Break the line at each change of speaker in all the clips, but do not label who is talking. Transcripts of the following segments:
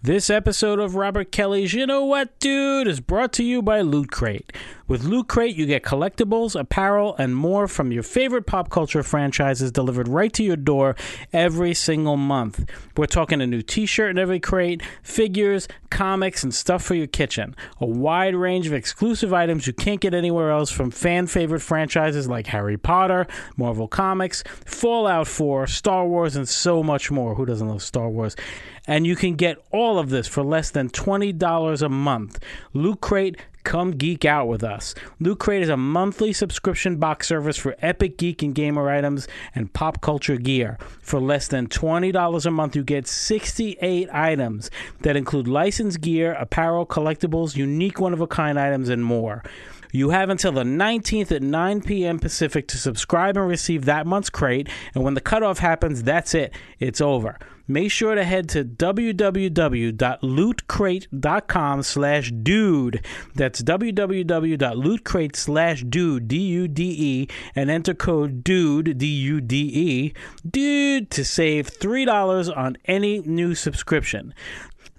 This episode of Robert Kelly's You Know What Dude is brought to you by Loot Crate. With Loot Crate, you get collectibles, apparel, and more from your favorite pop culture franchises delivered right to your door every single month. We're talking a new t shirt in every crate, figures, comics, and stuff for your kitchen. A wide range of exclusive items you can't get anywhere else from fan favorite franchises like Harry Potter, Marvel Comics, Fallout 4, Star Wars, and so much more. Who doesn't love Star Wars? And you can get all of this for less than $20 a month. Loot Crate, come geek out with us. Loot Crate is a monthly subscription box service for epic geek and gamer items and pop culture gear. For less than $20 a month, you get 68 items that include licensed gear, apparel, collectibles, unique one of a kind items, and more. You have until the 19th at 9 p.m. Pacific to subscribe and receive that month's crate. And when the cutoff happens, that's it. It's over. Make sure to head to www.lootcrate.com slash dude. That's www.lootcrate slash dude, D-U-D-E, E, and enter code dude, D-U-D-E, E, dude, to save $3 on any new subscription.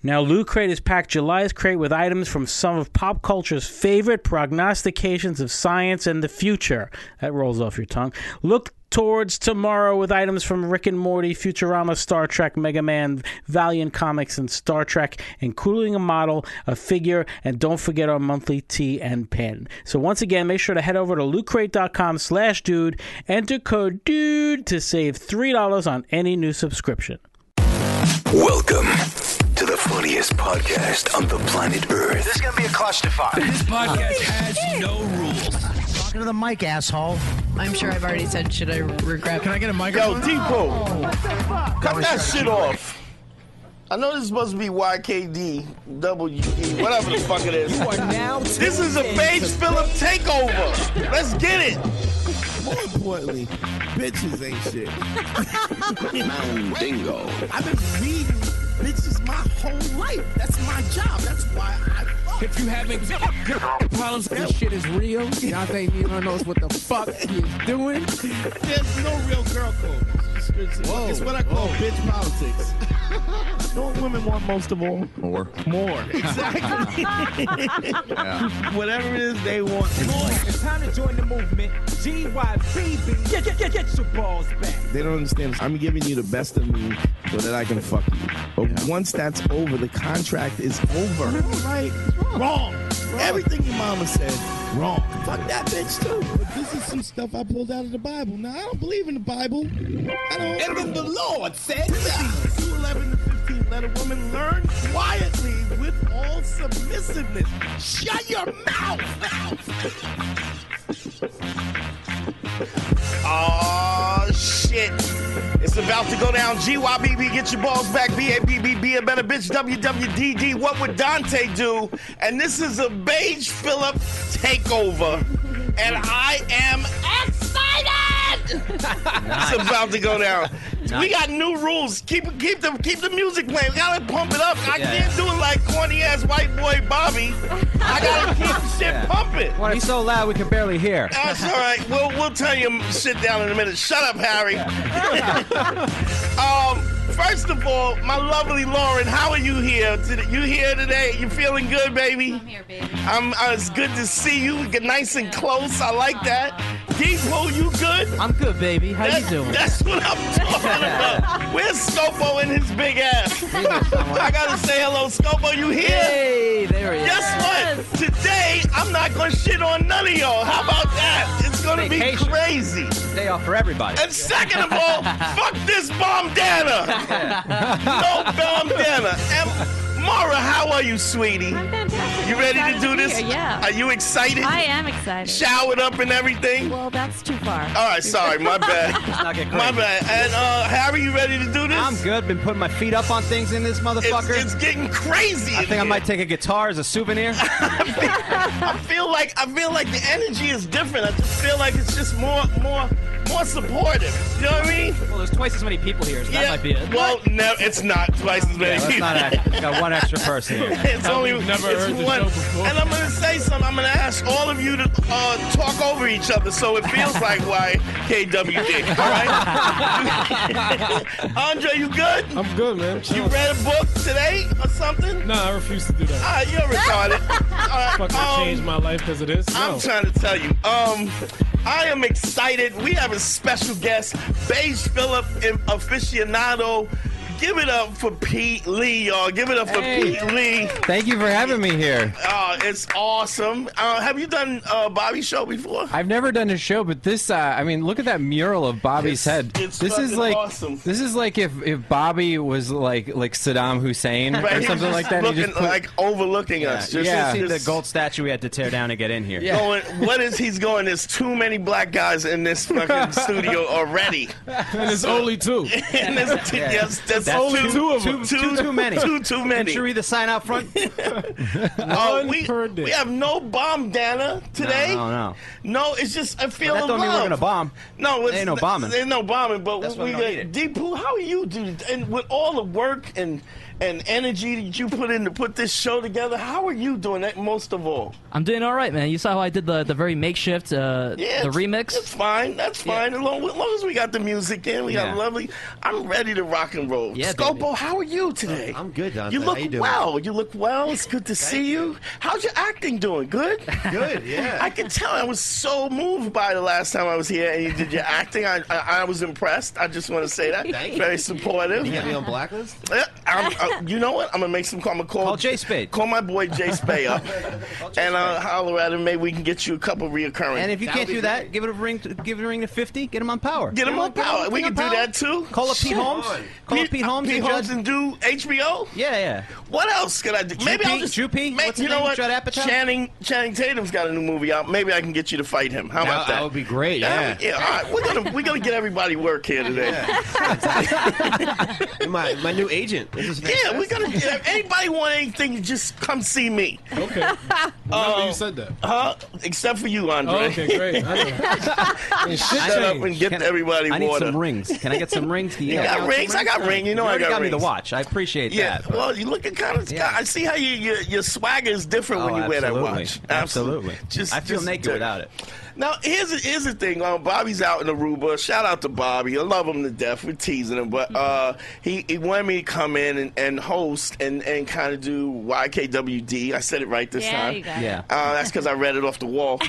Now, Loot Crate is packed July's crate with items from some of pop culture's favorite prognostications of science and the future. That rolls off your tongue. Look towards tomorrow with items from Rick and Morty, Futurama, Star Trek, Mega Man, Valiant Comics, and Star Trek, including a model, a figure, and don't forget our monthly tee and pin. So once again, make sure to head over to lootcrate.com slash dude, enter code DUDE to save $3 on any new subscription.
Welcome to the funniest podcast on the planet Earth.
This is gonna be a clusterfuck.
This podcast has no rules.
Talking to the mic, asshole.
I'm sure I've already said, should I regret?
Can I get a microphone?
Cut that shit off. I know this is supposed to be YKD, WD, whatever the fuck it is. This is a Paige Phillip takeover. Let's get it.
More importantly, bitches ain't shit.
Mandingo.
I've been reading bitches my whole life. That's my job. That's why I fuck.
If you having problems, this shit is real. Dante Nino knows what the fuck he is doing.
There's no real girl code. It's, it's- it's what I call bitch politics. you know what women want most of all?
Or
More. Exactly. Whatever it is they want.
It's time to join the movement. GYPB. Get, get, get, get your balls back.
They don't understand. I'm giving you the best of me so that I can fuck you. But once that's over, the contract is over. right? Wrong. Everything your mama said, wrong. Fuck that bitch too. But this is some stuff I pulled out of the Bible. Now I don't believe in the Bible. I don't. And then the Lord said, two eleven to fifteen. Let a woman learn quietly with all submissiveness. Shut your mouth. mouth.
Oh shit. It's about to go down. GYBB, get your balls back. BABB, be a better bitch. WWDD, what would Dante do? And this is a Beige Phillip takeover. And I am excited. It's about to go down. We got new rules. Keep keep the keep the music playing. We gotta pump it up. I can't do it like corny ass white boy Bobby. I gotta keep shit pumping.
He's so loud we can barely hear.
That's all right. We'll we'll tell you sit down in a minute. Shut up, Harry. um, first of all, my lovely Lauren, how are you here? Today? You here today? You feeling good, baby? I'm here, baby. I'm. uh, it's good to see you. Get nice and close. I like that. Deep, Hole, you good?
I'm good, baby. How you doing?
That's what I'm talking about. Where's Scopo and his big ass? I gotta say hello, Scopo. You here?
Hey, there he is.
Guess what? Today, I'm not going to shit on none of y'all. How about that? It's going to be
Vacation.
crazy.
Day off for everybody.
And second of all, fuck this bomb dana. no bomb dana. And Mara, how are you, sweetie?
I'm fantastic.
You
I'm
ready to
excited
do
be
this?
here, Yeah.
Are you excited?
I am excited.
Showered up and everything?
well, that's too far.
All right, sorry, my bad. my bad. And uh, Harry, you ready to do this?
I'm good. Been putting my feet up on things in this motherfucker.
It's, it's getting crazy.
I
in
think I
here.
might take a guitar as a souvenir.
I feel like I feel like the energy is different. I just feel like it's just more more more supportive. You know what I mean?
Well, there's twice as many people here, so that might be it.
Well, no, it's not twice as many.
Yeah, let's not act. We got one extra person here.
It's only it's one. And I'm gonna say something. I'm gonna ask all of you to uh, talk over each other, so it feels like YKWd. All right. Andre, you good?
I'm good, man.
You read a book today or something?
No, I refuse to do that.
Ah, you're retarded. All right,
Fucking
um,
changed my life as it is. No.
I'm trying to tell you. Um, I am excited. We have a special guest, Beige Phillip and aficionado. Give it up for Pete Lee, y'all. Give it up for
Hey.
Pete Lee.
Thank you for having me here.
Oh, it's awesome. Uh, have you done uh, Bobby show before?
I've never done a show, but this, uh, I mean, look at that mural of Bobby's head.
it's
this is
fucking
like
awesome.
this is like if, if Bobby was like like Saddam Hussein
Right,
or
he was
something
just
like that. and he
Looking,
just put-
like overlooking us. Just,
yeah.
just- just
statue we had to tear down to get in here. Yeah.
Going, what is he's going? There's too many black guys in this fucking studio already.
And it's only two.
And there's, yes, there's
That's
only
too-
two of
two,
them.
two- Two too many.
the sign out front?
Oh,
One
we,
per day.
we have no bomb Dana today.
No, no,
No, it's just a feel
That
of
don't mean
love.
we're gonna bomb.
No, it's,
There ain't no bombing.
There's no bombing, but
That's why
we
we don't need it.
Deepu, how are you, dude? And with all the work and and energy that you put in to put this show together, how are you doing that most of all?
I'm doing all right, man. You saw how I did the, the very makeshift uh,
Yeah,
the
it's-
remix.
It's fine. That's fine. As, long, as long as we got the music in, we
Yeah.
got lovely. I'm ready to rock and roll.
Yeah,
Scopo,
baby.
how are you today?
I'm good, Dante.
You
How
look
you doing?
well. You look well. It's good to see you. How's your acting doing? Good.
Good, yeah.
I can tell. I was so moved by the last time I was here, and you did your acting. I, I, I was impressed. I just want to say that.
Thank you.
Very supportive.
You got me on blacklist?
Yeah, I'm, uh, you know what? I'm gonna make some call. I'm gonna call,
Call Jay Spade.
Call my boy Jay Spade up, and uh, holler at him. Maybe we can get you a couple reoccurring.
And if you can't do that, give it a ring. To, give it a ring to fifty. Get him on power.
Get him on power. We can do that too.
Call up Pete
Shit.
Holmes. Call up Pete Holmes.
Pete
and
Holmes
Judge.
and do HBO.
Yeah, yeah.
What else could I do? Maybe I'll
P-
just
Drew P?
ma-
What's
you
his
know
name?
what?
Judd Apatow?
Channing Channing Tatum's got a new movie out. Maybe I can get you to fight him. How about
That-
that?
that would be great,
That would-
yeah.
yeah. All right. We're gonna we're gonna get everybody work here today.
my, my new agent. This is
Yeah, we're gonna. If anybody want anything, just come see me. Um,
Okay. Remember you said that.
Huh? Except for you, Andre.
Oh, okay, great. I know. And shit
Shut up
changed.
and get
Can-
everybody
I need
water.
some rings. Can I get some rings?
You got rings? I got ring. You know I
already
got
got me the
rings.
watch. I appreciate
Yeah,
that. but-
well, you looking kind of.
Yeah.
I see how you, your your swagger is different when
Oh,
you wear that
absolutely.
watch.
Absolutely.
Just
I feel
just
naked
do
without it.
Now here's the, here's the thing. Um, Bobby's out in Aruba. Shout out to Bobby. I love him to death. We're teasing him, but uh, he he wanted me to come in and, and host and and kind of do YKWd. I said it right this
Yeah,
time.
you got it.
Yeah.
Uh, that's because I read it off the wall.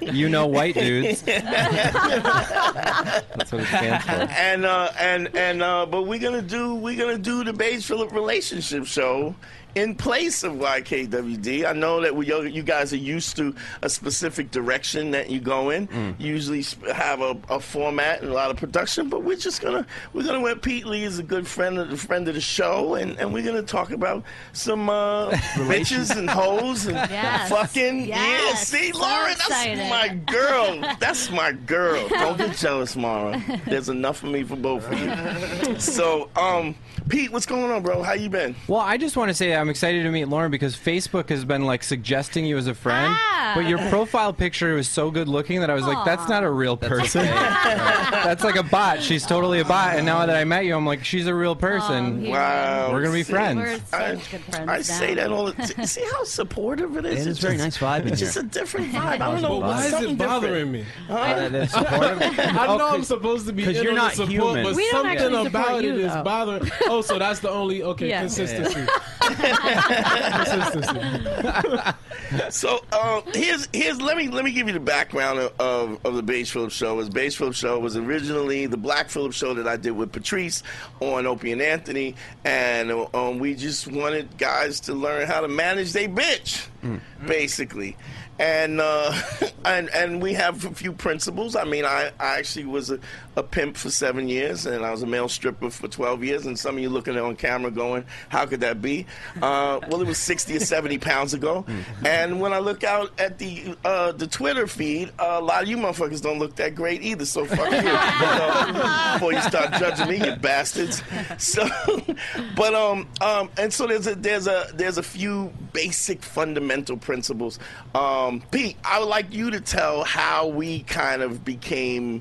You know, white dudes. That's what it stands for.
and uh, and and uh, but we're gonna do we're gonna do the Beige Phillip relationship show in place of YKWd. I know that we you guys are used to a specific direction that you go in. You usually sp- have a, a format and a lot of production, but we're just gonna we're gonna wear Pete Lee is a good friend of the friend of the show, and, and we're gonna talk about some uh, bitches and hoes and
Yes.
fucking yeah.
Yes.
See,
So
Lauren,
excited.
that's my girl. That's my girl. Don't get jealous, Mara. There's enough of me for both of you. So, um, Pete, what's going on, bro? How you been?
Well, I just want to say I'm excited to meet Lauren because Facebook has been like suggesting you as a friend,
Ah.
but your profile picture was so good looking that I was like, that's
Aw.
not a real person. that's like a bot. She's totally a bot. And now that I met you, I'm like, she's a real person.
Aw,
Wow.
We're gonna be
See,
friends.
We're such
I,
good friends.
I say that all the time. See how supportive it is?
It is
It's
very
just-
nice vibe in
It's
here.
just a different vibe. I don't know
But why
what's
is
something
it bothering
different.
me?
Uh, that's supportive.
I
Oh,
know I'm
'cause-
supposed to be
'cause
in
you're
on the
not
support,
human.
but
We don't
something
actually
about
support
it
you,
is
though.
bothering. Oh, so that's the only okay
Yeah.
consistency. consistency.
So uh, here's here's let me let me give you the background of, of, of the Beige Phillips show. Is Beige Phillips show was originally the Black Phillips show that I did with Patrice on Opie and Anthony, and um, we just wanted guys to learn how to manage their bitch, Mm-hmm. basically. And uh, and and we have a few principles. I mean, I, I actually was a, a pimp for seven years, and I was a male stripper for twelve years. And some of you looking on camera going, "How could that be?" Uh, well, it was sixty or seventy pounds ago. And when I look out at the uh, the Twitter feed, a lot of you motherfuckers don't look that great either. So fuck you. So, before you start judging me, you bastards. So, but um um, and so there's a there's a there's a few basic fundamentals fundamental principles. Um, Pete, I would like you to tell how we kind of became,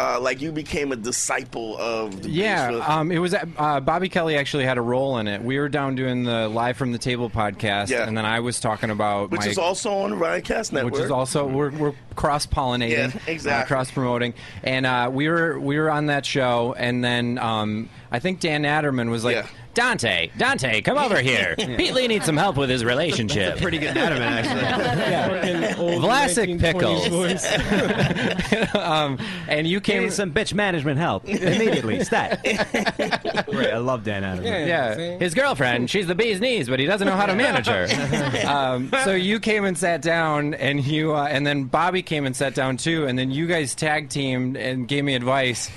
uh, like you became a disciple of the Beach
Yeah,
Brothers.
um, it was at, uh, Bobby Kelly actually had a role in it. We were down doing the live from the table podcast,
Yeah.
and then I was talking about
which
my,
is also on the Riotcast Network.
Which is also we're, we're cross pollinating,
Yeah, exactly.
cross promoting, and uh, we were we were on that show, and then um, I think Dan Natterman was like. Dante, Dante, come over here.
Yeah.
Pete Lee needs some help with his relationship.
That's a pretty good Natterman, actually.
yeah.
Fucking old
Vlasic
1920s
pickles. um, and you came
Need some bitch management help immediately. Stat. Great, I love Dan Adams.
Yeah, his girlfriend, she's the bee's knees, but he doesn't know how to manage her. um, so you came and sat down, and you, uh, and then Bobby came and sat down too, and then you guys tag teamed and gave me advice.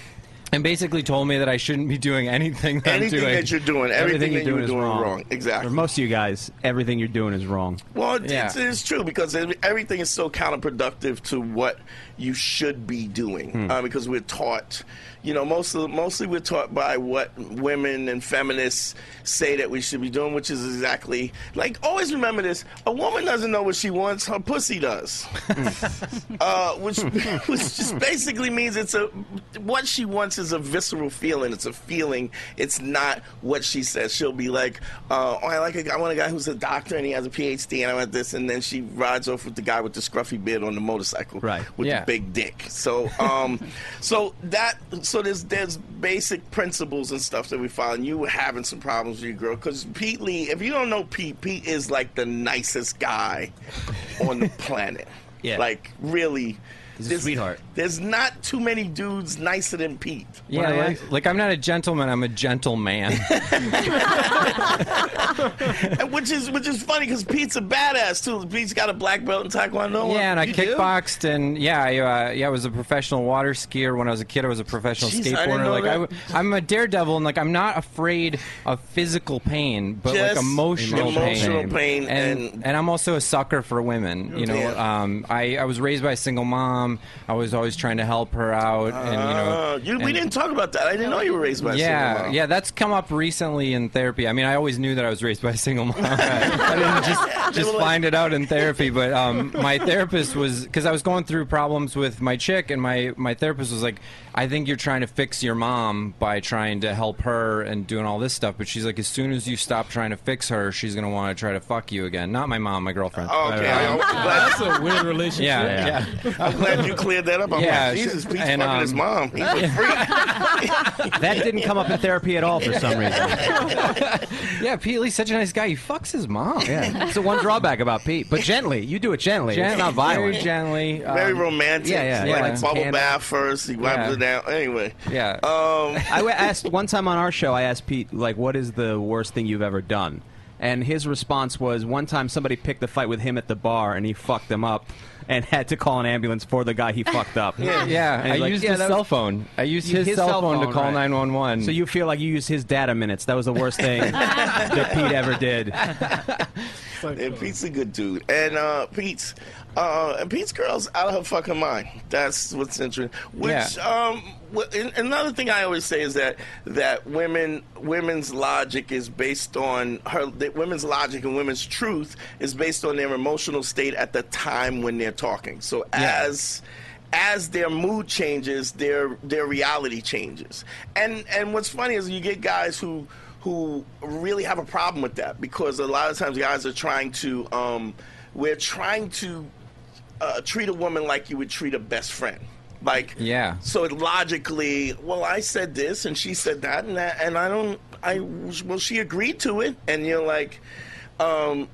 And basically told me that I shouldn't be doing anything that
Anything
I'm doing.
that you're doing, everything that you're doing wrong. Exactly.
For most of you guys, everything you're doing is wrong.
Well, it's, it's true because ev- everything is so counterproductive to what you should be doing
Hmm.
uh, because we're taught, you know, mostly mostly we're taught by what women and feminists say that we should be doing, which is exactly like always remember this: a woman doesn't know what she wants; her pussy does, uh, which which just basically means it's a what she wants is a visceral feeling. It's a feeling. It's not what she says. She'll be like, uh, "Oh, I like a guy. I want a guy who's a doctor and he has a PhD, and I want this." And then she rides off with the guy with the scruffy beard on the motorcycle, right? With
Yeah.
the big dick. So, um, so that so there's there's basic principles and stuff that we follow. And you were having some problems with your girl because Pete Lee. If you don't know Pete, Pete is like the nicest guy on the planet.
Yeah.
like really.
He's a
there's-
sweetheart.
There's not too many dudes nicer than Pete.
Yeah, like, like I'm not a gentleman, I'm a gentleman.
And which is which is funny because Pete's a badass too. Pete's got a black belt in Taekwondo.
Yeah, and I
You do?
kickboxed, and yeah, I, uh, yeah, I was a professional water skier when I was a kid. I was a professional
Jeez, I didn't
skateboarder.
know
Like
that.
I, w- I'm a daredevil, and like I'm not afraid of physical pain, but
Yes,
like emotional,
emotional
pain.
pain
and,
and-
I'm also a sucker for women. You know,
Yeah.
um, I, I was raised by a single mom. I was always trying to help her out,
Uh,
and you know,
you- we
and-
didn't talk about that. I didn't know you were raised by a single
yeah,
mom.
yeah, that's come up recently in therapy. I mean, I always knew that I was raised by a single mom. I didn't just just find it out in therapy. But um, my therapist was because I was going through problems with my chick, and my my therapist was like, "I think you're trying to fix your mom by trying to help her and doing all this stuff." But she's like, "As soon as you stop trying to fix her, she's gonna want to try to fuck you again." Not my mom, my girlfriend. um,
Oh, okay. I'm glad-
That's a weird relationship.
Yeah, yeah.
I'm glad you cleared that up. I'm
Yeah,
like, Jesus,
so-
Pete's
and,
fucking his
um,
mom. He's a
That didn't come up in therapy at all for some reason.
Yeah, Pete Lee's such a nice guy. He fucks his mom.
Yeah, it's the one drawback about Pete. But gently, you do it gently.
Gen-
it's not violent.
Very gently. um,
very romantic.
yeah, yeah,
Like
yeah.
bubble
Candle.
bath first. He wipes
Yeah.
it down. Anyway.
Yeah.
Um,
I wa- asked one time on our show. I asked Pete, like, what is the worst thing you've ever done? And his response was, one time somebody picked a fight with him at the bar, and he fucked them up, and had to call an ambulance for the guy he fucked up.
Yeah, yeah.
And
I
he's like,
used
"Yeah,
his
that
cell
was-
phone. I used
You-
his, cell, phone, to call
right.
911.
So you feel like you used his data minutes. That was the worst thing that Pete ever did.
and Pete's a good dude. And uh, Pete's uh, and Pete's girl's out of her fucking mind. That's what's interesting. Which um, wh- an- another thing I always say is that that women women's logic is based on her that women's logic and women's truth is based on their emotional state at the time when they're talking. So as as their mood changes, their their reality changes. And and what's funny is you get guys who who really have a problem with that because a lot of times guys are trying to um, we're trying to uh, treat a woman like you would treat a best friend. Like
Yeah.
so it logically, well, I said this and she said that and that, and I don't, I well, she agreed to it, and you're like, um,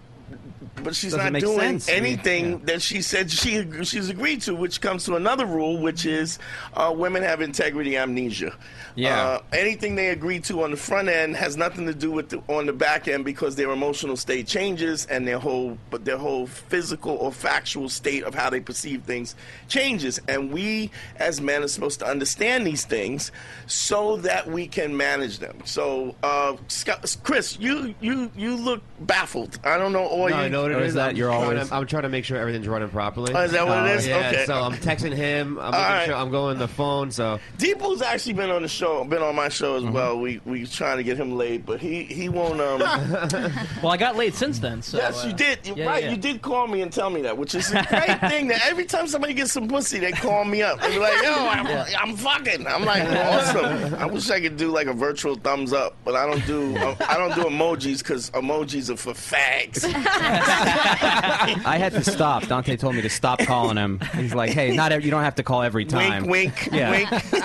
but she's
Doesn't
not
make
doing
sense. I mean,
anything that she said she ag- she's agreed to, which comes to another rule, which is uh, women have integrity amnesia.
Yeah.
Uh, anything they agree to on the front end has nothing to do with the, on the back end because their emotional state changes and their whole but their whole physical or factual state of how they perceive things changes and we as men are supposed to understand these things so that we can manage them so uh, Scott, chris you you you look baffled i don't know or
No,
you
no, no, it
Or is
is?
that
I'm
you're
just trying
always-
to- I'm trying to make sure everything's running properly.
Oh, is that what it
Uh,
is?
Yeah,
Okay.
So I'm texting him. I'm
All
making
right.
sure I'm going on the phone. So
Deepu's actually been on the show, been on my show
Mm-hmm.
as well. We we trying to get him laid, but he he won't. Um,
well, I got laid since then. So,
yes,
uh,
you did. You-
yeah,
right,
yeah.
you did call me and tell me that, which is a great thing. That every time somebody gets some pussy, they call me up. They be like, "Yo, I'm,
Yeah.
I'm fucking." I'm like, "Awesome." I wish I could do like a virtual thumbs up, but I don't do I don't do emojis because emojis are for fags.
I had to stop. Dante told me to stop calling him. He's like, "Hey, not ev- you don't have to call every time.
Wink, wink,
Yeah.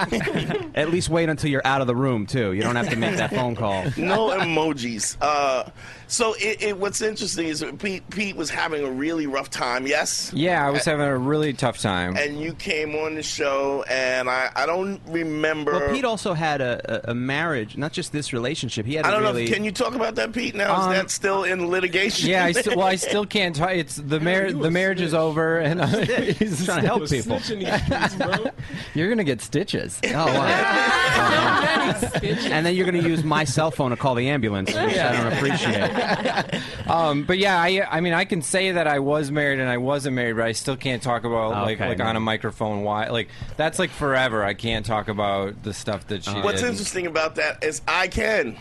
wink.
At least wait until you're out of the room too. You don't have to make that phone call."
no emojis. Uh, so it, it, what's interesting is that Pete, Pete was having a really rough time. Yes.
Yeah, I was having a really tough time.
And you came on the show, and I, I don't remember.
Well, Pete also had a, a, a marriage, not just this relationship. He had.
I
a
don't know.
really,
If, can you talk about that, Pete? Now
Um,
is that still in litigation?
Yeah, I still, well, I still can't. T- it's the marriage. The marriage is over, and I'm he's trying to help people. You're gonna get stitches.
Oh, wow. and then you're going to use my cell phone to call the ambulance, which I don't appreciate.
Um, but yeah, I, I mean, I can say that I was married and I wasn't married, but I still can't talk about like
Okay.
like on a microphone. Why? Like that's like forever. I can't talk about the stuff that
Uh-huh.
she.
What's
did.
interesting about that is I can.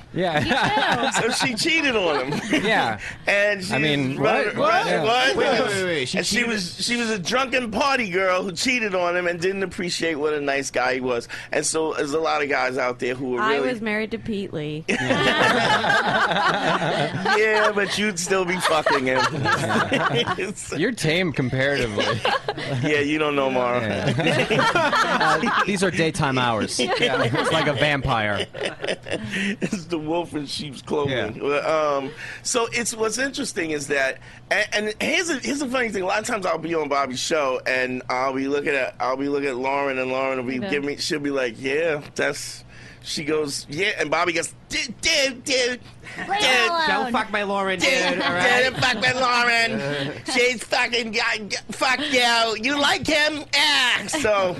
Yeah.
so she cheated on him.
Yeah.
And she
I mean,
right,
what?
right,
Yeah.
what?
Wait, wait, wait, wait.
She
She
and she
cheated-
was she was a drunken party girl who cheated on him and didn't appreciate what a nice guy he was. And so there's a lot of guys out there who are
I
really
was married to Pete Lee.
yeah, but you'd still be fucking him.
You're tame comparatively.
yeah, you don't know Mara.
Uh, these are daytime hours.
Yeah.
It's like a vampire.
it's the wolf in sheep's clothing. Um, so it's what's interesting is that, and, and here's a, here's a funny thing. A lot of times I'll be on Bobby's show and I'll be looking at I'll be looking at Lauren and Lauren will be
Yeah.
giving me she'll be like, yeah, that's. She goes, yeah, and Bobby goes, dude, dude, dude,
Leave
dude,
her alone. Don't fuck
my Lauren,
dude,
dude, all
dude,
right?
fuck my Lauren, she's fucking, got- fuck you, you like him, ah, so.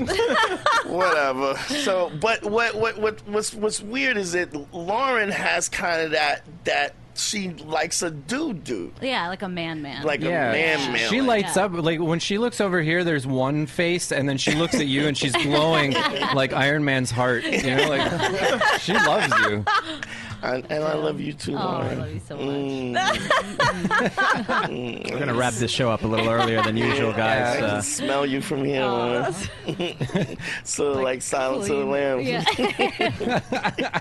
whatever. So, but what what what what's what's weird is that Lauren has kind of that that she likes a dude dude.
Yeah, like a man man.
Like a man man.
She lights up like when she looks over here. There's one face, and then she looks at you, and she's glowing like Iron Man's heart. You know, like she loves you.
And, and Oh, I love you too, Lauren. Mm.
We're going to wrap this show up a little earlier than usual,
Yeah,
guys.
I can
Uh,
smell you from here, Lauren. so like, Silence of the Lambs.
Yeah.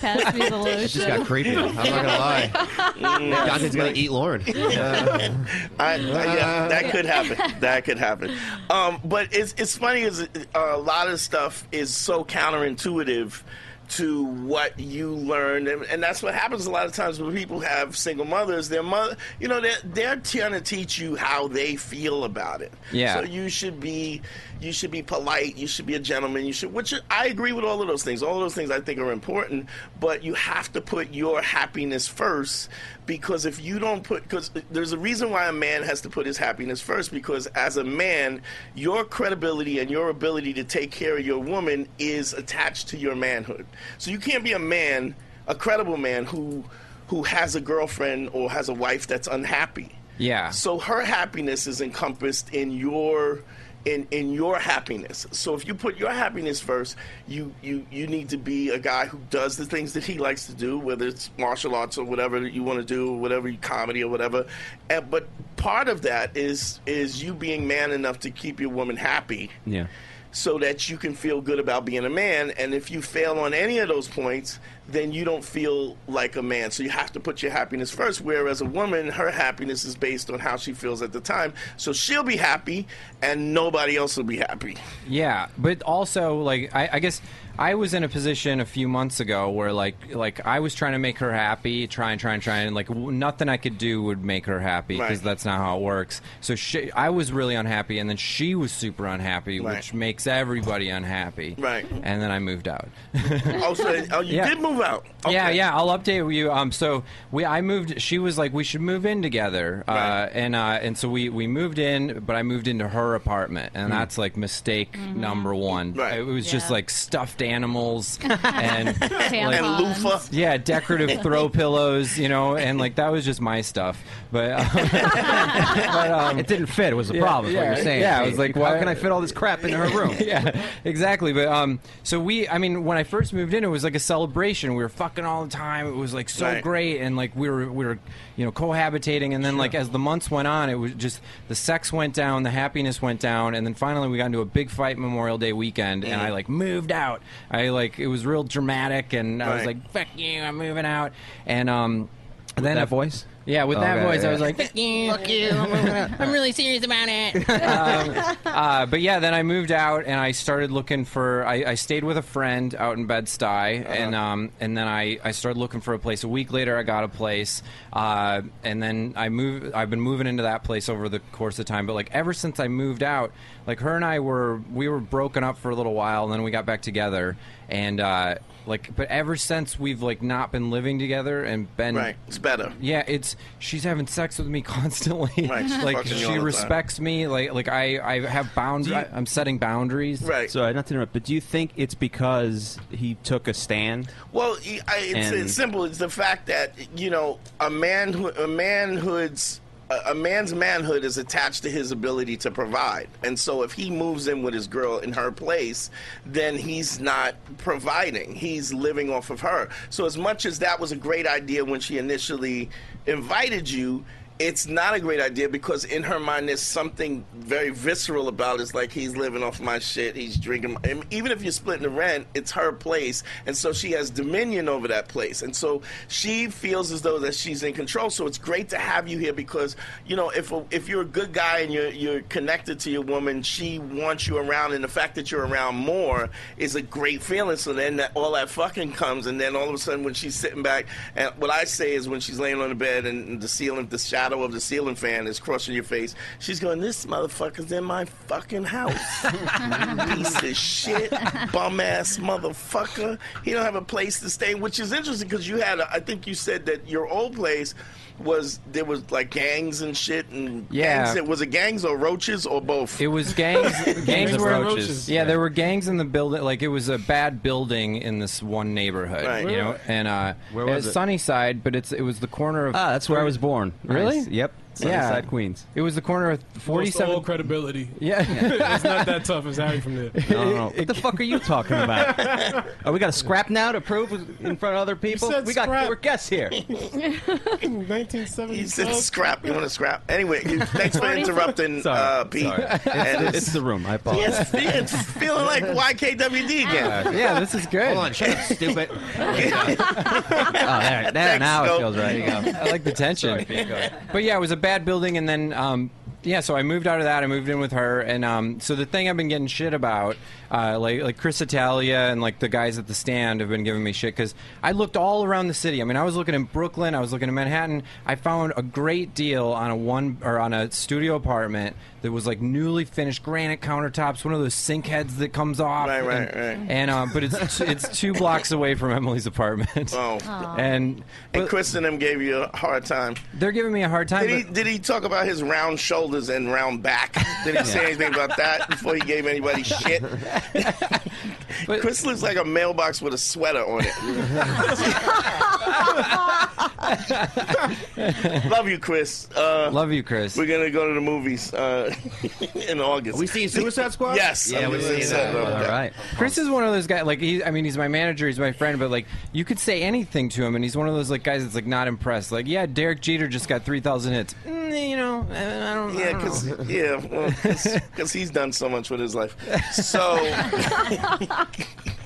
Pass me the lotion.
it just got creepy. I'm not gonna lie. Dante's gonna eat Lauren.
I, I- yeah, that could happen. That could happen. Um, but it's it's funny is a lot of stuff is so counterintuitive to what you learned, and, and that's what happens a lot of times when people have single mothers. Their mother, you know, they're they're trying to teach you how they feel about it.
Yeah.
So you should be you should be polite. You should be a gentleman. You should, which I agree with all of those things. All of those things I think are important, but you have to put your happiness first because if you don't put, because there's a reason why a man has to put his happiness first because as a man, your credibility and your ability to take care of your woman is attached to your manhood. So you can't be a man, a credible man who who has a girlfriend or has a wife that's unhappy.
Yeah.
So her happiness is encompassed in your in in your happiness. So if you put your happiness first, you you you need to be a guy who does the things that he likes to do, whether it's martial arts or whatever that you want to do, or whatever you- comedy or whatever. And, but part of that is is you being man enough to keep your woman happy
yeah.
so that you can feel good about being a man. And if you fail on any of those points, then you don't feel like a man. So you have to put your happiness first. Whereas a woman, her happiness is based on how she feels at the time. So she'll be happy, and nobody else will be happy.
Yeah, but also like I, I guess I was in a position a few months ago where like like I was trying to make her happy, trying, trying, trying, and like w- nothing I could do would make her happy because
Right.
that's not how it works. So she, I was really unhappy, and then she was super unhappy,
Right.
which makes everybody unhappy. Right. And then I moved out.
oh, so oh, you
Yeah.
did move out.
Yeah, yeah. I'll update you. Um, so we, I moved. She was like, we should move in together. Uh, And uh, and so we we moved in, but I moved into her apartment, and
Mm.
Hmm.
that's like mistake number one. It was just like stuffed animals and like,
And loofah.
Yeah, decorative throw pillows, you know, and like that was just my stuff, but. Um, but um,
it didn't fit. Was the
yeah,
problem? is what
yeah,
you're saying?
Yeah, I was like,
how
why
can I fit all this crap in her room?
yeah, exactly. But um, so we, I mean, when I first moved in, it was like a celebration. We were fucking all the time. It was like so
Right.
great, and like we were we were, you know, cohabitating. And then like as the months went on, it was just the sex went down, the happiness went down, and then finally we got into a big fight Memorial Day weekend, and I like moved out. I like it was real dramatic, and I was
Right.
like, fuck you, I'm moving out, and um, then
that voice?
Yeah, with
Oh,
that
okay,
voice, I
yeah.
was like,
Fuck you. I'm, really serious about it.
uh, but yeah, then I moved out and I started looking for. I, I stayed with a friend out in Bed Stuy,
Uh-huh.
and um, and then I, I started looking for a place. A week later, I got a place, uh, and then I moved. I've been moving into that place over the course of time. But like ever since I moved out, like her and I were we were broken up for a little while, and then we got back together, and. Uh, like, but ever since we've like not been living together and been
Right. It's better.
Yeah, it's she's having sex with me constantly.
Right, she's
like
fucking you all
she
the time.
respects me. Like like I I have boundaries. I'm setting boundaries.
Right.
Sorry, uh, not to interrupt, but do you think it's because he took a stand?
Well, y- I- it's,
And-
it's simple. It's the fact that you know a man who a manhood's a a man's manhood is attached to his ability to provide, and so if he moves in with his girl in her place, then he's not providing. He's living off of her. So as much as that was a great idea when she initially invited you. It's not a great idea because in her mind there's something very visceral about it. It's like he's living off my shit. He's drinking. My, and even if you're splitting the rent, it's her place, and so she has dominion over that place, and so she feels as though that she's in control. So it's great to have you here because you know if a, if you're a good guy and you're you're connected to your woman, she wants you around, and the fact that you're around more is a great feeling. So then that all that fucking comes, and then all of a sudden when she's sitting back, and what I say is when she's laying on the bed and the ceiling, the shadow of the ceiling fan is crushing your face, she's going, "This motherfucker's in my fucking house." piece of shit, bum ass motherfucker. He don't have a place to stay, which is interesting because you had, a, I think you said that your old place was there was like gangs and shit and
Yeah.
gangs. It was it gangs or roaches or both.
It was gangs. gangs
Gangs
were
and roaches.
Yeah, there were gangs in the building. Like it was a bad building in this one neighborhood.
Right.
You know, and uh,
Where was it?
Sunnyside, but it's it was the corner of.
Ah, that's where I was born.
Really?
Nice. Yep. Sunnyside, Queens.
It was the corner of
Lost all
47th.
credibility.
Yeah.
it's not that tough. It's Harry from there.
No, no, no. What the fuck are you talking about? Are we got to scrap now to prove in front of other people?
said
We got
scrap.
we're guests here.
1970.
He said scrap. You want to scrap? Anyway, you- thanks for interrupting,
Sorry,
uh, Pete.
sorry.
And
It's, it's the room. I apologize.
Yes, it's feeling like YKWd
Uh,
again.
yeah, this is good.
Hold on, shut up, stupid.
Oh, there, there now it feels right. There you go.
I like the tension. but yeah, it was a bad building, and then um, yeah, so I moved out of that. I moved in with her, and um, so the thing I've been getting shit about, uh, like like Chris Italia and like the guys at the stand have been giving me shit because I looked all around the city. I mean, I was looking in Brooklyn, I was looking in Manhattan. I found a great deal on a one or on a studio apartment that was like newly finished granite countertops, one of those sink heads that comes off.
Right, right, right.
and, And um, but it's it's two blocks away from Emily's apartment.
Oh,
and
and Chris and them gave you a hard time.
They're giving me a hard time.
Did he, did he talk about his round shoulders and round back? Did he say
Yeah.
anything about that before he gave anybody shit? Chris looks like a mailbox with a sweater on it. Love you, Chris. Uh,
Love you, Chris.
We're gonna go to the movies uh, in August.
Are we seeing Suicide Squad?
Yes.
Yeah,
I'm
we
really
see
excited
that.
about
All
that.
right.
Chris is one of those guys. Like, he, I mean, he's my manager, he's my friend, but like, you could say anything to him, and he's one of those like guys that's like not impressed. Like, yeah, Derek Jeter just got three thousand hits. Mm, you know, I I don't. I
Yeah,
don't
because
know.
yeah, well, because he's done so much with his life. So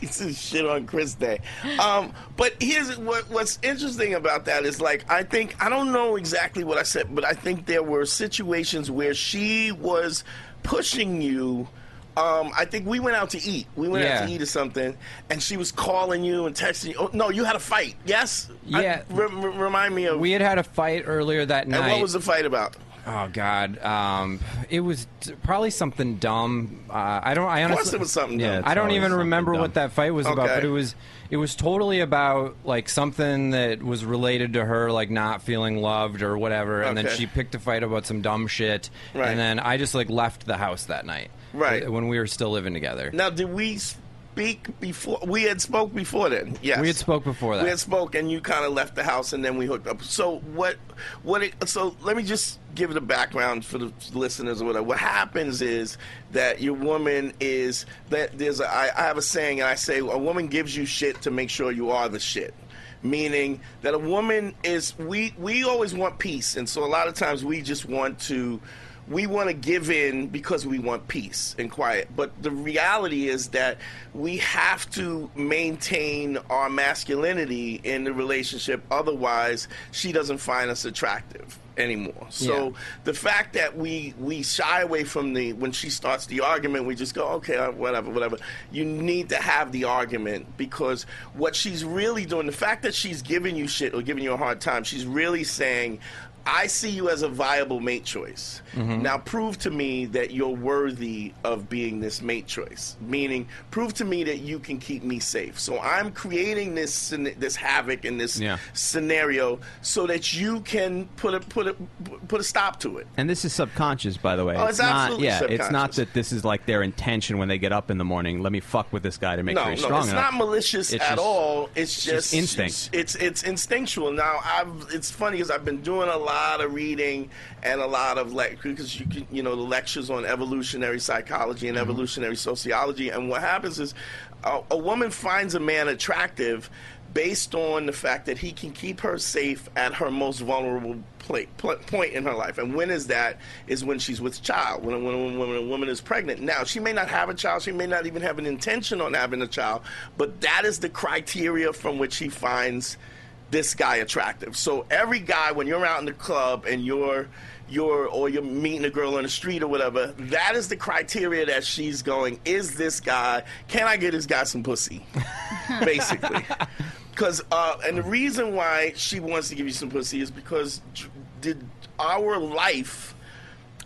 it's a shit on Chris Day. Um, but here's what, what's interesting about that is like I think I don't know exactly what I said, but I think there were situations where she was pushing you. Um, I think we went out to eat. We went out
Yeah.
to eat or something, and she was calling you and texting you. Oh, no, you had a fight. Yes. I-
Yeah.
re- re- remind me of.
We had had a fight earlier that
and
night.
what was the fight about?
Oh God, um, it was t- probably something dumb. Uh, I don't. I
Of
honestly
course it was something dumb. Yeah, it's
I don't
always
even
something
remember
dumb.
what that fight was about,
Okay.
but it was it was totally about like something that was related to her like not feeling loved or whatever, and
Okay.
then she picked a fight about some dumb shit,
Right.
and then I just like left the house that night,
Right.
uh, when we were still living together.
Now, did we speak before? We had spoke before then. Yes,
We had spoke before that.
We had spoke, and you kind of left the house, and then we hooked up. So what? What? It, so let me just give it a background for the listeners or whatever. What happens is that your woman is that there's a I, I have a saying, and I say a woman gives you shit to make sure you are the shit. Meaning that a woman is we we always want peace, and so a lot of times we just want to we want to give in because we want peace and quiet. But the reality is that we have to maintain our masculinity in the relationship. Otherwise, she doesn't find us attractive anymore. So
Yeah.
the fact that we we shy away from the when she starts the argument, we just go okay, uh, whatever, whatever. You need to have the argument because what she's really doing, the fact that she's giving you shit or giving you a hard time, she's really saying. I see you as a viable mate choice.
Mhm.
Now prove to me that you're worthy of being this mate choice. Meaning, prove to me that you can keep me safe. So I'm creating this scen- this havoc and this
Yeah.
scenario so that you can put a put a put a stop to it.
And this is subconscious, by the way.
Oh, it's
not.
absolutely
Yeah, it's not
subconscious.
that this is like their intention when they get up in the morning. Let me fuck with this guy to make
no,
sure
no,
he's
it's
strong enough.
not malicious
It's
at
just-
all. It's
just
just
instinct.
It's it's instinctual. Now I've it's funny because I've been doing a lot of reading and a lot of like because you can, you know the lectures on evolutionary psychology
Mm-hmm.
and evolutionary sociology and what happens is a, a woman finds a man attractive based on the fact that he can keep her safe at her most vulnerable pla pl- point in her life. And when is that? Is when she's with child. When a, when, a, when a woman is pregnant. Now, she may not have a child. She may not even have an intention on having a child. But that is the criteria from which he finds this guy attractive. So every guy, when you're out in the club and you're you're or you're meeting a girl on the street or whatever, that is the criteria that she's going. Is this guy? Can I get this guy some pussy? Basically, because uh, and the reason why she wants to give you some pussy is because tr- did our life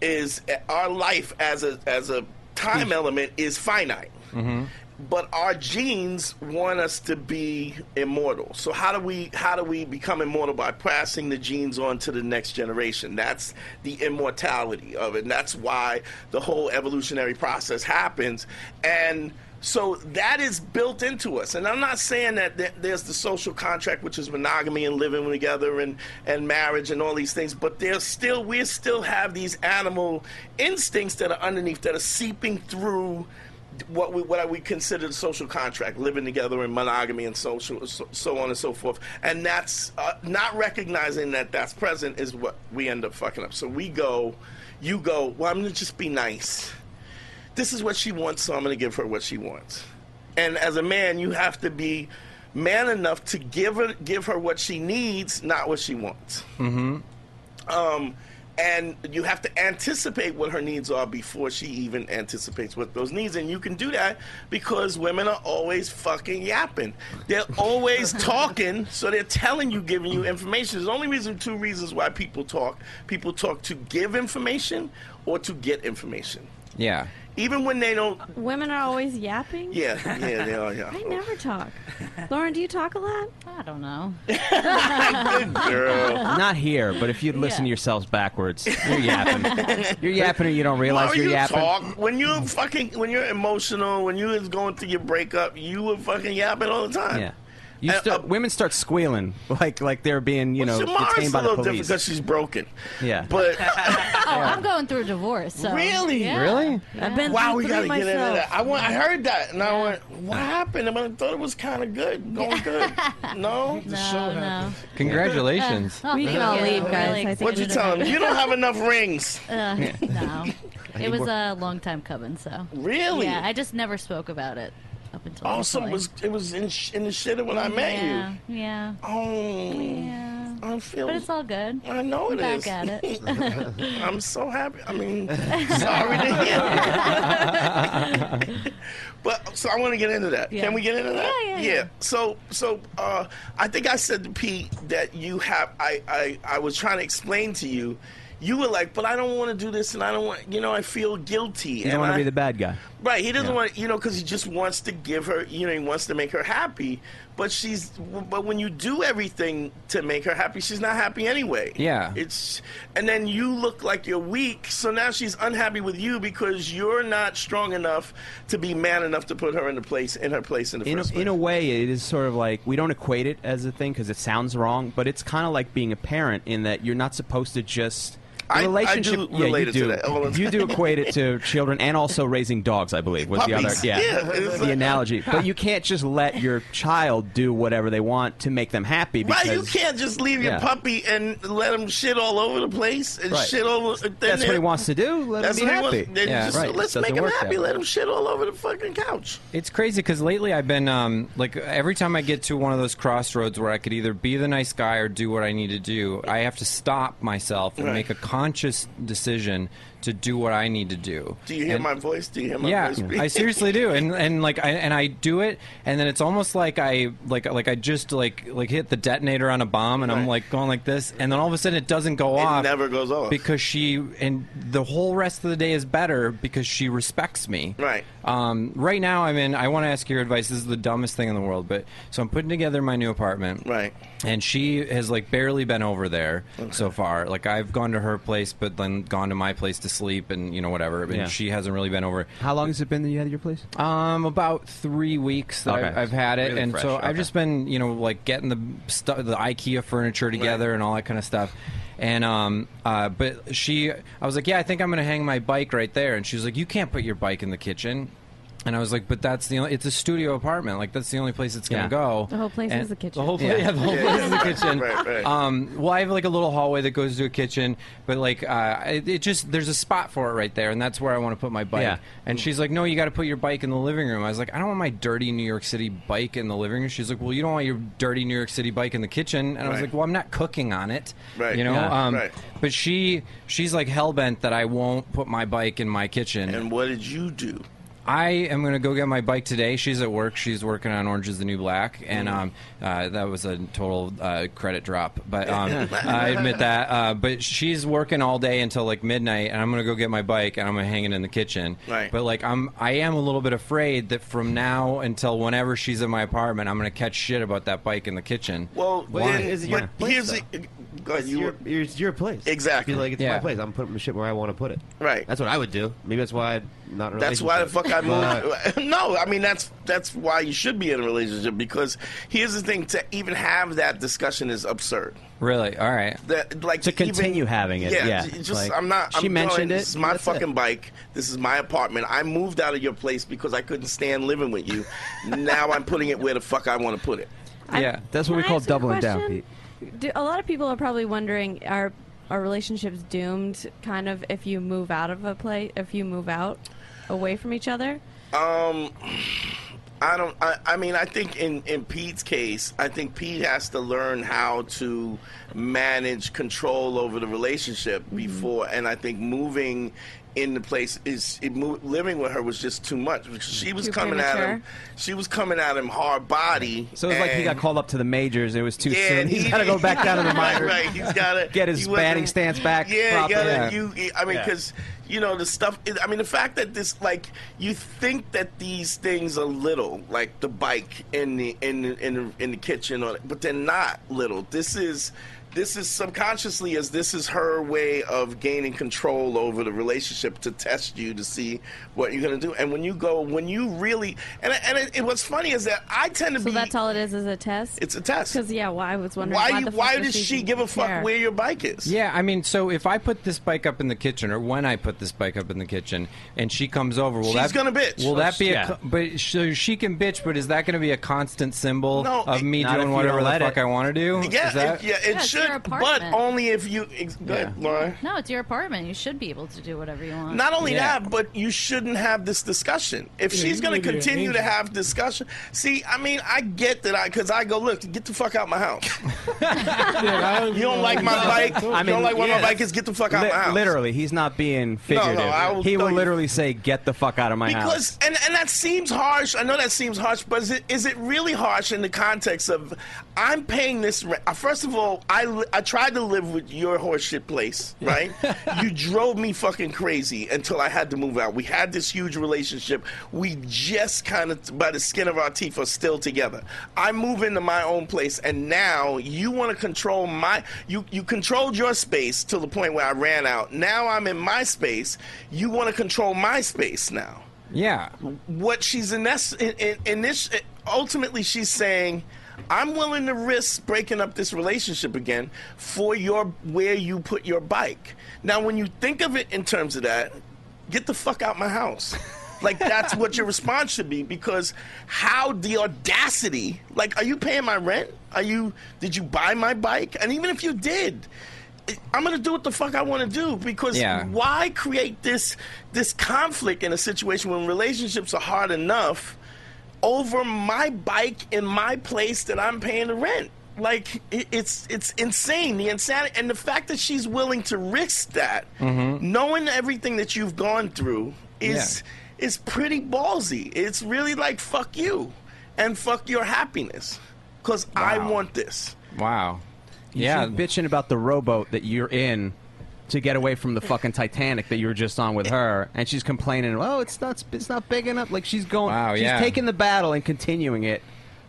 is our life as a as a time element is finite but our genes want us to be immortal. So how do we how do we become immortal by passing the genes on to the next generation? That's the immortality of it. And that's why the whole evolutionary process happens. And so that is built into us. And I'm not saying that th- there's the social contract, which is monogamy and living together and, and marriage and all these things, but there's still, we still have these animal instincts that are underneath, that are seeping through what we what we consider the social contract, living together in monogamy and social so, so on and so forth, and that's uh, not recognizing that that's present is what we end up fucking up. So we go, you go. Well, I'm gonna just be nice. This is what she wants, so I'm gonna give her what she wants. And as a man, you have to be man enough to give her give her what she needs, not what she wants.
Mm-hmm.
Um, and you have to anticipate what her needs are before she even anticipates what those needs. And you can do that because women are always fucking yapping. They're always talking, so they're telling you, giving you information. There's only reason, two reasons why people talk. People talk to give information or to get information.
Yeah.
Even when they don't.
Women are always yapping.
Yeah, yeah, they are. Yeah.
I never talk. Lauren, do you talk a lot? I don't know.
Not here, but if you'd listen to yourselves backwards, you're yapping. you're yapping and you don't realize
Laura,
you're
you
yapping.
Talk. When you're fucking, when you're emotional, when you is going through your breakup, you were fucking yapping all the time.
Yeah. You
uh,
start, women start squealing like like they're being you know
Shamara's
detained by
a
the
little different
police.
because she's broken.
Yeah,
But
Oh, I'm going through a divorce. So.
Really?
Yeah. Yeah.
wow. We gotta get into that. I want. I heard that, and I went, "What happened?" And I thought it was kind of good, going good. No, the show happened.
Congratulations.
Uh, We can all leave, guys. I think
What'd you
it
tell him?
is.
You don't have enough rings.
Uh, no. It was a long time coming, so.
Really?
Yeah, I just never spoke about it up until.
Awesome
recently.
was it was in, sh- in the shitter when I met
yeah,
you.
Yeah.
Oh. Yeah. I feel.
But it's all good.
I know it
Back
is.
at it.
I'm so happy. I mean, sorry to hear. but so I want to get into that.
Yeah.
Can we get into that?
Yeah, yeah, yeah.
So so uh, I think I said to Pete that you have. I, I I was trying to explain to you. you were like, but I don't want to do this, and I don't want, you know, I feel guilty.
You
and
don't want
I-
to be the bad guy.
Right, he doesn't
Yeah.
want you know because he just wants to give her you know he wants to make her happy, but she's but when you do everything to make her happy, she's not happy anyway.
Yeah.
it's and then you look like you're weak, so now she's unhappy with you because you're not strong enough to be man enough to put her in the place in her place in the
in a,
first place.
in a way, it is sort of like we don't equate it as a thing because it sounds wrong, but it's kind of like being a parent in that you're not supposed to just. the
I- I do
relationship, yeah,
relate
you
it to
do.
that all the
You do
time.
equate it to children and also raising dogs, I believe, was
Puppies.
the other
Yeah, it's
the
like-
analogy. But you can't just let your child do whatever they want to make them happy. Because,
right, you can't just leave your
Yeah.
puppy and let him shit all over the place and
Right.
shit all. over- then
That's what he
it-
wants to do. Let
that's
him be
what he wants-
happy.
then
Yeah,
just,
right.
Let's
Doesn't
make him
work that
happy.
way.
Let him shit all over the fucking couch.
It's crazy because lately I've been um, like every time I get to one of those crossroads where I could either be the nice guy or do what I need to do, I have to stop myself and
Right.
make a conscious decision to do what I need to do.
Do you hear my voice? Do you hear my
yeah,
voice?
I seriously do, and and like I and I do it, and then it's almost like I like like I just like like hit the detonator on a bomb, and I'm like going like this, and then all of a sudden it doesn't go
It
off.
never goes off.
because she and the whole rest of the day is better because she respects me.
Right.
Um, right now, I'm in. I want to ask your advice. This is the dumbest thing in the world, but so I'm putting together my new apartment.
Right.
And she has like barely been over there so far. Like I've gone to her place, but then gone to my place to sleep, and you know whatever. And
Yeah.
she hasn't really been over.
How long has it been that you had your place?
Um, about three weeks that
Okay.
I've, I've had it,
Really
and
fresh,
so I've
okay.
just been, you know, like getting the stu- the IKEA furniture together and all that kind of stuff. And um, uh, but she, I was like, yeah, I think I'm gonna hang my bike right there, and she was like, you can't put your bike in the kitchen. And I was like, but that's the only, it's a studio apartment. Like, that's the only place it's going to
Yeah.
go.
The whole place
And-
is the kitchen.
The whole, pla- yeah. the whole
Yeah,
place
yeah,
is the
right,
kitchen.
right, right.
Um, well, I have like a little hallway that goes to a kitchen, but like, uh, it, it just, there's a spot for it right there, and that's where I want to put my bike.
Yeah.
And she's like, "No, you got to put your bike in the living room." I was like, "I don't want my dirty New York City bike in the living room." She's like, "Well, you don't want your dirty New York City bike in the kitchen." And I was
Right.
like, "Well, I'm not cooking on it."
Right.
You know.
Yeah.
Um,
Right.
But she she's like hell bent that I won't put my bike in my kitchen.
And what did you do?
I am going to go get my bike today. She's at work. She's working on Orange is the New Black. And
Mm-hmm.
um, uh, that was a total uh, credit drop. But um, I admit that. Uh, but she's working all day until like midnight. And I'm going to go get my bike and I'm going to hang it in the kitchen.
Right.
But like, I'm, I am a little bit afraid that from now until whenever she's in my apartment, I'm going to catch shit about that bike in the kitchen.
Well,
Why?
then,
Is it your
but
place,
here's the, go ahead,
It's
you
your,
were-
it's your place.
Exactly.
You're like, it's
Yeah.
my place. I'm putting the shit where I want to put it.
Right.
That's what I would do. Maybe that's why I'm not in a
That's why the fuck I
relationship. Uh,
moved. no, I mean that's that's why you should be in a relationship because here's the thing: to even have that discussion is absurd.
Really? All right.
That like
To
even-
continue having it, yeah.
j- just
Like,
I'm not. I'm
she
going,
mentioned it,
This is my
that's it.
fucking bike. This is my apartment. I moved out of your place because I couldn't stand living with you. now I'm putting it where the fuck I want to put it.
yeah, that's what
Can
we
I
call
ask you a
doubling down,
question?
Pete.
Do, a lot of people are probably wondering are are relationships doomed kind of if you move out of a place if you move out away from each other?
Um, I don't. I, I mean, I think in in Pete's case, I think Pete has to learn how to manage control over the relationship
Mm-hmm.
before, and I think moving in the place is it mo- living with her was just too much. She was
Too
coming at him.
premature.
She was coming at him hard body.
So it's like he got
and-
called up to the majors. It was too
Yeah,
soon.
and
He's
he-
got to go back down to the
Right,
minors.
right, he's gotta-
get his
he wasn't-
batting stance back.
Yeah, you
properly.
gotta, you. I mean,
Yeah.
because you know the stuff. I mean, the fact that this, like, you think that these things are little, like the bike in the in the, in the, in the kitchen, or, but they're not little. This is. This is subconsciously as this is her way of gaining control over the relationship to test you to see what you're gonna do. And when you go, when you really, and and it, what's funny is that I tend to
So
be
that's all it is is a test.
It's a test.
Cuz yeah, why I was wondering
why
why
you,
the fuck
why
does
does she give a fuck
care?
where your bike is?
Yeah, I mean, so if I put this bike up in the kitchen, or when I put this bike up in the kitchen, and she comes over, will
She's
that
gonna bitch.
Will that be?
Yeah.
A, co- but so she can bitch, but is that going to be a constant symbol
No,
of
it-
me
Not if
doing
you
whatever
don't
the
let
fuck
it.
I want to do?
Yeah,
Is that-
it, yeah, it
Yeah, it's your
should, but
apartment.
only if you. Ex- go ahead, Laura.
No, it's your apartment. You should be able to do whatever you want.
Not only that, but you shouldn't have this discussion. If
Yeah,
she's
you
going
need
to
to be an
continue to
angel.
have discussion, see, I mean, I get that I because I go look, get the fuck out my house. you don't like my bike.
I
you
mean,
don't like where
yeah,
my bike is. Get the fuck out
Li-
my house.
Literally, he's not being figurative.
I will
he
tell
will
you.
literally say, "Get the fuck out of my house."
because and and that seems harsh. I know that seems harsh, but is it is it really harsh in the context of I'm paying this rent? uh, First of all, I li- I tried to live with your horseshit place, right? you drove me fucking crazy until I had to move out. We had this huge relationship. We just kind of by the skin of our teeth are still together. I move into my own place, and now you want to control my. You you controlled your space to the point where I ran out. Now I'm in my space. You want to control my space now
Yeah.
what she's in this, in, in, in this ultimately she's saying i'm willing to risk breaking up this relationship again for your where you put your bike now when you think of it in terms of that get the fuck out my house like that's what your response should be because how the audacity like are you paying my rent are you did you buy my bike and even if you did I'm gonna do what the fuck I want to do because
Yeah.
why create this this conflict in a situation when relationships are hard enough over my bike in my place that I'm paying the rent? Like it, it's it's insane the insanity and the fact that she's willing to risk that,
Mhm.
knowing everything that you've gone through is is pretty ballsy. It's really like fuck you and fuck your happiness because I want this.
Wow.
yeah, bitching about the rowboat that you're in to get away from the fucking Titanic that you were just on with her, and she's complaining, "Oh, it's not, it's not big enough." Like she's going,
Wow,
she's
yeah.
taking the battle and continuing it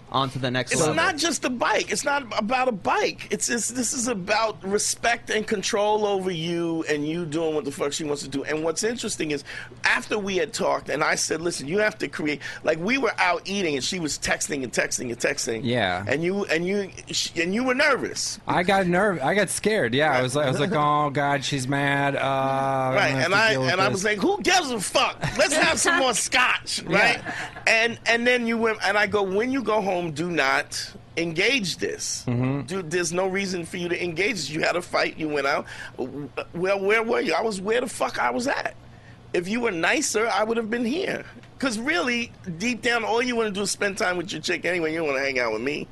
onto the next
It's
level.
not just a bike. It's not about a bike. It's, it's this is about respect and control over you and you doing what the fuck she wants to do. And what's interesting is after we had talked and I said, "Listen, you have to create like we were out eating and she was texting and texting and texting."
Yeah.
And you and you sh- and you were nervous.
I got nerve. I got scared. Yeah, I was like, I was like, oh god, she's mad. Uh,
Right, and I and I was like, "Who gives a fuck? Let's have some more scotch, right?" And and then you went, and I go, "When you go home, do not engage this.
Mm-hmm.
Dude, there's no reason for you to engage this. You had a fight. You went out. Well, where were you? I was where the fuck I was at. If you were nicer, I would have been here. Because really, deep down, all you want to do is spend time with your chick anyway. You don't want to hang out with me.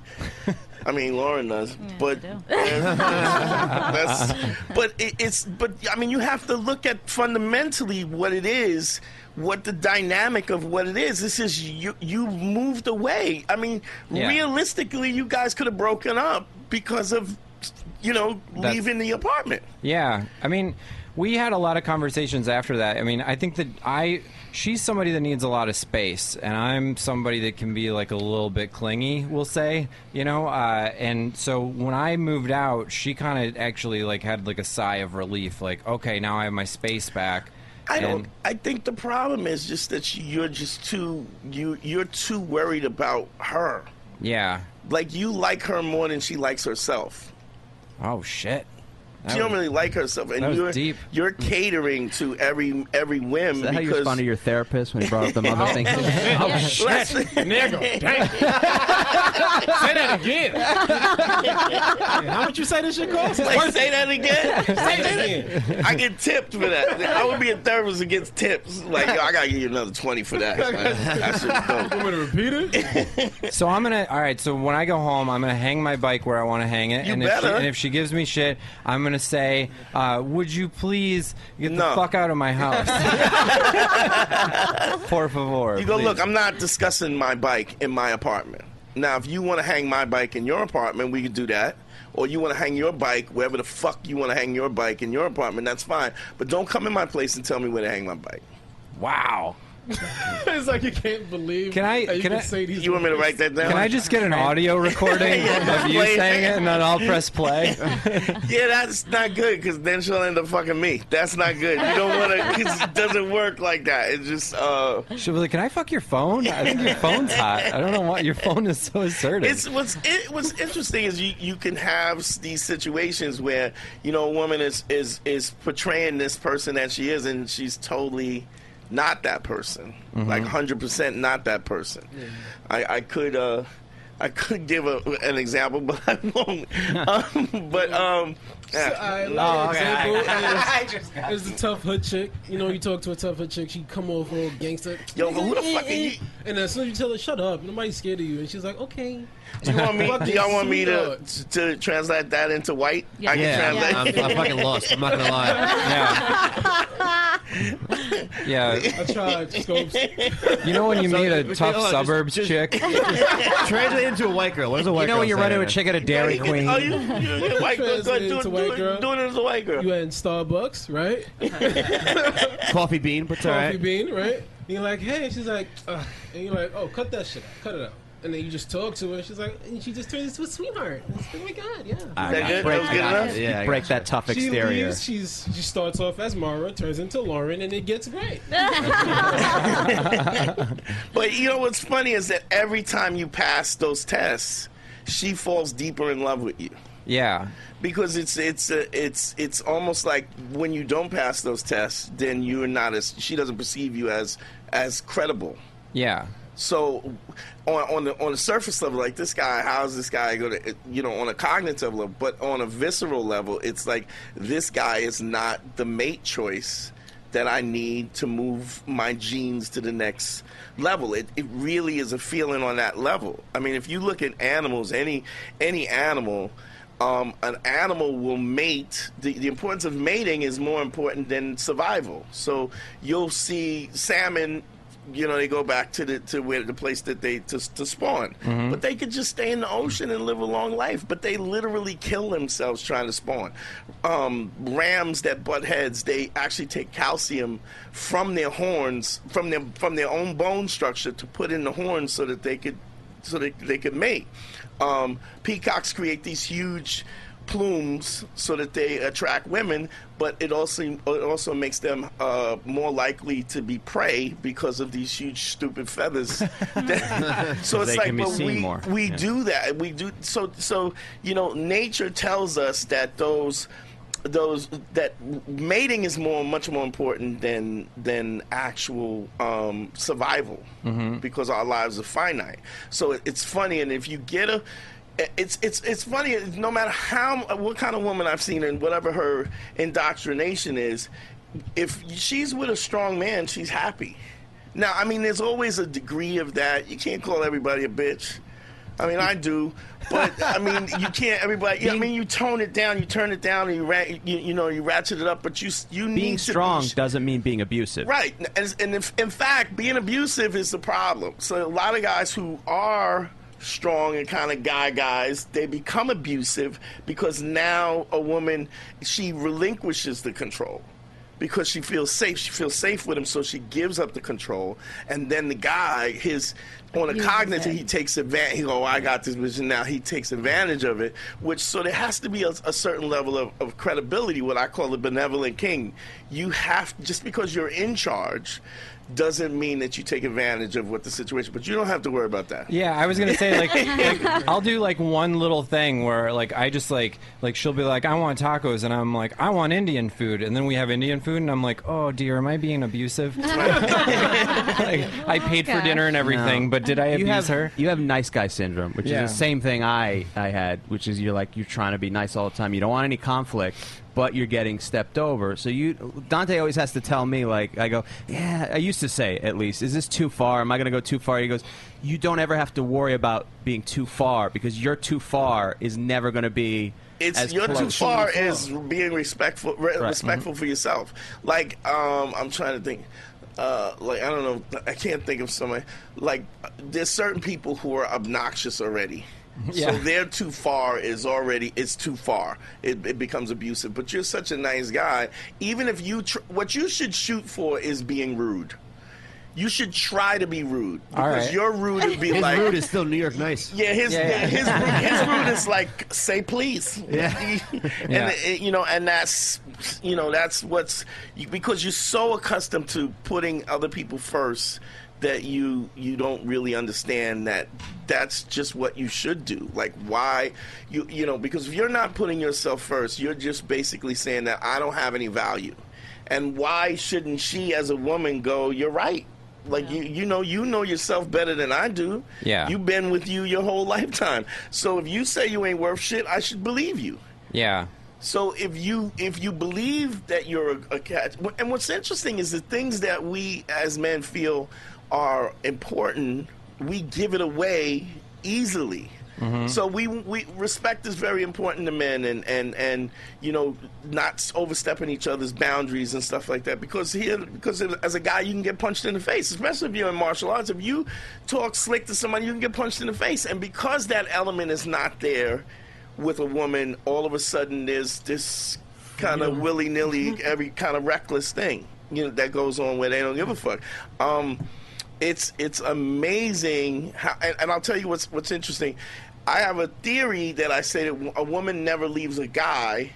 I mean, Lauren does, but Mm-hmm. that's, but it, it's but I mean, you have to look at fundamentally what it is, what the dynamic of what it is. This is you you moved away. I mean,
Yeah.
realistically, you guys could have broken up because of you know
That's-
leaving the apartment.
Yeah, I mean, we had a lot of conversations after that. I mean, I think that I she's somebody that needs a lot of space, and I'm somebody that can be like a little bit clingy. We'll say, you know, uh, and so when I moved out, she kind of actually like had like a sigh of relief, like okay, now I have my space back.
I don't.
And-
I think the problem is just that you're just too you you're too worried about her.
Yeah.
Like you like her more than she likes herself.
Oh shit. That
she don't
was-
really like herself, and
that was
you're
deep.
you're catering to every every whim
Is that how you
because
respond to your therapist when you brought up the mother thing?
Oh, shit.
Nigga, damn. Say that again. How much you say this shit costs?
Like, say that again.
Say that again.
I get tipped for that. I would be a therapist that gets tips. Like yo, I gotta give you another twenty for that. man. That shit's dope.
I'm gonna repeat it.
so I'm gonna. All right. So when I go home, I'm gonna hang my bike where I want to hang it.
You
and, If
better.
she, and if she gives me shit, I'm gonna say, uh, "Would you please get the fuck out of my house?" Por favor.
You go,
please."
look, I'm not discussing my bike in my apartment. Now, if you want to hang my bike in your apartment, we could do that. Or you want to hang your bike wherever the fuck you want to hang your bike in your apartment, that's fine. But don't come in my place and tell me where to hang my bike.
Wow.
it's like you can't believe.
Can I-
how you
can I-
say these
You want me to
words.
write that down?
Can I just get an audio recording
Yeah,
of you
play.
saying it, and then I'll press play?
yeah, that's not good because then she'll end up fucking me. That's not good. You don't want to, because it doesn't work like that. It just, uh,
She'll be like, "Can I fuck your phone? I think your phone's hot. I don't know why your phone is so assertive."
It's what's it, what's interesting is you, you can have s- these situations where you know a woman is is is portraying this person that she is, and she's totally not that person,
Mhm.
like hundred percent not that person. I, I could uh, I could give a, an example, but I won't. um, but um, yeah.
I like
No, okay.
example
I- I
is,
just got-
is a tough hood chick. You know, you talk to a tough hood chick, she come off all gangster.
Yo, who the
Eh,
fuck are
eh,
you-
eh. And as soon as you tell her, shut up, nobody's scared of you, and she's like, okay.
Do you want me? Do y'all want me to,
Fucking
to translate that into white?
Yeah.
I can
Yeah.
translate.
I'm- I'm fucking
lost. I'm not gonna lie.
Yeah. Yeah.
I tried, Scopes.
You know when you
So,
meet
hold
a
on,
tough
just-
suburbs
just-
chick?
Translate into a white girl. What does a
You
white
know
girl
when you run
say
into a
that?
chick at a Dairy Queen?
Oh, you, you, you white girl, go,
Translated
do, it-
to
do,
white
it-
girl.
do it as a white girl.
You had in Starbucks, right?
Coffee bean, but it's all
Coffee
right.
bean, right? And you're like, hey, she's like, Ugh. and you're like, oh, cut that shit out, cut it out. And then you just talk to her, and she's like, and she just turns into a sweetheart. And it's like, oh my god, yeah.
I
That
got
good?
you.
That was good
I got
enough?
you. You
Yeah, I
break that tough
She
exterior.
leaves. She's she starts off as Mara, turns into Lauren, and it gets great.
But you know what's funny is that every time you pass those tests, she falls deeper in love with you.
Yeah.
Because it's it's uh, it's it's almost like when you don't pass those tests, then you're not as she doesn't perceive you as as credible.
Yeah.
So on on the on the surface level, like this guy, how's this guy going to you know on a cognitive level, but on a visceral level, it's like this guy is not the mate choice that I need to move my genes to the next level. It it really is a feeling on that level. I mean, if you look at animals, any any animal. Um, an animal will mate. The, the importance of mating is more important than survival. So you'll see salmon you know they go back to the to where the place that they to, to spawn
Mhm.
but they could just stay in the ocean and live a long life but they literally kill themselves trying to spawn um, rams that butt heads they actually take calcium from their horns from their from their own bone structure to put in the horns so that they could so they, they could mate um, peacocks create these huge plumes so that they attract women, but it also it also makes them uh, more likely to be prey because of these huge stupid feathers. That- so it's
They
like,
can be
but
seen
we
more.
we
Yeah.
do that. We do so so you know nature tells us that those those that mating is more much more important than than actual um, survival
Mm-hmm.
Mhm.
because our lives are finite. So it, it's funny, and if you get a, it's it's it's funny. No matter how what kind of woman I've seen and whatever her indoctrination is, if she's with a strong man, she's happy. Now, I mean, there's always a degree of that. You can't call everybody a bitch. I mean, I do, but I mean, you can't. Everybody, I mean, you tone it down, you turn it down, and you, ra- you you know, you ratchet it up. But you s- you
Being
need to be
strong doesn't mean being abusive.
Right, and, and if, in fact, being abusive is the problem. So a lot of guys who are strong and kind of guy guys, they become abusive because now a woman she relinquishes the control because she feels safe. She feels safe with him, so she gives up the control, and then the guy, his on a
Uses
cognitive,
it.
he takes advantage. He go, oh, I got this vision now. He takes advantage of it, which so there has to be a, a certain level of, of credibility. What I call the benevolent king. You have just because you're in charge doesn't mean that you take advantage of what the situation. But you don't have to worry about that.
Yeah, I was gonna say like, like, I'll do like one little thing where like I just like like she'll be like I want tacos and I'm like I want Indian food and then we have Indian food and I'm like oh dear am I being abusive? like, I paid for dinner and everything,
No.
but did I abuse
you have,
her?
You have nice guy syndrome, which
Yeah.
is the same thing I, I had, which is you're like you're trying to be nice all the time. You don't want any conflict, but you're getting stepped over. So you Dante always has to tell me like I go, yeah. I used to say at least, is this too far? Am I going to go too far? He goes, you don't ever have to worry about being too far because your too far is never going to be.
It's
as
you're too
close.
far is being respectful re-
Right.
respectful for yourself. Like um, I'm trying to think. Uh, like I don't know, I can't think of somebody. Like there's certain people who are obnoxious already.
Yeah.
So they're too far is already it's too far. It, it becomes abusive. But you're such a nice guy. Even if you tr- what you should shoot for is being rude. You should try to be rude
All
because
right.
your rude would be
His
like
rude is still New York nice.
yeah, his
Yeah, yeah.
his his route is like say please.
Yeah.
and
Yeah.
it- you know, and that's you know that's what's because you're so accustomed to putting other people first that you you don't really understand that that's just what you should do like why you you know because if you're not putting yourself first you're just basically saying that I don't have any value and why shouldn't she as a woman go you're right like you you know you know yourself better than I do
Yeah.
You've been with you your whole lifetime. So if you say you ain't worth shit, I should believe you.
Yeah.
So if you if you believe that you're a, a cat, and what's interesting is the things that we as men feel are important, we give it away easily.
Mhm.
So we we respect is very important to men, and and and you know not s- overstepping each other's boundaries and stuff like that. Because here, because as a guy, you can get punched in the face, especially if you're in martial arts. If you talk slick to somebody, you can get punched in the face, and because that element is not there with a woman, all of a sudden there's this kind of willy nilly, every kind of reckless thing you know that goes on where they don't give a fuck. Um, it's it's amazing how, and, and I'll tell you what's what's interesting. I have a theory that I say that a woman never leaves a guy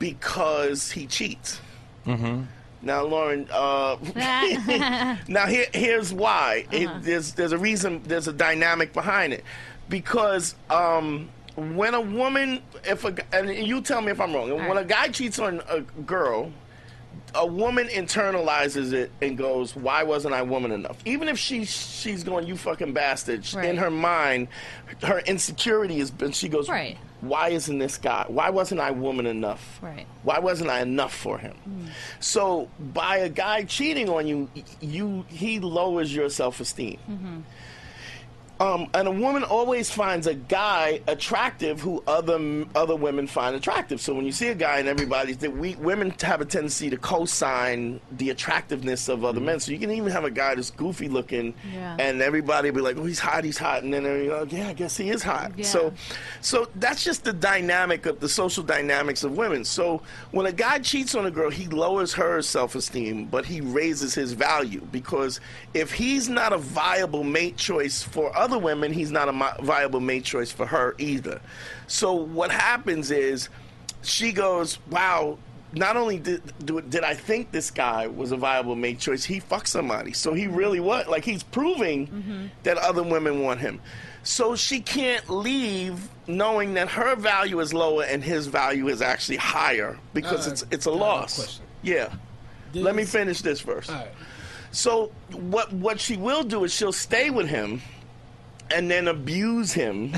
because he cheats.
Mm-hmm.
Now, Lauren. Uh, now, here, here's why. It- there's there's a reason. There's a dynamic behind it, because um, when a woman, if a, g- and you tell me if I'm wrong, when a guy cheats on a girl, a woman internalizes it and goes, "Why wasn't I woman enough?" Even if she she's going, "You fucking bastard," sh- in her mind, her insecurity is, and she goes,
Right.
"Why isn't this guy? Why wasn't I woman enough?"
Right.
Why wasn't I enough for him? So by a guy cheating on you, you he lowers your self esteem.
Mm-hmm.
Um, and a woman always finds a guy attractive who other other women find attractive. So when you see a guy and everybody's that we women have a tendency to co-sign the attractiveness of other men. So you can even have a guy that's goofy looking,
Yeah.
and everybody be like, "Oh, he's hot, he's hot," and then they're like, "Yeah, I guess he is hot."
Yeah.
So, so that's just the dynamic of the social dynamics of women. So when a guy cheats on a girl, he lowers her self-esteem, but he raises his value because if he's not a viable mate choice for other women, he's not a mi- viable mate choice for her either. So what happens is she goes, "Wow." Not only did do, did I think this guy was a viable mate choice, he fucked somebody. So he really was like he's proving that other women want him. So she can't leave knowing that her value is lower and his value is actually higher because
Uh,
it's it's a
I have a
loss.
question.
Yeah. Let me finish this first. So what what she will do is she'll stay with him and then abuse him.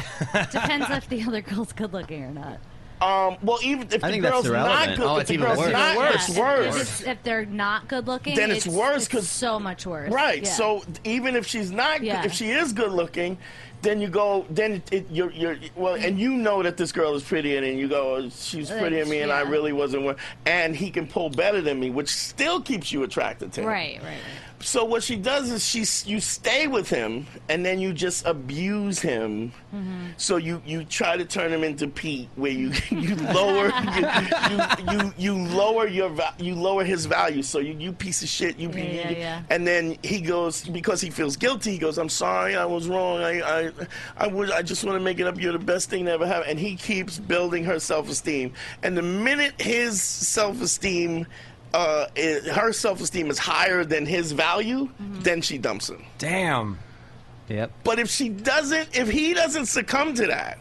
Depends if the other girl's good looking or not.
Um, well, even if
I
the
think that's
girl's not
irrelevant.
good,
Oh,
if
it's
the
even
girl's
worse.
not
Yeah,
it's
if-
worse.
If, it's- if they're not good looking,
Then it's worse
because so much worse.
Right.
Yeah.
So even if she's not,
Yeah.
if she is good looking, then you go, then it, it, you're, you're, well, and you know that this girl is prettier than you go, oh, she's
Uh,
prettier than me, and I
yeah.
really wasn't, wor- and he can pull better than me, which still keeps you attracted to him.
right, right.
So what she does is she, s- you stay with him, and then you just abuse him.
Mm-hmm.
So you, you try to turn him into Pete, where you you lower you, you, you, you lower your va- you lower his value. So you, you piece of shit, you,
Yeah, yeah,
you-
yeah.
and then he goes because he feels guilty. He goes, "I'm sorry, I was wrong. I I I, would, I just want to make it up. You're the best thing that ever happened." And he keeps building her self-esteem. And the minute his self-esteem, uh, i her self-esteem is higher than his value,
Mm-hmm.
then she dumps him.
Damn.
Yep.
But if she doesn't, if he doesn't succumb to that,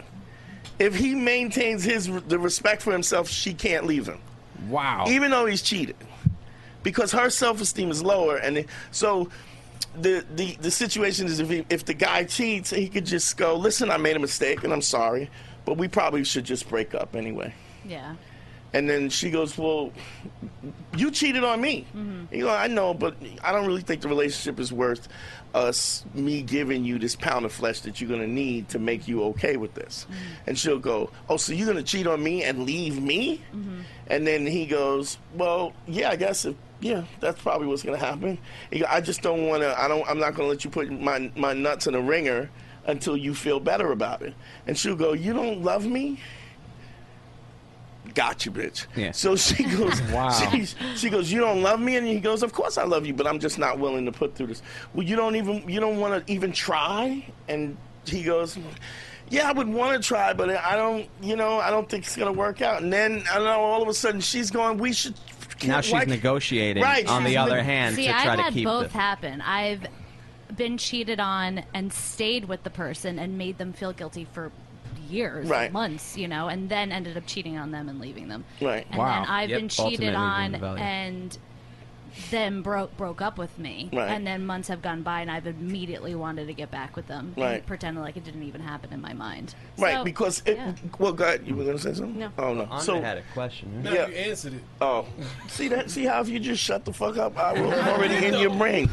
if he maintains his the respect for himself, she can't leave him.
Wow.
Even though he's cheated, because her self esteem is lower, and it- so the the the situation is if he, if the guy cheats, he could just go, listen, I made a mistake, and I'm sorry, but we probably should just break up anyway.
Yeah.
And then she goes, "Well, you cheated on me. You know, I know, but I don't really think the relationship is worth us me giving you this pound of flesh that you're gonna need to make you okay with this." And she'll go, "Oh, so you're gonna cheat on me and leave me?" And then he goes, "Well, yeah, I guess if." Yeah, that's probably what's gonna happen. He go, I just don't want to. I don't. I'm not gonna let you put my my nuts in a ringer until you feel better about it. And she'll go, "You don't love me." got you, bitch.
Yeah.
So she goes,
Wow.
She, she goes, you don't love me, and he goes, of course I love you, but I'm just not willing to put through this. Well, you don't even, you don't want to even try, and he goes. Yeah, I would want to try, but I don't, you know, I don't think it's gonna work out. And then I don't know. All of a sudden, she's going. We should.
Now she's
why-
negotiating.
Right,
On
she's
the other
neg-
hand,
See,
to
I've
try
had
to keep
both
the,
happen. I've been cheated on and stayed with the person and made them feel guilty for years,
Right.
months, you know, and then ended up cheating on them and leaving them.
Right.
And
Wow.
then I've
Yep,
been cheated
ultimately
on
losing value.
and then broke broke up with me,
Right.
and then months have gone by, and I've immediately wanted to get back with them,
Right.
and pretended like it didn't even happen in my mind.
Right,
So-
because it,
yeah.
well, God, you were gonna say something?
No.
Oh no.
Andre
so
had
a question.
No,
Yeah.
you answered it.
Oh, see that? See how if you just shut the fuck up, I was already in your brain.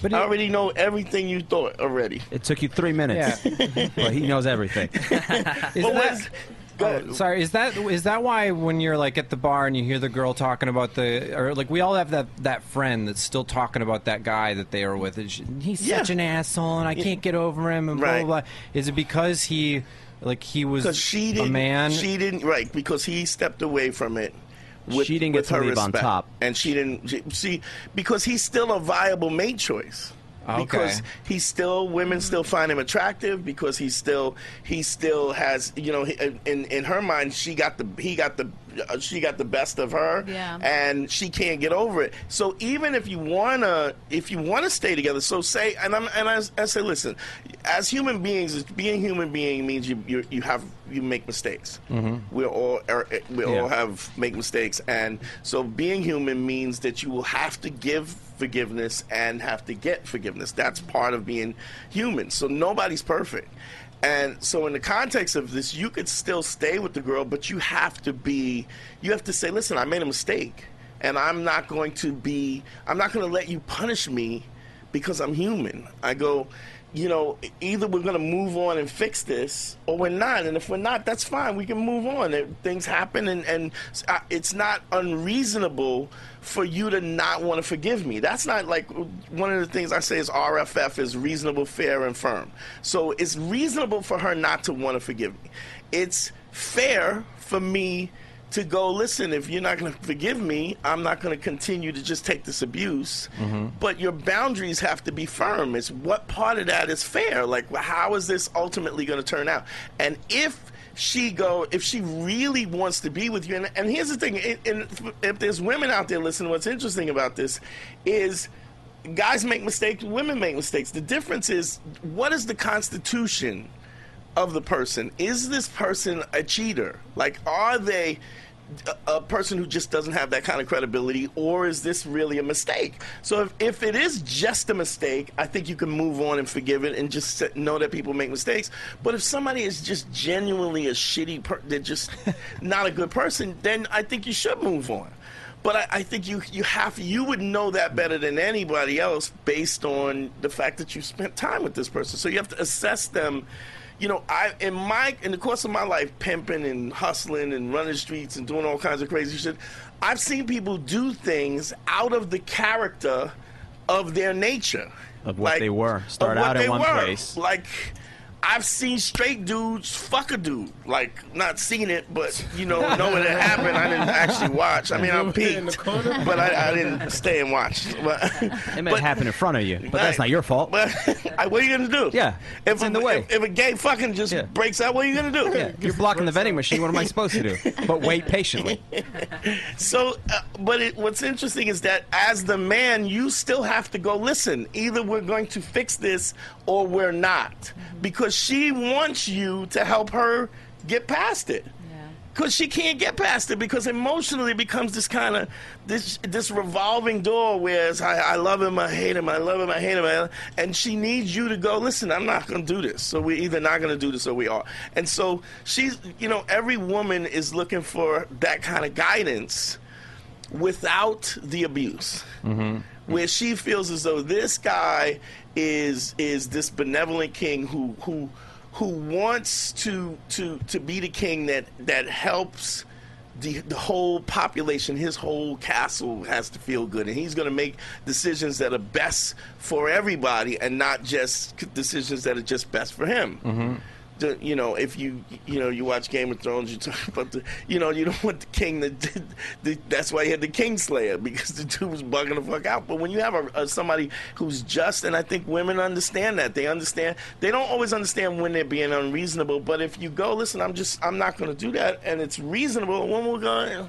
But I already know everything you thought already.
It took you three minutes, but he knows everything.
but what's
Oh, sorry, is that is that why when you're like at the bar and you hear the girl talking about the or like we all have that that friend that's still talking about that guy that they were with? And she, He's such an asshole, and I can't get over him. And blah blah. blah. Is it because he like he was
because she
a
didn't.
man?
She didn't. Right, because he stepped away from it. With,
She didn't get
with
to
her
leave on
respect.
top.
and she didn't. She, see, because he's still a viable mate choice.
Okay.
Because he's still women still find him attractive because he's still he still has you know he- in in her mind she got the he got the uh, she got the best of her
Yeah.
and she can't get over it. So even if you wanna, if you wanna stay together, so say, and I'm, and I, I say, listen, as human beings, being human being means you, you, you have, you make mistakes.
Mhm.
Mm-hmm.
We're all, er, we
Yeah.
all have make mistakes, and so being human means that you will have to give forgiveness and have to get forgiveness. That's part of being human. So nobody's perfect. And so, in the context of this, you could still stay with the girl, but you have to be, you have to say, listen, I made a mistake, and I'm not going to be, I'm not going to let you punish me because I'm human. I go, you know, either we're going to move on and fix this, or we're not. And if we're not, that's fine. We can move on. It, things happen, and, and s- I- it's not unreasonable for you to not want to forgive me. That's not like one of the things I say is RFF is reasonable, fair, and firm. So it's reasonable for her not to want to forgive me. It's fair for me to go, listen, if you're not going to forgive me, I'm not going to continue to just take this abuse.
Mm-hmm.
But your boundaries have to be firm. It's what part of that is fair? Like, wh- how is this ultimately going to turn out? And if she go, if she really wants to be with you, and, and here's the thing, i- and if- if there's women out there listening, what's interesting about this is guys make mistakes, women make mistakes. The difference is, what is the constitution? of the person. Is this person a cheater? Like, are they a, a person who just doesn't have that kind of credibility, or is this really a mistake? So, if, if it is just a mistake, I think you can move on and forgive it and just sit- know that people make mistakes. But if somebody is just genuinely a shitty person, they're just not a good person, then I think you should move on. But I, I think you you have you would know that better than anybody else based on the fact that you spent time with this person. So you have to assess them. You know, I in my in the course of my life, pimping and hustling and running streets and doing all kinds of crazy shit, I've seen people do things out of the character of their nature.
Of what they were. Start
of what
out in
they
one
were.
place.
Like I've seen straight dudes fuck a dude. Like not seen it, but you know, knowing it happened. I didn't actually watch. I mean, I peeked, but I, I didn't stay and watch. But
It may happen in front of you, but that's
Right.
not your fault.
But I- what are you gonna do? Yeah, if a, If, if a gay fucking just breaks out, what are you gonna do?
You're blocking the vending machine. What am I supposed to do? But wait patiently.
So, uh, but it, what's interesting is that as the man, you still have to go listen. Either we're going to fix this or we're not, because she wants you to help her get past it. Because she can't get past it because emotionally it becomes this kind of this this revolving door where it's, I, I love him, I hate him, I love him, I hate him, I, and she needs you to go. Listen, I'm not going to do this. So we're either not going to do this or we are. And so she's, you know, every woman is looking for that kind of guidance without the abuse
Mm-hmm.
where she feels as though this guy is is this benevolent king who who who wants to to to be the king that that helps the, the whole population, his whole castle has to feel good, and he's going to make decisions that are best for everybody, and not just c- decisions that are just best for him
Mm-hmm.
the, you know, if you you know you watch Game of Thrones, you talk about the you know you don't want the king that did the, that's why he had the Kingslayer because the dude was bugging the fuck out. But when you have a, a somebody who's just, and I think women understand that they understand they don't always understand when they're being unreasonable. But if you go, listen, I'm just I'm not going to do that, and it's reasonable. A woman will go,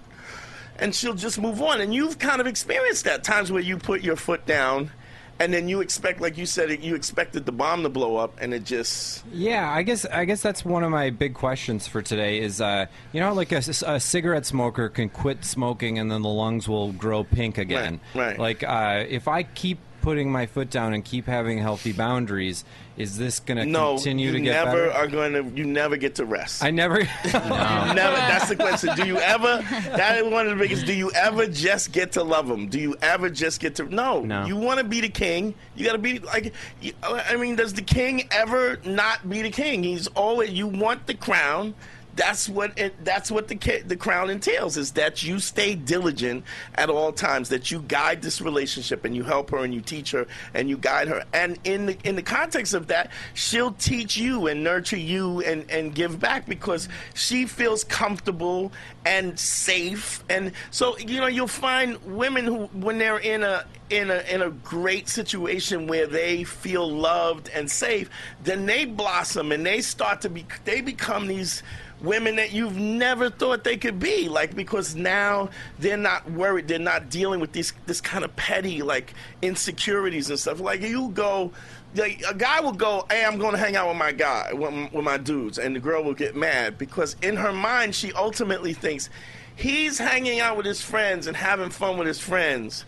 and she'll just move on. And you've kind of experienced that times where you put your foot down and then you expect, like you said, you expected the bomb to blow up, and it just.
Yeah, I guess I guess that's one of my big questions for today is uh, you know like a, c- a cigarette smoker can quit smoking and then the lungs will grow pink again.
Right, right.
Like uh, if I keep putting my foot down and keep having healthy boundaries, is this going to
No,
continue
you
to get
never
better?
are going to. You never get to rest.
I never.
You never. That's the question. Do you ever? That is one of the biggest. Do you ever just get to love them? Do you ever just get to? No.
No.
You want to be the king. You got to be like. you- I mean, does the king ever not be the king? He's always. You want the crown. That's what it, that's what the ca- the crown entails is that you stay diligent at all times that you guide this relationship and you help her and you teach her and you guide her and in the in the context of that she'll teach you and nurture you and and give back because she feels comfortable and safe and so you know you'll find women who when they're in a in a in a great situation where they feel loved and safe then they blossom and they start to be they become these women that you've never thought they could be like because now they're not worried they're not dealing with these this kind of petty like insecurities and stuff like you go like a guy will go hey i'm going to hang out with my guy with, with my dudes and the girl will get mad because in her mind she ultimately thinks he's hanging out with his friends and having fun with his friends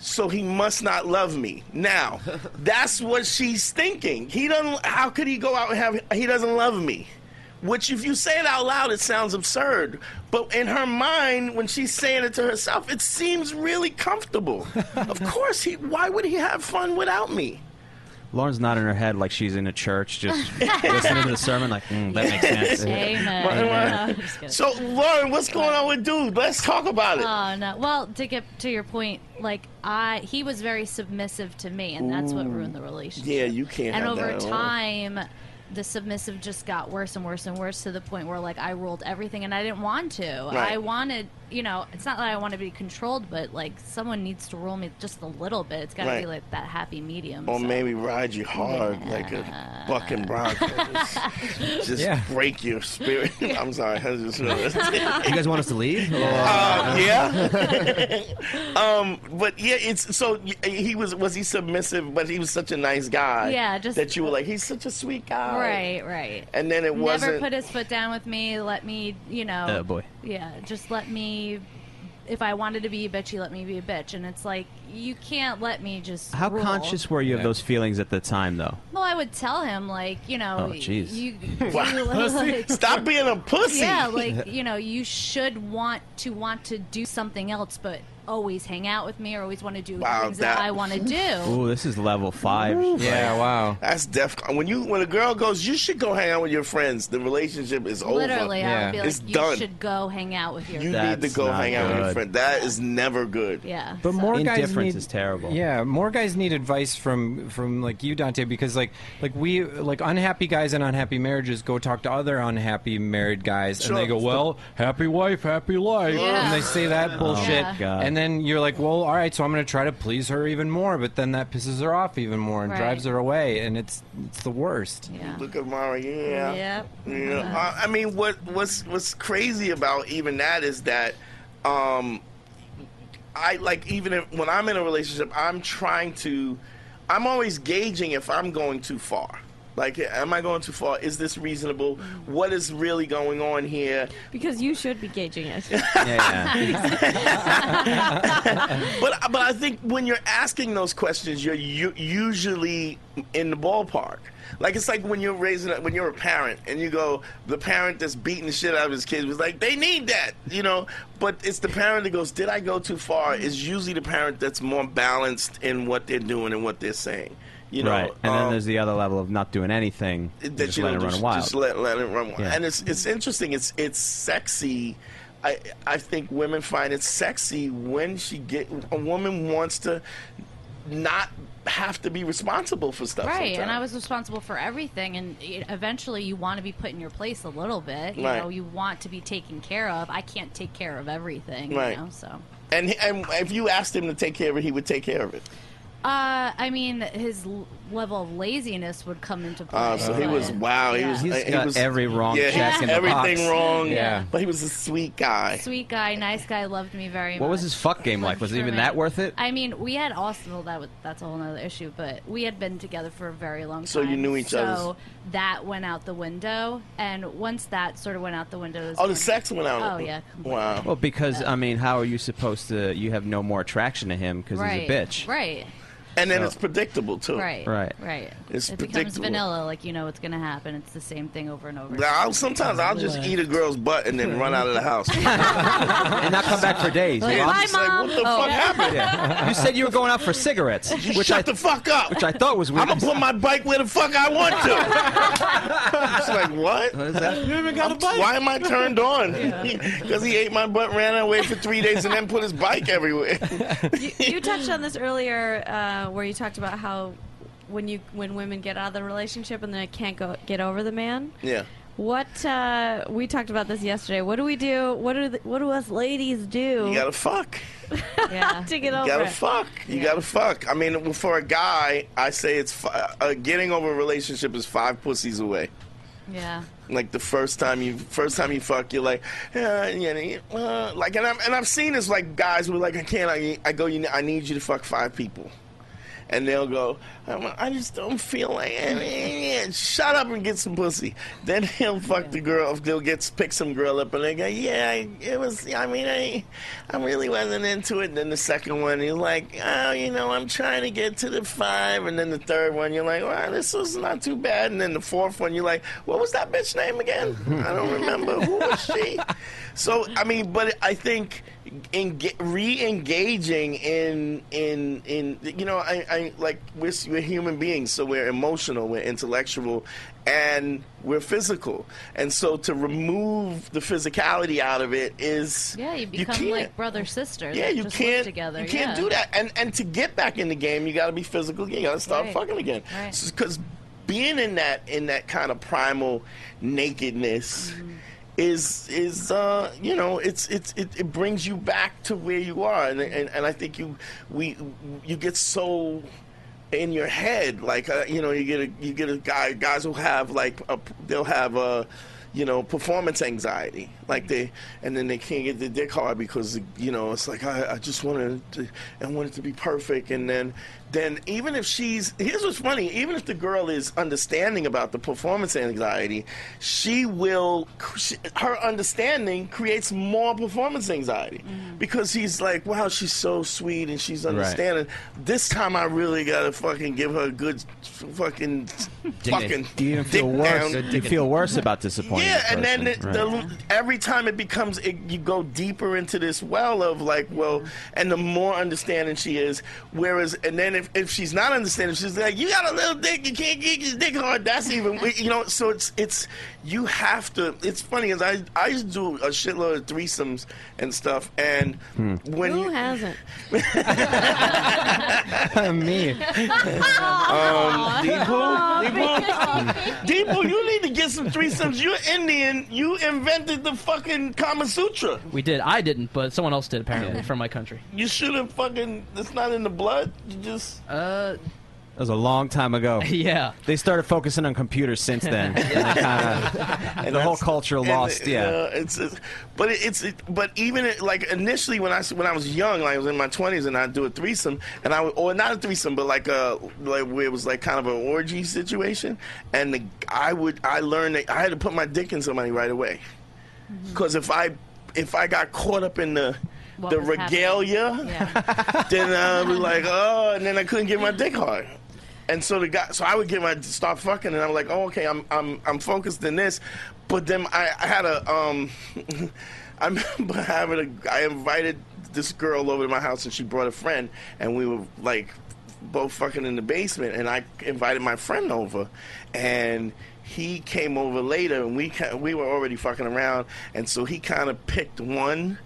so he must not love me. Now, that's what she's thinking. He doesn't. How could he go out and have? He doesn't love me. Which, if you say it out loud, it sounds absurd. But in her mind, when she's saying it to herself, it seems really comfortable. of course, he. Why would he have fun without me?
Lauren's nodding her head like she's in a church, just listening to the sermon. Like mm, that makes sense.
Amen.
So, Lauren, what's going on with dude? Let's talk about it.
Oh no! Well, to get to your point, like I, he was very submissive to me, and that's what
Ooh.
ruined the relationship.
Yeah, you can't.
and
have
over
that at all.
time the submissive just got worse and worse and worse to the point where like i ruled everything and i didn't want to
Right.
i wanted you know it's not that i want to be controlled but like someone needs to rule me just a little bit it's got to
Right.
be like that happy medium
Or
so.
maybe ride you hard like a bucking bronco. Just, just break your spirit. I'm sorry. I just-
you guys want us to leave?
Uh, yeah. um, but yeah, it's so y- he was was he submissive, but he was such a nice guy.
Yeah, just-
that you were like he's such a sweet guy.
right right
And then it
never
wasn't.
put his foot down with me let me you
Uh,
know
Oh, boy.
yeah just let me if i wanted to be a bitch you let me be a bitch and it's like you can't let me just
How
rule.
conscious were you of those feelings at the time, though?
Well, I would tell him like you know,
Oh, jeez.
you,
Wow.
you, like-
Stop being a pussy.
Yeah, like you know, you should want to want to do something else, but always hang out with me or always want to do
Wow,
things that,
that-
I want to do.
Ooh, this is level five.
Yeah,
wow.
That's def. When you when a girl goes, you should go hang out with your friends. The relationship is over.
Literally, I would be like,
it's
you
done.
should go hang out with your.
You need
That's
to go
not
hang out with your
good.
friend. That is never good.
yeah.
But more guys need,
Indifference is terrible.
Yeah, more guys need advice from from like you, Dante, because like like we like unhappy guys in unhappy marriages go talk to other unhappy married guys,
Sure.
and they go, "Well, happy wife, happy life,"
Yeah. Oh,
and they say that bullshit,
my God.
and then you're like, "Well, all right, so I'm going to try to please her even more," but then that pisses her off even more and
Right.
drives her away, and it's it's the worst.
Look at Mara. Yeah.
Yep.
Yeah. Uh, I, I mean, what what's what's crazy about even that is that, um, I like even if, when I'm in a relationship, I'm trying to, I'm always gauging if I'm going too far. Like, am I going too far? Is this reasonable? What is really going on here?
Because you should be gauging it.
but but I think when you're asking those questions, you're u- usually in the ballpark. Like it's like when you're raising a, when you're a parent and you go, the parent that's beating the shit out of his kids was like, they need that, you know. But it's the parent that goes, did I go too far? Is usually the parent that's more balanced in what they're doing and what they're saying, you know. um,
right. And then there's the other level of not doing anything,
that
just
you
letting
don't
it run
just-
wild.
Just let, let it run wild.
Yeah.
And it's it's interesting. It's it's sexy. I I think women find it sexy when she get a woman wants to not have to be responsible for stuff.
Right, and I
sometimes.
was responsible for everything, and y- eventually you want to be put in your place a little bit. You
Right.
know, you want to be taken care of. I can't take care of everything.
Right.
You know, so
and, and if you asked him to take care of it, he would take care of it.
Uh, I mean, his l- level of laziness would come into play.
Uh, so he
but-
was wow. He was
He's
he
got
was,
every wrong
yeah,
check
he was
in the
everything
box.
wrong.
Yeah.
but he was a sweet guy.
Sweet guy, nice guy, loved me very much.
What was his fuck game like? Was it even
Sherman.
that worth it?
I mean, we had Austin. Well, that was, that's a whole other issue, but we had been together for a very long time.
So you knew each
so
other's-
that went out the window, and once that sort of went out the window, it was
Oh, the
when-
sex went out.
Oh yeah,
Wow.
Well, because I mean, how are you supposed to? You have no more attraction to him because
right,
he's a bitch.
Right,
And then
So-
it's predictable too.
right,
Right.
right.
It's
it becomes
predictable.
vanilla, like you know what's going to happen. It's the same thing over and over.
Now, I'll, sometimes I'll just eat a girl's butt and then run out of the house.
and not come back for days.
Yeah,
Mom.
I'm just like, what the fuck happened?
Yeah. You said you were going out for cigarettes,
You
which
shut
I
the fuck up.
which I thought was weird.
I'm gonna put my bike where the fuck I want to. it's like what?
What is that?
You even got a bike? Why am I turned on? Because he ate my butt, ran away for three days, and then put his bike everywhere.
you, you touched on this earlier, uh, where you talked about how when you when women get out of the relationship and they can't go get over the man.
Yeah.
What uh, we talked about this yesterday. What do we do? What do the, what do us ladies do?
You gotta fuck.
to get
You
over
gotta
it.
fuck. You gotta fuck. I mean, well, for a guy, I say it's fi- uh, getting over a relationship is five pussies away.
Yeah.
Like the first time you first time you fuck, you're like, yeah, yeah, yeah, uh, like, and I'm and I've seen this like guys who are like, I can't, I, I go, you, I need you to fuck five people, and they'll go, I'm, I just don't feel like, eh, eh, eh, shut up and get some pussy. Then he'll fuck the girl, they'll get pick some girl up, and they go, yeah, I- it was, I mean, I, I really wasn't into it. Then the second one, he's like, oh, you know, I'm trying to get to the five, and then the third one, you're like, well, this was not too bad, and then the fourth one, you're like, what was that bitch name again? I don't remember who was she. So I mean, but I think enga- re-engaging in in in you know, I, I like we're, we're human beings, so we're emotional, we're intellectual, and we're physical, and so to remove the physicality out of it is
Yeah, you become
can't.
like brother sister.
yeah,
that
you
just live
can't.
Together.
You can't
yeah.
do that. And and to get back in the game, you got to be physical. You got to start
Right.
fucking again.
Right.
Because being in that in that kind of primal nakedness
Mm-hmm.
is is uh you know it's it's it, it brings you back to where you are, and and, and I think you we you get so in your head like uh, you know you get a you get a guy guys who have like a, they'll have a you know performance anxiety like they and then they can't get their dick hard because you know it's like I, I just wanted to, I want it to be perfect and then then even if she's here's what's funny even if the girl is understanding about the performance anxiety she will she, her understanding creates more performance anxiety because he's like wow she's so sweet and she's understanding this time I really gotta fucking give her a good fucking fucking
Do you even feel
dick
worse?
down.
You feel worse about disappointing.
Yeah,
the
and then the,
person,
the,
right.
every time it becomes, it, you go deeper into this well of like, well, and the more understanding she is, whereas, and then if, if she's not understanding, she's like, you got a little dick, you can't get your dick hard. That's even, you know. So it's it's you have to. It's funny because I I used to do a shitload of threesomes and stuff, and
Hmm.
when
Who
you,
hasn't?
me.
Um, Deepu, Deepu, Deepu, you need to get some threesomes. You're Indian. You invented the fucking Kama Sutra.
We did. I didn't, but someone else did apparently from my country.
You should have fucking. It's not in the blood. You just.
Uh.
That was a long time ago.
Yeah.
They started focusing on computers since then. And they kinda- the whole culture lost. yeah.
it's, it's but it, it's it, but even it, like initially when I s- when I was young, like I was in my twenties, and I'd do a threesome, and I would, or not a threesome, but like a like where it was like kind of an orgy situation, and the, I would I learned that I had to put my dick in somebody right away. Because if I if I got caught up in the
Mm-hmm. What
the
was happening?
regalia, then I was like, oh, and then I couldn't get my dick hard. And so the guy, so I would get my stop fucking, and I'm like, oh, okay, I'm I'm I'm focused in this, but then I, I had a um, I remember having a, I invited this girl over to my house, and she brought a friend, and we were like both fucking in the basement, and I invited my friend over, and he came over later, and we ki- we were already fucking around, and so he kind of picked one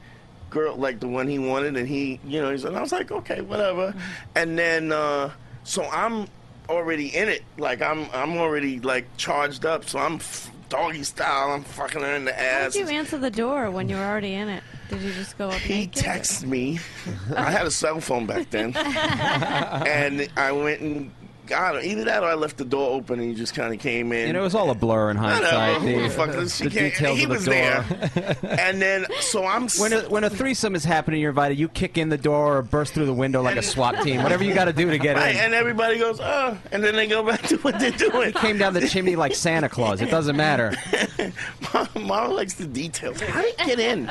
girl, like the one he wanted, and he, you know, he's, and I was like, okay, whatever, and then uh, so I'm already in it, like I'm I'm already like charged up, so I'm f- doggy style, I'm fucking her in the
Why
ass.
did you answer the door when you were already in it? Did you just go up
He
naked?
texted me. I had a cell phone back then, and I went and got him. Either that, or I left the door open, and he just kind of came in.
You know, it was all a blur in
I
hindsight.
don't know. Who
The,
the fuck does she
the
care?
details
He
of the
was
door.
there, and then so I'm
When a, when a threesome is happening, you're invited. You kick in the door or burst through the window like a SWAT team. Whatever you got to do to get
Right,
in.
and everybody goes, oh, and then they go back to what they're doing.
Came down the chimney like Santa Claus. It doesn't matter.
Mara likes the details. How did he get in?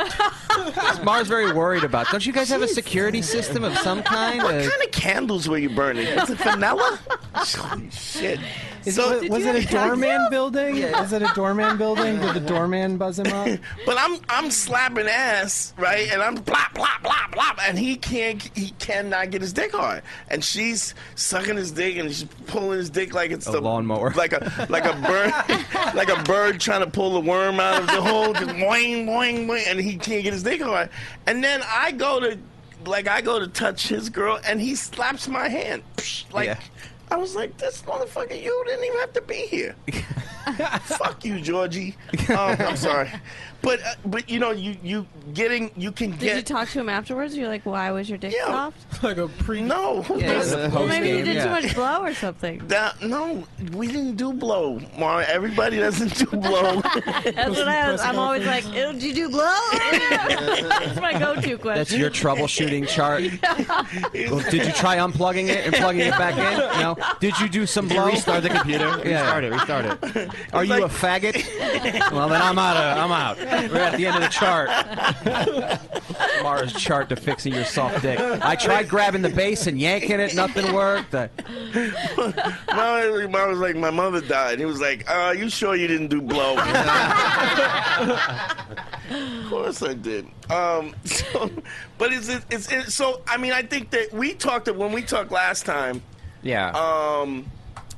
Mara's very worried about. Don't you guys have a security system of some kind?
What
Uh,
kind of candles were you burning? Was it vanilla? Holy shit.
Is- wa- Did was you it a have a doorman cocktail? building? Yeah, is it a doorman building? Did the doorman buzz him up?
But I'm I'm slapping ass, right? And I'm blop blop blop blop, and he can't he cannot get his dick hard, and she's sucking his dick and she's pulling his dick like it's
A
the
lawnmower.
like a like a bird like a bird trying to pull a worm out of the hole, just boing boing boing, and he can't get his dick hard. And then I go to like I go to touch his girl, and he slaps my hand, Psh, like. I was like, this motherfucker, you didn't even have to be here. Fuck you, Georgie. Um, I'm sorry, but uh, but you know you you getting you can
Did
get
you talk to him afterwards? You're like, why was your dick soft?
like a pre no.
well, maybe you did too much blow or something.
That- no, we didn't do blow. Mara, everybody doesn't do blow.
That's what I was. I'm always like, "Ew, did you do blow? That's my go-to question.
That's your troubleshooting chart. Well,
Did
did you try unplugging it and plugging it back in? No. Did you do some
Did you
blow?
restart the computer? Restart
it. Restart it. Are you a faggot? well, then I'm out. Of, I'm out. We're at the end of the chart. Mara's chart to fixing your soft dick. I tried grabbing the base and yanking it. Nothing worked. Uh,
Mara, Mara was like, my mother died. He was like, uh, you sure you didn't do blow? of course I did. Um, so, but it's, it's it's so I mean I think that we talked when we talked last time.
Yeah.
Um,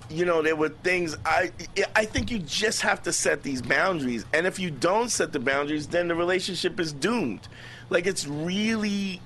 you know, there were things I I think you just have to set these boundaries, and if you don't set the boundaries, then the relationship is doomed. Like it's really,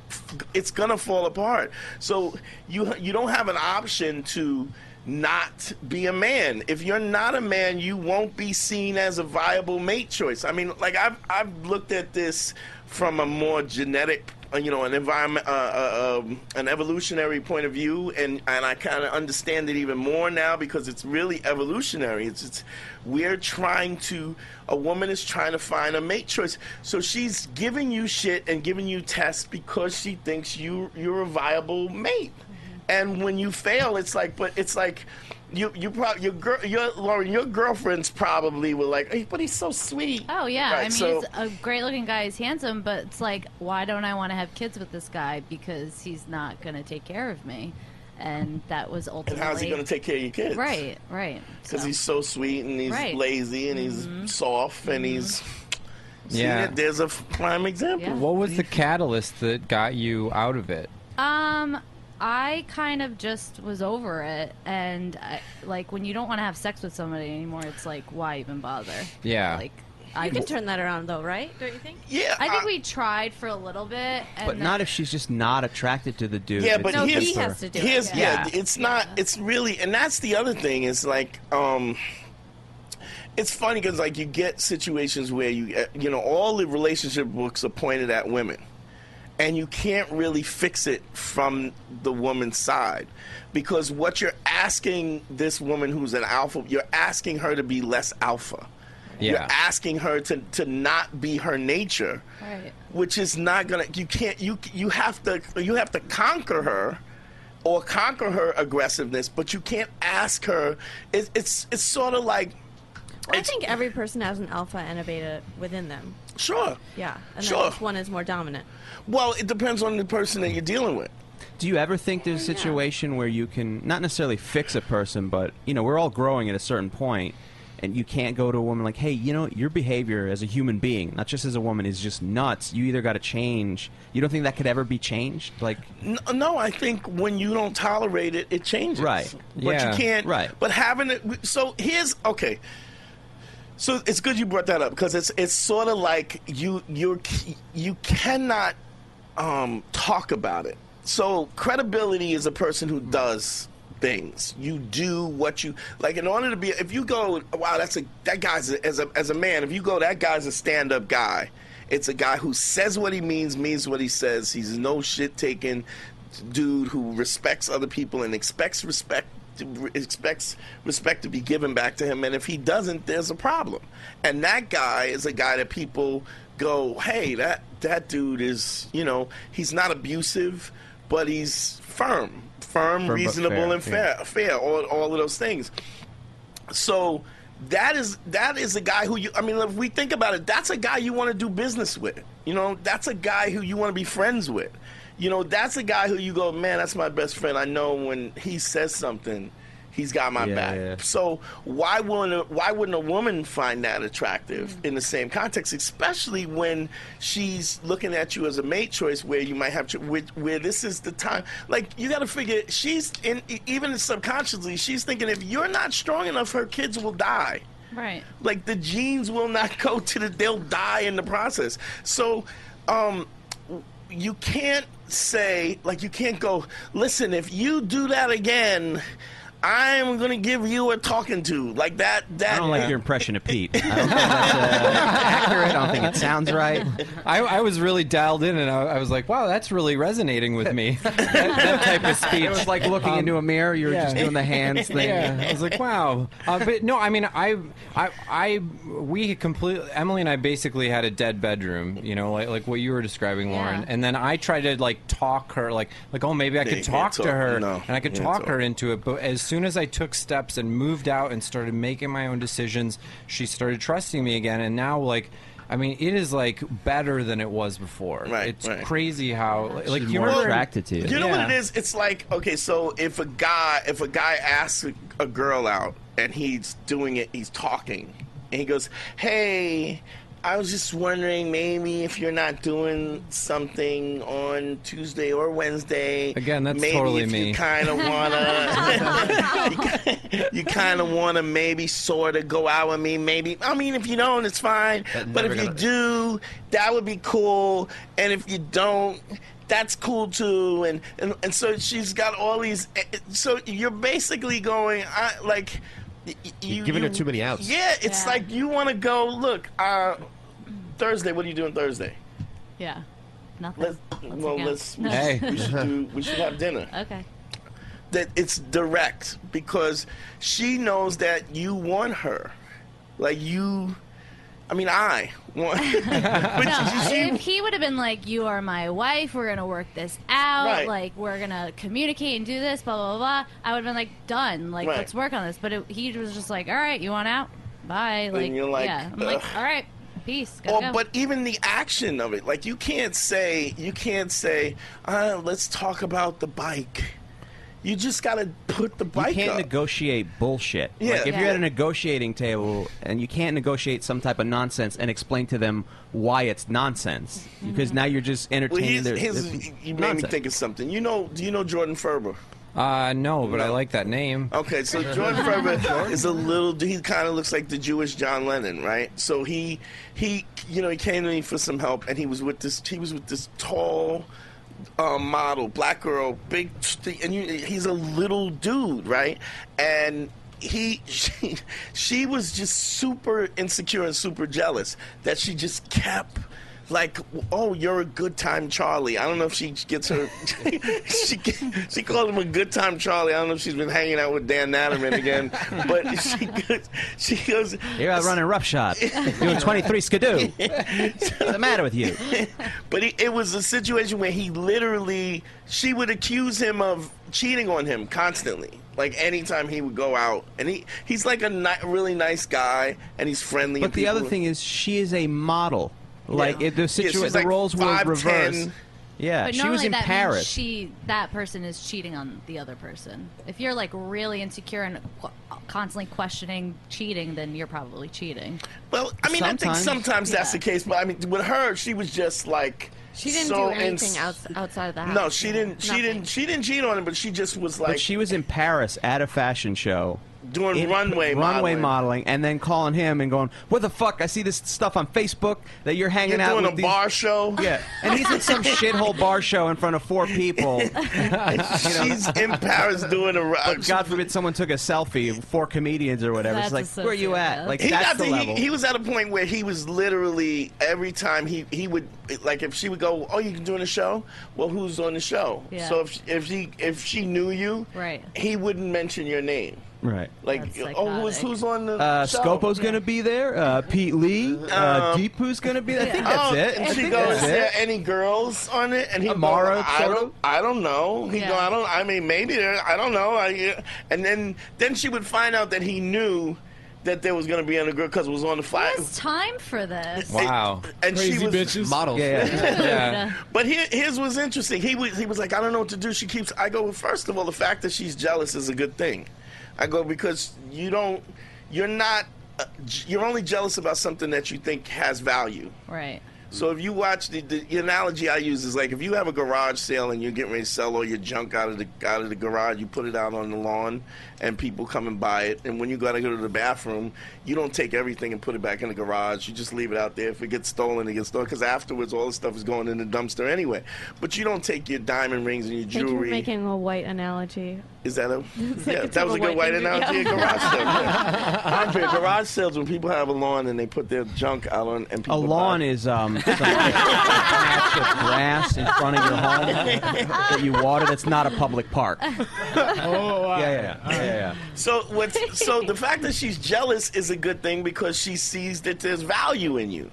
it's gonna fall apart. So you you don't have an option to not be a man. If you're not a man, you won't be seen as a viable mate choice. I mean, like I've I've looked at this from a more genetic uh, you know, an environment, uh, uh, um, an evolutionary point of view, and, and I kind of understand it even more now because it's really evolutionary. It's, it's we're trying to, a woman is trying to find a mate choice, so she's giving you shit and giving you tests because she thinks you you're a viable mate, and when you fail, it's like, but it's like. You, you probably your girl your Lauren your girlfriends probably were like "Hey, but he's so sweet
Oh yeah, I
Right,
mean,
so-
he's a great-looking guy. He's handsome, but it's like, why don't I want to have kids with this guy because he's not going to take care of me? And that was ultimately.
how's he gonna take care of your kids
Right, right.
because
So-
he's so sweet and he's
Right. Mm-hmm.
lazy and he's soft and he's. See,
Yeah.
that there's a f- prime example.
What was the catalyst that got you out of it?
Um, I kind of just was over it, and I, like when you don't want to have sex with somebody anymore, it's like, why even bother?
Yeah.
Like,
You can turn that around though, right? Don't you think?
Yeah.
I think we tried for a little bit, and
but
then-
not if she's just not attracted to the dude.
Yeah,
It's
but
just
here's,
her-
here's yeah.
Yeah.
it's not. It's really, and that's the other thing. Is like, um, it's funny because like you get situations where you, uh, you know, all the relationship books are pointed at women, and you can't really fix it from the woman's side because what you're asking this woman who's an alpha, you're asking her to be less alpha. You're
Yeah.
asking her to, to not be her nature
Right.
which is not gonna you can't you you have to you have to conquer her or conquer her aggressiveness but you can't ask her it, it's it's sort of like
I think every person has an alpha and a beta within them.
sure
Yeah, and
Sure.
then each one is more dominant.
well it depends on the person that you're dealing with
Do you ever think there's a situation where you can not necessarily fix a person, but you know, we're all growing at a certain point and you can't go to a woman like, "Hey, you know, your behavior as a human being, not just as a woman is just nuts. You either got to change." You don't think that could ever be changed? Like
N- no i think when you don't tolerate it it changes
Right.
but
Yeah.
you can't
Right.
but having it so here's okay so it's good you brought that up because it's it's sort of like you you you cannot um, talk about it. So credibility is a person who does things. You do what you like in order to be. If you go, wow, that's a that guy's a, as a as a man. If you go, that guy's a stand up guy. It's a guy who says what he means, means what he says. He's no shit taking dude who respects other people and expects respect expects respect to be given back to him and if he doesn't there's a problem and that guy is a guy that people go hey that that dude is you know he's not abusive but he's firm firm,
Firm but
reasonable
fair,
and fair
yeah.
fair all, all of those things so that is that is a guy who you. I mean, if we think about it, that's a guy you want to do business with. You know, that's a guy who you want to be friends with. You know, that's a guy who you go, man, that's my best friend. I know when he says something, he's got my back. So why wouldn't a, why wouldn't a woman find that attractive in the same context, especially when she's looking at you as a mate choice, where you might have to, where, where this is the time. Like you got to figure she's in e, even subconsciously she's thinking if you're not strong enough, her kids will die.
Right.
Like the genes will not go to the they'll die in the process. So um you can't say like you can't go, listen, if you do that again, I'm gonna give you a talking to. Like that that
I don't like your impression of Pete. I don't think that's uh, accurate. I don't think it sounds right.
I, I was really dialed in, and I, I was like, "Wow, that's really resonating with me." that, that type of speech.
It was like looking into a mirror. You were just doing the hands thing.
Yeah. I was like, "Wow." Uh, but no, I mean, I, I, I, we completely. Emily and I basically had a dead bedroom. You know, like like what you were describing, Lauren. And then I tried to like talk her, like like oh maybe I
Yeah, you
could
can't
talk to
talk.
her,
No,
and I could
you can't
talk
talk.
her into it. But as soon as I took steps and moved out and started making my own decisions, she started trusting me again. And now, like, I mean, it is like better than it was before. Right. It's crazy how like
She's
you
more
remember-
attracted to you.
You know what
Yeah.
it is? It's like okay, so if a guy if a guy asks a, a girl out and he's doing it, he's talking, and he goes, "Hey, I was just wondering maybe if you're not doing something on Tuesday or Wednesday.
Again, that's
maybe
totally
if
me.
You kind of wanna, you kind of wanna maybe sort of go out with me. Maybe I mean, if you don't, it's fine. But
never
if you
gonna-
do, that would be cool. And if you don't, that's cool too. And and, and so she's got all these. eh, So you're basically going, I like. y- y- You,
giving
you-
her too many outs.
Yeah, it's like you want to go. Look, uh, Thursday. What are you doing Thursday?
Yeah. Nothing.
Let's, well,
again.
let's. We,
Hey.
should, we should do. We should have dinner
Okay.
that it's direct because she knows that you want her. Like you, I mean, I want. but you see,
if he would have been like, "You are my wife. We're gonna work this out.
Right.
Like, we're gonna communicate and do this. Blah blah blah." blah," I would have been like, "Done. Like,
Right.
let's work on this." But it, he was just like, "All right, you want out? Bye."
And
Like,
you're like,
yeah. I'm like,
ugh.
"All right, peace." Gotta
Or,
go."
but even the action of it, like you can't say you can't say, uh, "Let's talk about the bike." You just gotta put the
You
bike
can't
up.
negotiate bullshit.
Yeah.
Like if
Yeah.
you're at a negotiating table and you can't negotiate some type of nonsense and explain to them why it's nonsense, because now you're just
well,
entertaining
here's,
their.
here's-
their-
you made me
nonsense.
think of something. You know, do you know Jordan Ferber?
Uh, no, but I like that name.
Okay, so Jordan Ferber is a little. He kind of looks like the Jewish John Lennon, right? So he he you know he came to me for some help, and he was with this he was with this tall uh, model, black girl, big, st- and you, he's a little dude, right? And he she, she was just super insecure and super jealous that she just kept like oh you're a good time charlie i don't know if she gets her she get- she called him a good time charlie i don't know if she's been hanging out with dan natterman again but she goes she goes
You're out running roughshod, doing 23 skidoo. What's the matter with you?
but he, it was a situation where he literally she would accuse him of cheating on him constantly like anytime he would go out and he he's like a ni- really nice guy and he's friendly
But
and
the other
people-
thing is, she is a model. Like
Yeah.
if the
Yeah,
situation,
she's
the
like
roles were
5'10".
reversed. Yeah,
But
she
normally
was in
that means
Paris.
She that person is cheating on the other person. If you're like really insecure and qu- constantly questioning cheating, then you're probably cheating.
Well, I mean, I think
Sometimes.
sometimes that's
Yeah.
the case, but I mean, with her, she was just like
She didn't
so
do anything
ins-
outs- outside of the house.
No, she didn't. She didn't. She didn't cheat on him, but she just was like.
but she was in Paris at a fashion show
doing runway
runway
modeling.
modeling, and then calling him and going, "What the fuck? I see this stuff on Facebook that you're hanging
You're
out
doing
with
a
these-
bar show.
Yeah, and he's at some shithole bar show in front of four people.
She's in Paris doing a.
But God forbid someone took a selfie, four comedians or whatever. It's like,
That's a
where are you at? Like
he
that's
got
the
to- he-
level.
He, was at a point where he was literally every time he he would like if she would go, oh, you can doing a show. Well, who's on the show?
Yeah.
So if she, if she if she knew you,
Right.
he wouldn't mention your name.
right.
Like, oh, who's who's on the
Uh,
show?
Scopo's gonna be there. Uh, Pete Lee. Uh, Deepu's gonna be there. I think that's
Um, Oh,
it. I
And she
think
goes,
that's
"Is
it.
there any girls on it?" And he
Amara,
goes, "I
sort
don't, I don't know." He go,
Yeah.
"I don't. I mean, maybe there. I don't know." I, uh," and then then she would find out that he knew that there was going to be a girl because it was on the flyer.
It's time for this.
Wow. And she
Crazy
was
bitches.
Models. Yeah,
yeah. Yeah.
But here, his was interesting. He was he was like, I don't know what to do. She keeps. I go. Well, first of all, the fact that she's jealous is a good thing. I go because you don't. You're not. uh, j- You're only jealous about something that you think has value.
Right.
So if you watch the, the, the analogy I use is like if you have a garage sale and you're getting ready to sell all your junk out of the out of the garage, you put it out on the lawn, and people come and buy it. And when you gotta go to the bathroom, you don't take everything and put it back in the garage. You just leave it out there. If it gets stolen, it gets stolen. Because afterwards, all the stuff is going in the dumpster anyway. But you don't take your diamond rings and your
Thank you for
jewelry.
making a white analogy.
Is that a
It's like
yeah?
a
that was
typical
a good
white
white
thing to do. Yeah.
analogy. of Garage sales. Yeah. Andre, garage sales when people have a lawn and they put their junk out on and
A
people
lawn is um, some patch of grass in front of your home that you water. That's not a public park.
oh,
Yeah, yeah, yeah, yeah, yeah.
So what's so the fact that she's jealous is a good thing because she sees that there's value in you.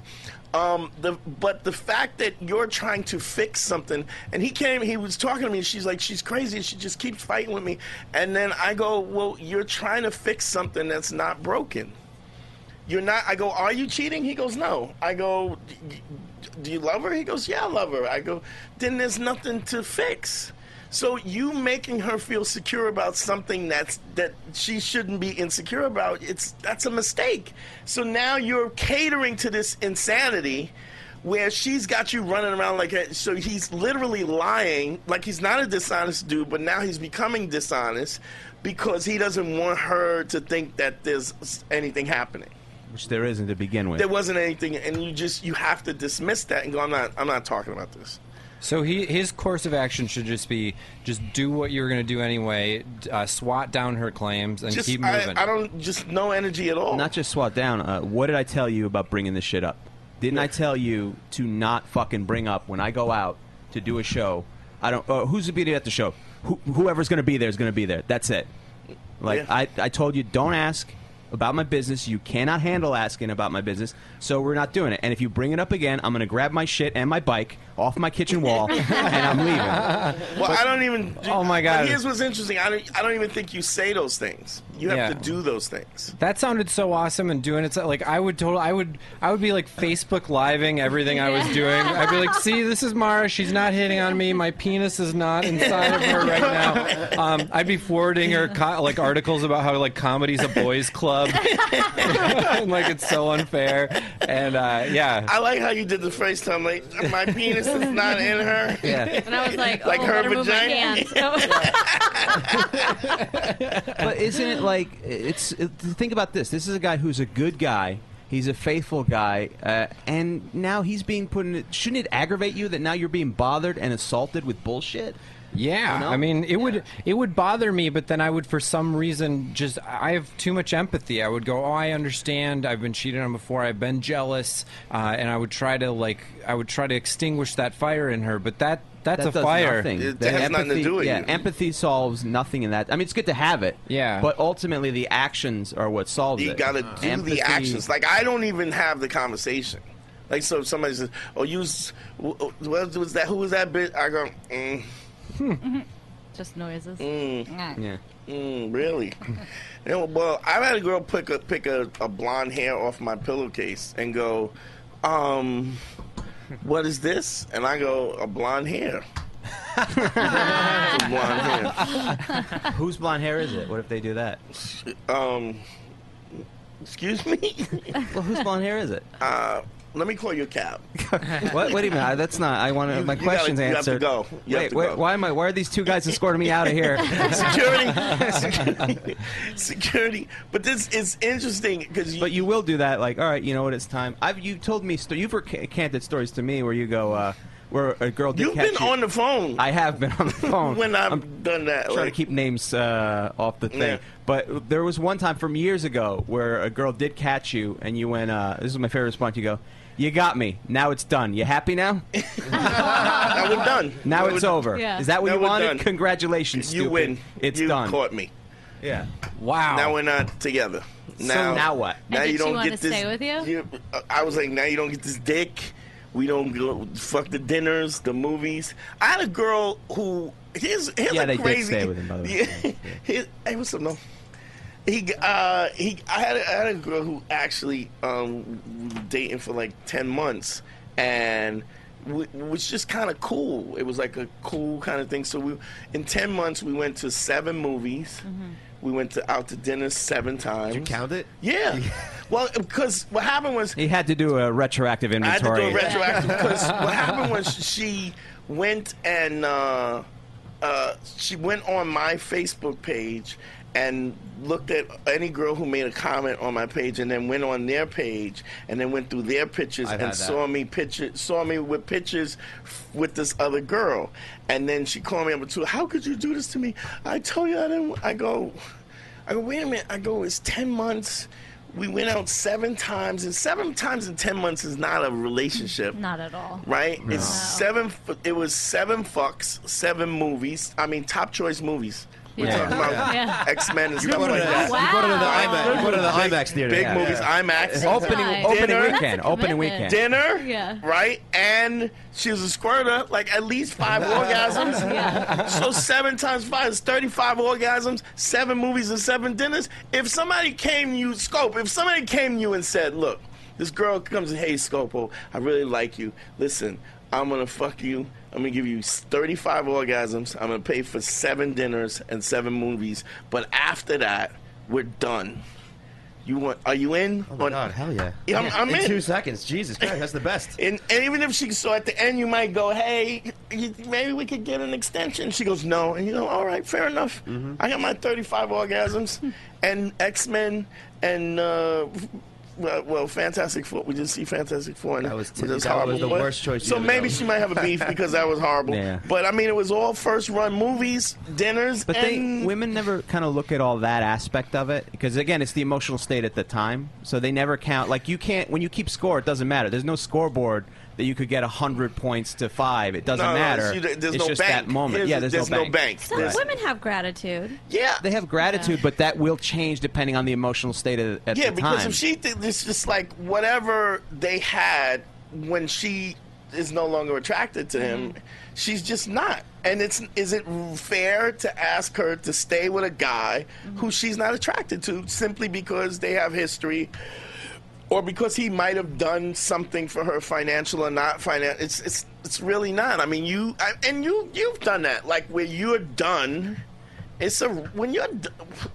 Um, the but the fact that you're trying to fix something, and he came, he was talking to me, and she's like, she's crazy, and she just keeps fighting with me. And then I go, well, you're trying to fix something that's not broken. You're not. I go, are you cheating? He goes, no. I go, "D- d- do you love her? He goes, yeah, I love her. I go, then there's nothing to fix. So you making her feel secure about something that's that she shouldn't be insecure about, it's that's a mistake. So now you're catering to this insanity where she's got you running around like a, so he's literally lying like he's not a dishonest dude but now he's becoming dishonest because he doesn't want her to think that there's s- anything happening
Which there isn't to begin with.
there wasn't anything and you just you have to dismiss that and go i'm not i'm not talking about this
So he, his course of action should just be just do what you were going to do anyway, d- uh, swat down her claims and
just
keep
I,
moving.
I don't just no energy at all
Not just swat down. Uh, what did I tell you about bringing this shit up? Didn't I tell you to not fucking bring up when I go out to do a show? I don't. Uh, who's going to be at the show? Who, whoever's going to be there is going to be there. That's it. Like
Yeah.
I, I told you, don't ask about my business. You cannot handle asking about my business, so we're not doing it. And if you bring it up again, I'm going to grab my shit and my bike off my kitchen wall, and I'm leaving.
well i don't even
Oh, my God.
but here's what's interesting i don't i don't even think you say those things you have
Yeah.
to do those things
That sounded so awesome and doing it's like I would total I would I would be like Facebook living everything I was doing. I'd be like, see, this is Mara. She's not hitting on me. My penis is not inside of her right now. Um, I'd be forwarding her co- like articles about how like comedy's a boys' club. and, like it's so unfair. And uh, yeah,
I like how you did the first time. Like my penis is not in her.
Yeah.
And I was like,
Like
oh,
her
better move my
vagina?
hands.
but isn't it like it's it, think about this this is a guy who's a good guy he's a faithful guy uh, and now he's being put in shouldn't it aggravate you that now you're being bothered and assaulted with bullshit
Yeah,
You know?
I mean, it would it would bother me, but then I would, for some reason, just I have too much empathy. I would go, oh, I understand. I've been cheated on before. I've been jealous, uh, and I would try to like I would try to extinguish that fire in her. But that that's
That
a
does
fire.
nothing. The empathy- yeah, empathy solves nothing in that. I mean, it's good to have it.
Yeah.
But ultimately, the actions are what solves
You
it.
gotta do
Empathy-
the actions. Like I don't even have the conversation. Like so, if somebody says, "Oh, you, s- wh- wh- what was that? Who was that bitch?" I go, mm,
Just noises.
mm,
yeah.
mm, "Really?" you know, well, I had a girl pick a pick a, a blonde hair off my pillowcase and go, um, "What is this?" And I go, "A blonde hair." It's a blonde hair.
Whose blonde hair is it? What if they do that?
Um, excuse me.
well, whose blonde hair is it?
Uh, Let me call you a cab.
what, wait a minute. I- That's not. I want to. My
you gotta-
question's
you have to
answered.
go. You have
wait,
to
wait,
go.
why am I? Why are these two guys escorting me out of here?
security, security, security. But this is interesting because you,
but you will do that. Like, all right, you know what? It's time. I've you told me sto- you've recanted stories to me where you go, uh, where a girl. Did
You've
catch
been
you.
on the phone.
I have been on the phone.
when I've
I'm
done that,
trying
like,
to keep names uh, off the thing.
Yeah.
But there was one time from years ago where a girl did catch you, and you went. Uh, this is my favorite response. You go, "You got me. Now it's done. You happy now?
now we're done.
Now
Now
it's
we're-
over.
Yeah.
Is that what
Now
you
we're
wanted?
done.
Congratulations,
You
stupid.
win.
It's
you
done.
caught me.
Yeah. Wow.
Now we're not together.
So
Now
now what?
Now
And did
you
she
don't
wanna
get this.
stay with you?
uh, I was like, now you don't get this dick. We don't go fuck the dinners, the movies. I had a girl who here's here's
Yeah,
a
they did
crazy.
stay with him, by the way.
Yeah. Here- hey, what's up, no? He uh he I had a, I had a girl who actually um we were dating for like ten months and w- was just kind of cool. It was like a cool kind of thing. So we in ten months we went to seven movies. We went to out to dinner seven times. Did you count it? Yeah. well, because what happened was
He had to do a retroactive
I had to
inventory.
do it retroactive because what happened was she went and uh, uh, she went on my Facebook page and looked at any girl who made a comment on my page and then went on their page and then went through their pictures
I've
and
had that.
saw me picture saw me with pictures f- with this other girl and then she called me up to how could you do this to me I told you I didn't I go I go wait a minute I go it's 10 months we went out seven times and seven times in 10 months is not a relationship
Not at all.
right? It's seven. f- It was seven fucks, seven movies. I mean, top choice movies. We're
Yeah.
talking about
Yeah.
X Men and
You
stuff
go to
like
the-
that.
you go to the Wow. IMAX- you go to the
Big-
IMAX theater.
Big
Yeah.
movies,
Yeah.
IMAX.
Opening- That's nice. opening
Dinner.
weekend, That's a opening commitment. weekend.
Dinner.
Yeah.
Right, and she was a squirter, like at least five orgasms. So seven times five is thirty-five orgasms, seven movies and seven dinners. If somebody came to you, Scope, if somebody came to you and said, "Look, this girl comes and hey, Scopo, I really like you. Listen, I'm gonna fuck you. I'm gonna give you 35 orgasms. I'm gonna pay for seven dinners and seven movies. But after that, we're done. You want? Are you in? Oh my god, hell yeah! I'm, I'm
in
in.
two seconds. Jesus Christ, that's the best.
And, and even if she so at the end, you might go, "Hey, you, maybe we could get an extension." She goes, "No," and you go, "All right, fair enough. I got my 35 orgasms, and X Men, and uh, f- well, well, Fantastic Four. We just see Fantastic Four, and that was,
that was the worst choice you
So
ever
maybe
done.
she might have a beef because that was horrible.
Yeah.
But I mean, it was all first run movies, dinners,
But
and
they women never kind of look at all that aspect of it because again, it's the emotional state at the time. So they never count. Like you can't when you keep score, it doesn't matter. There's no scoreboard that you could get hundred points to five. It doesn't
No, no,
matter.
see, there- there's
it's
no
just
bank.
that moment.
There's-
yeah, there's,
there's
no
no
bank.
bank.
Some women have gratitude.
Yeah,
they have gratitude, but that will change depending on the emotional state at, at
yeah,
the time.
because if she th- it's just like whatever they had when she is no longer attracted to him,
Mm-hmm.
she's just not. And it's is it fair to ask her to stay with a guy
Mm-hmm.
who she's not attracted to simply because they have history? Or because he might have done something for her, financial or not financial, it's it's it's really not. I mean, you I, and you you've done that, like where you're done. It's a when you're d-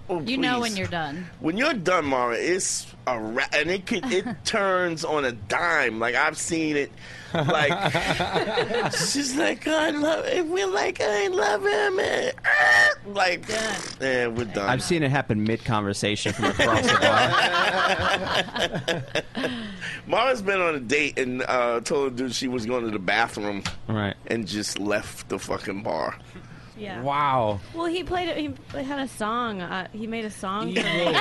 oh,
You know when
please.
you're done.
When you're done, Mara, it's a ra- and it can, it turns on a dime. Like I've seen it. Like she's like, I love. It. We're like, I love him. And, ah, like, yeah, eh, we're done.
I've seen it happen mid conversation from across the bar.
Mara's been on a date and uh, told a dude she was going to the bathroom,
right,
and just left the fucking bar.
Yeah.
Wow.
Well, he played. it- He pl- had a song. Uh, he made a song. and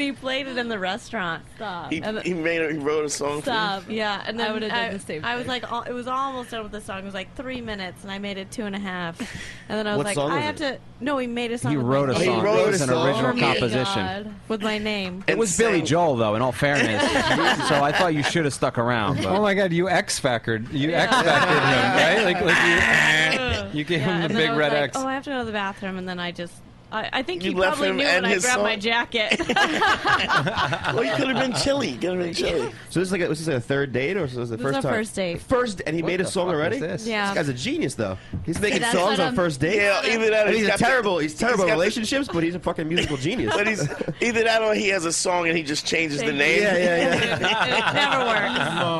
he played it in the restaurant. Stop.
He, he made her, he wrote a song. for you.
Stop. Yeah, and
I
then I,
would've done the same
I was
thing.
like, all, it was almost done with the song. It was like three minutes, and I made it two and a half. And then I was
What
like,
song
I
was
have
it?
to. No, he made a song.
He
with
wrote
my
a
name.
song. He wrote It was a an song? original Oh my composition. God.
with my name.
It was Billy Joel, though, in all fairness. so I thought you should have stuck around. But.
Oh my God! You X factored. You X factored him, right? Like, like you, you gave
Yeah,
him
and
the
then I
big
was
red
like,
X.
Oh, I have to go to the bathroom, and then I just
I, I think
You
he
left
probably
him
knew
and
when I
his
grabbed
son?
my jacket.
well, you could have been chilly. Could have been chilly.
So this is like a, was this a third date or was this the
This
first
is our
time?
first date.
First, and he
What
made a
the
song
fuck is
already.
this? Yeah.
This guy's a genius, though. He's making
that's
songs
what
on
I'm-
first date.
Yeah,
either that or
I mean,
he's
he's,
got the-
a terrible. he's
he's
terrible
got the-
relationships, but he's a fucking musical genius.
But he's either that or he has a song and he just changes the name.
Yeah, yeah,
never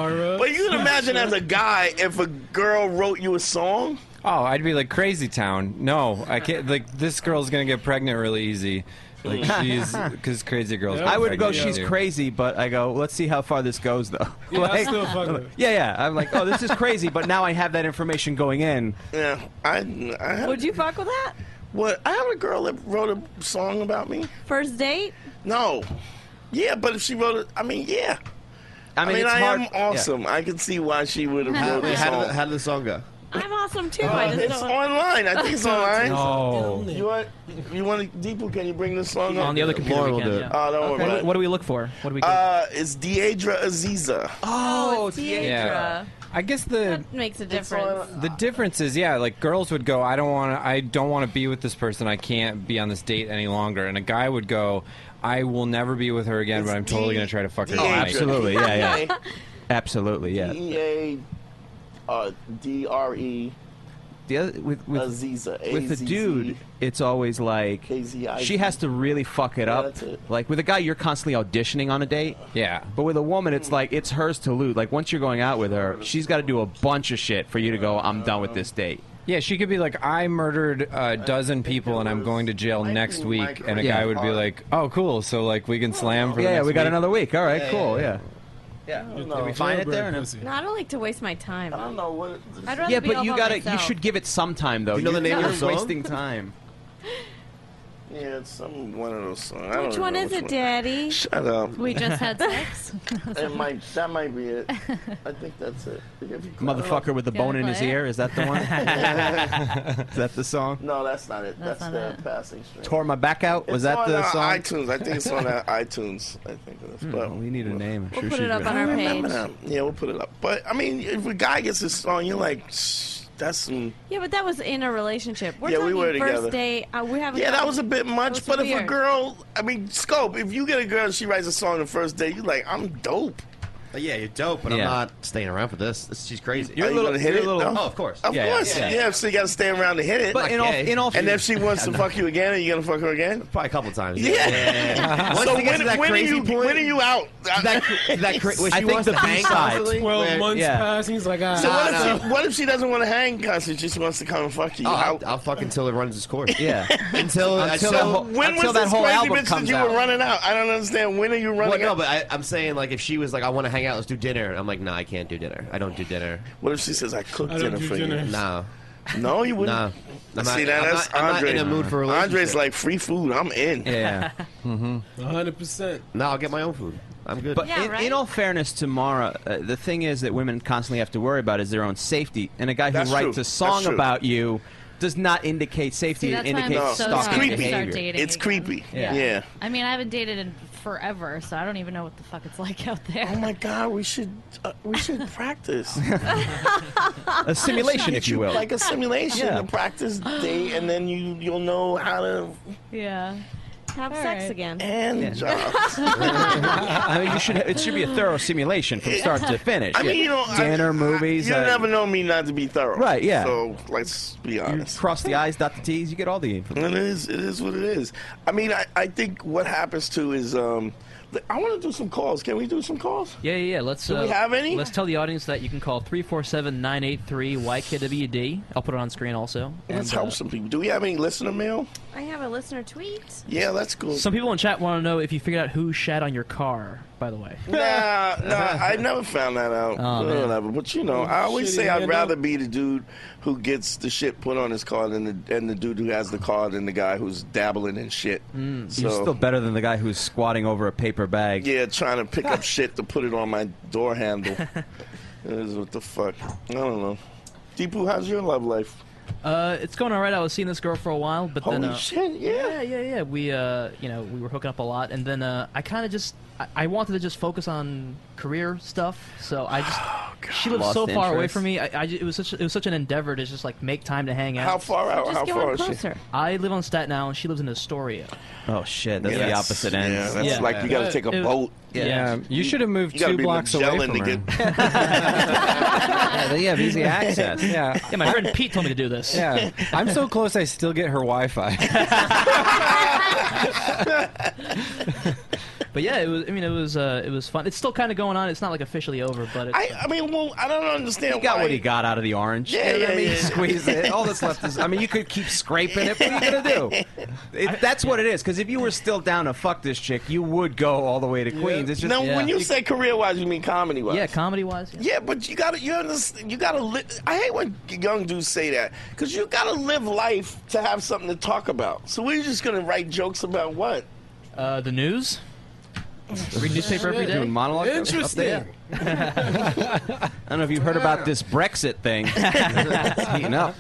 works.
But you can imagine as a guy if a girl wrote you a song.
Oh, I'd be like crazy town. No, I can't. Like this girl's gonna get pregnant really easy. Like she's because crazy girls. get
I would go.
pregnant
She's
easier.
crazy, but I go. Let's see how far this goes, though.
Yeah, I'd still fuck with it.
yeah, yeah. I'm like, oh, this is crazy, but now I have that information going in.
Yeah, I. I had,
Would you fuck with that?
What? I had a girl that wrote a song about me.
First date?
No. Yeah, but if she wrote it, I mean, yeah.
I
I
mean,
mean, I,
it's hard-
am awesome. I can see why she would have
How,
wrote
wait,
this
how, did the,
song.
how did the song go?
I'm awesome too.
Uh,
I just
it's
don't-
online. I think it's online.
No.
You want? You want? to- Deepu, can you bring this song up?
On the other computer
Lauren
we
will
can,
do it.
yeah.
Oh, don't worry
What do
about
we-
it.
What do we look for? What do we?
Uh, it's Deidre Aziza.
Oh, Deidre.
Yeah. I guess the
that makes a difference.
The difference is, yeah, like girls would go, I don't want to, I don't want to be with this person. I can't be on this date any longer. And a guy would go, I will never be with her again, but I'm totally going to try to fuck her.
Oh,
tonight."
absolutely, yeah, yeah. Absolutely, yeah.
D A uh, D R E
The other, with with,
Aziza.
with the
A-Z-Z.
dude, it's always like
A-Z-I-Z.
she has to really fuck it up.
that's it.
Like with a guy, you're constantly auditioning on a date.
Yeah.
But with a woman, it's like it's hers to lose. Like once you're going out with her, she's got to do a bunch of shit for you to go. I'm done with this date.
Yeah, she could be like, I murdered a dozen people and I'm going to jail next week. And a
Yeah.
guy would be like, oh, cool. So, like, we can slam for the
Yeah,
next
we got
week."
another week. All right, cool. Oh, Yeah.
Yeah.
Did we find it there? or no?
No, I don't like to waste my time. I don't
know what.
I'd rather
Yeah,
be
but
all
you
by
gotta. You
myself.
should give it some time though.
Do you know the name of
you're
the song?
Wasting time.
Yeah, it's some one of those songs. I don't
Which one
know
is it, Daddy?
Shut up.
We just had sex.
It might. That might be it. I think that's it. If you- uh,
Motherfucker with the
Yeah,
bone in his
play it.
ear. Is that the one? is that the song?
No, that's not it.
That's
That's,
not
the passing string.
Tore my back out. Was
It's
that
on,
the
uh,
song?
iTunes. I think it's on uh, iTunes. I think that's.
Hmm,
But
well, we need a name. I'm sure she's gonna-
I remember that. Yeah, we'll put it up. But I mean, if a guy gets this song, you're like, "Shh, that's some.
Yeah, but that was in a relationship. We're
Yeah, we
talking
were
first
together.
date. Uh, we haven't.
Yeah, that
gotten-
was a bit
it was
much. But if a
weird.
girl, I mean, scope. If you get a girl, and she writes a song the first day, you're like, I'm dope.
yeah, you're dope, but
Yeah.
I'm not staying around for this. This- she's crazy.
Are you gonna hit it? No?
Oh, of course.
Of course. Yeah, so you got to stay around to hit it.
But in all- Okay. in all-
and if she wants to
No.
fuck you again, are you gonna fuck her again?
Probably a couple times.
Yeah.
Once
so
it gets
when,
to that
when are
crazy
you
point,
when are you out?
that cr- that cra- when she
I think
wants
the
to hang
B-side.
constantly,
Twelve
where-
months
yeah.
passed. He's like, ah,
So what,
nah,
if she, what if she doesn't want to hang constantly? She just wants to come and fuck you.
Oh,
How-
I'll, I'll fuck until it runs its course.
Yeah.
until
so
until,
when was this crazy bitch that you were running out? I don't understand. When are you running
Well, no,
out?
but I, I'm saying like if she was like, I want to hang out, let's do dinner. I'm like, no, I can't do dinner. I don't do dinner.
What if she says, I cook
I don't dinner do for you"? dinners.
No,
no, you wouldn't.
No, I'm
See,
not,
now
I'm
that's
not, I'm not
Andre.
in a mood for a relationship.
Andre's like free food. I'm in.
Yeah.
mm-hmm.
hundred percent.
No, I'll get my own food. I'm good.
But
Yeah,
in,
right?
in all fairness to Mara, uh, the thing is that women constantly have to worry about is their own safety. And a guy who
That's
writes
true.
a song
That's true.
about you does not indicate safety.
See,
it
that's why I'm
indicates
so
stalking
scared to
behavior.
start dating
It's
again.
creepy.
Yeah.
yeah.
I mean, I haven't dated in forever, so I don't even know what the fuck it's like out there.
Oh my god, we should uh, we should practice
A simulation, if you will.
like a simulation,
Yeah.
a practice day, and then you you'll know how to
Yeah.
Have sex again.
And Uh-huh.
I mean, you should. It should be a thorough simulation from start to finish.
I mean, you know, I-
dinner, movies.
you
uh,
never know me not to be thorough,
Right, yeah.
So let's be
you
honest.
cross the i's, dot the t's. You get all the
And
information.
it is it is what it is. I mean, I, I think what happens too is um, th- I want to do some calls. Can we do some calls?
Yeah, yeah, yeah. Let's.
Do we
uh,
have any?
Let's tell the audience that you can call 347-983-YKWd. I'll put it on screen also.
Let's
And,
help
uh,
some people. Do we have any listener mail?
I have a listener tweet.
Yeah, that's cool.
Some people in chat want to know if you figured out who shat on your car. By the way.
Nah, nah, I never found that out.
Oh, man.
Whatever. But you know, I always
Shitty
say I'd
hand
rather be the dude who gets the shit put on his car than the, and the dude who has the car than the guy who's dabbling in shit.
You're
Mm. So
still better than the guy who's squatting over a paper bag.
yeah, trying to pick up shit to put it on my door handle. It is what the fuck. I don't know. Deepu, how's your love life?
Uh, it's going all right. I was seeing this girl for a while, but then
Holy
uh,
shit, yeah.
yeah, yeah, yeah. We, uh, you know, we were hooking up a lot,
Oh,
and then uh, I kind of just, I, I wanted to just focus on career stuff, so I just she lives
Lost
so far away
interest.
from me. I, I ju- it was such it was such an endeavor to just like make time to hang out.
How far out? Just How get one far is she? closer.
I live on Staten Island. She lives in Astoria.
Oh shit, that's
Yeah,
the
that's-
opposite end.
yeah, that's Yeah. like you gotta take a It- boat.
Yeah,
Yeah.
you should have moved
You gotta
two
be
blocks away
Magellan
from
to
her. yeah, they have easy access. Yeah,
yeah. My friend Pete told me to do this.
yeah. I'm so close. I still get her Wi-Fi.
But yeah, it was. I mean, it was. Uh, it was fun. It's still kind of going on. It's not like officially over, but it's,
I, I mean, well, I don't understand.
He got
why.
what he got out of the orange.
Yeah,
You know what I
yeah,
mean?
yeah.
Squeeze it. All that's left is. I mean, you could keep scraping it. What are you gonna do? It, that's what it is. Because if you were still down to fuck this chick, you would go all the way to Queens. It's just
now, when you say career-wise, you mean comedy-wise.
yeah, comedy wise.
Yeah, but you gotta, you understand, you gotta. Li- I hate when young dudes say that because you gotta live life to have something to talk about. So we're just gonna write jokes about what?
Uh, the news. Read newspaper every day.
Doing monologue up there? Interesting. I don't know if you heard about this Brexit thing. it's heating up.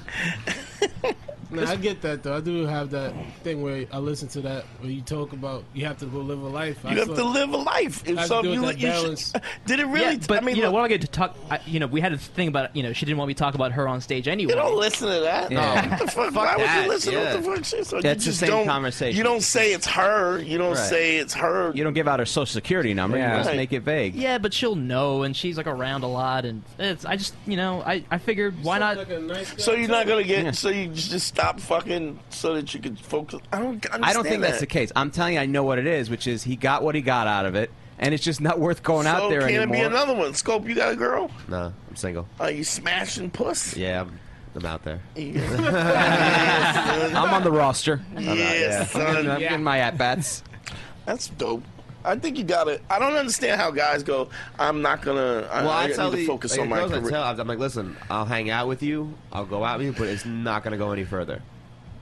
No, I get that though. I do have that thing where I listen to that where you talk about you have to go live a life. I
You have
saw-
to live a life.
I
If
have
so
to do
you,
with that
you
balance.
should, did it really?
Yeah,
I
but
mean,
you know,
look,
we're not going to talk. I, you know, we had a thing about you know she didn't want me to talk about her on stage anyway.
you don't listen to that.
Yeah.
No, what the fuck?
Fuck
Why would
that,
you listen to
yeah.
what the fuck? She, so
That's
you
the
just
same
don't-
conversation.
You don't say it's her. You don't
Right.
say it's her.
You don't give out her social security number.
Yeah.
You just
Right.
make it vague.
Yeah, but she'll know, and she's like around a lot, and it's. I just you know I I figured why not.
So you're not gonna get. So you just stop fucking so that you can focus. I don't. Understand
I don't think
that.
that's the case. I'm telling you, I know what it is, which is he got what he got out of it, and it's just not worth going
so
out there
can
anymore.
it be another one? Scope, you got a girl?
No, I'm single.
Are you smashing puss?
Yeah, I'm, I'm out there.
I'm on the roster. I'm out,
Yeah, son.
I'm, getting- I'm
Yeah.
getting my at bats.
That's dope. I think you got it. I don't understand how guys go. I'm not gonna. I,
well,
I,
I,
need
tell
to
the
focus
like,
on
the
my
girls I
career.
tell, I'm like, listen, I'll hang out with you, I'll go out with you, but it's not going to go any further.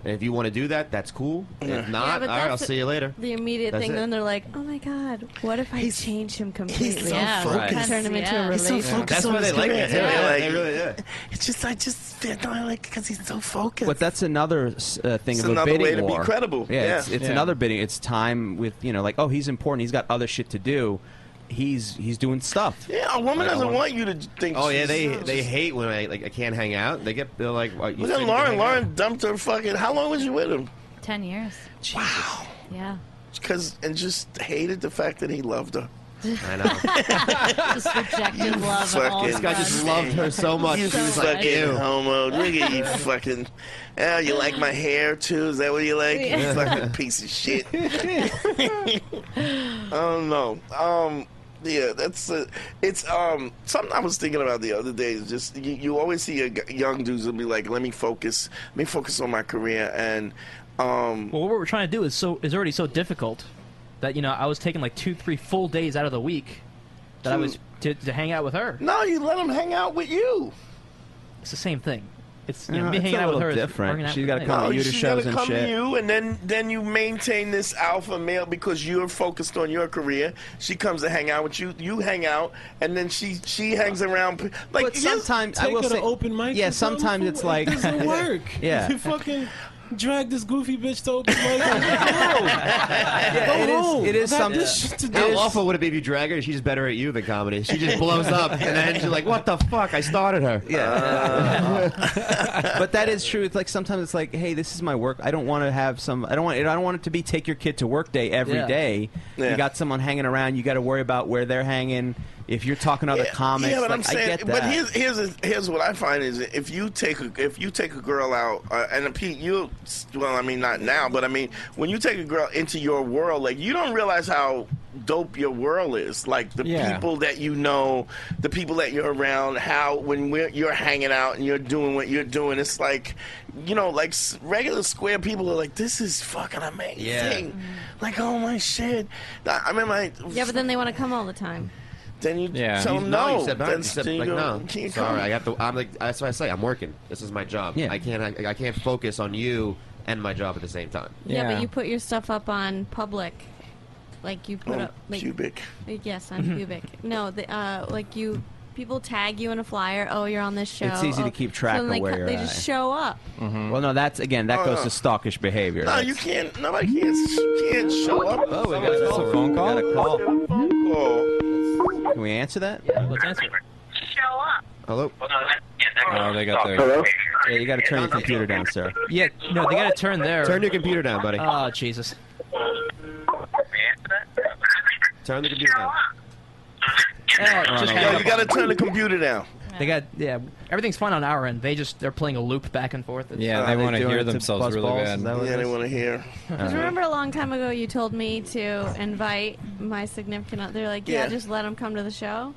And if you want to do that, that's cool. If not, all right, I'll see you later.
The immediate
That's
thing,
it.
then they're like, "Oh my god, what if I change him completely?
so Yeah, focused.
Turn him into
Yeah.
a
He's so
relationship."
focused That's on why his they like career. it, too. Yeah,
like,
they really do.
It's just I just I don't like because he's so focused.
But that's another uh, thing
It's
of a
another
bidding
way to be
war.
credible.
Yeah, it's,
Yeah.
it's
Yeah.
another bidding. It's time with you know, like, oh, he's important. He's got other shit to do. He's he's doing stuff.
yeah, a woman
Like, I
doesn't
wanna-
want you to think.
Oh yeah,
she's-
they they hate when I like I can't hang out. They get they're like, well, you
Look at
said you could
Lauren.
hang
Lauren dumped her fucking. How long was you with him?
Ten years.
Wow.
Yeah.
Because and just hated the fact that he loved her.
I know.
Just rejected love. at all
Fucking-
This guy just loved her so much.
You
She was like,
fucking
ew.
homo. Look at you fucking. Oh, you like my hair too? Is that what you like? You
Yeah.
fucking piece of shit. I don't know. Um, yeah, that's uh, it's um something I was thinking about the other day. Is just you, you always see a g young dudes will be like, "Let me focus, let me focus on my career," and um,
Well, what we're trying to do is so is already so difficult that you know I was taking like two three full days out of the week that I
To-
was to, to hang out with her.
no, you let them hang out with you.
It's the same thing. It's you know,
No,
me
it's
hanging
a
out with
little
her. is
different.
hanging out
She's
with
gotta
me.
come to you to
she's
show
gonna
shows and
come to
shit.
you, and then then you maintain this alpha male because you're focused on your career. She comes to hang out with you. You hang out, and then she she hangs around. p- Like
but
you-
sometimes I will say, yeah. Sometimes it's like
it doesn't work.
yeah,
you fucking drag this goofy bitch to open mic. Like,
Yeah,
Go
it is-
home.
it is
I got
some-
this shit to
How
do.
awful would it be if you drag her? She's better at you than comedy. She just blows up, and then she's like, "What the fuck? I started her." Uh,
Yeah. but that is true. It's like sometimes it's like, hey, this is my work. I don't want to have some. I don't want. I don't want it to be take your kid to work day every day.
Yeah.
You
Yeah.
got someone hanging around. You got to worry about where they're hanging. If you're talking to other comics,
Yeah, but
like,
I'm saying,
I get that.
but here's here's a- here's what I find is if you take a, if you take a girl out, uh, and Pete, you well, I mean not now, but I mean when you take a girl into your world, like you don't realize how dope your world is. Like the
Yeah.
people that you know, the people that you're around, how when we're, you're hanging out and you're doing what you're doing, it's like you know, like s- regular square people are like, this is fucking amazing. Like oh my shit! I I remember I
Yeah, but then they want to come all the time.
then you
Yeah.
tell
You-
them
no,
no.
you said, no. You
Then
said,
then you
like,
go,
no.
"Can't come."
Sorry, I have to. I'm like, that's what I say. I'm working. This is my job. I can't. I, I can't focus on you and my job at the same time.
Yeah. but you put your stuff up on public, like you put
Oh,
On
up like,
pubic.
Yes,
Mm-hmm.
on pubic. No, the, uh, like you, people tag you in a flyer. Oh, you're on this show.
It's easy
Oh,
to keep track
so then
of
they
where
co-
you're
they
at.
just show up.
Mhm. Well, no, that's again that
Oh,
goes
no.
to stalkish behavior.
No, you can't. Nobody can't. You can't show up. Oh, we got
a phone call.
Phone call.
Can we answer that?
Let's answer.
Show up.
Hello.
Oh, they got their.
Hello?
Yeah, you got to turn your computer down, sir.
Yeah, no, they gotta turn their.
Turn your computer down, buddy.
Oh Jesus.
Turn the computer down.
just
Yo, you gotta turn the computer down.
They got yeah. Everything's fine on our end. They just they're playing a loop back and forth. It's-
Yeah, Uh, they want to hear themselves really bad. Uh-huh.
Yeah, they want to hear.
Because remember a long time ago you told me to invite my significant other. They're like, yeah,
Yeah.
just let him come to the show.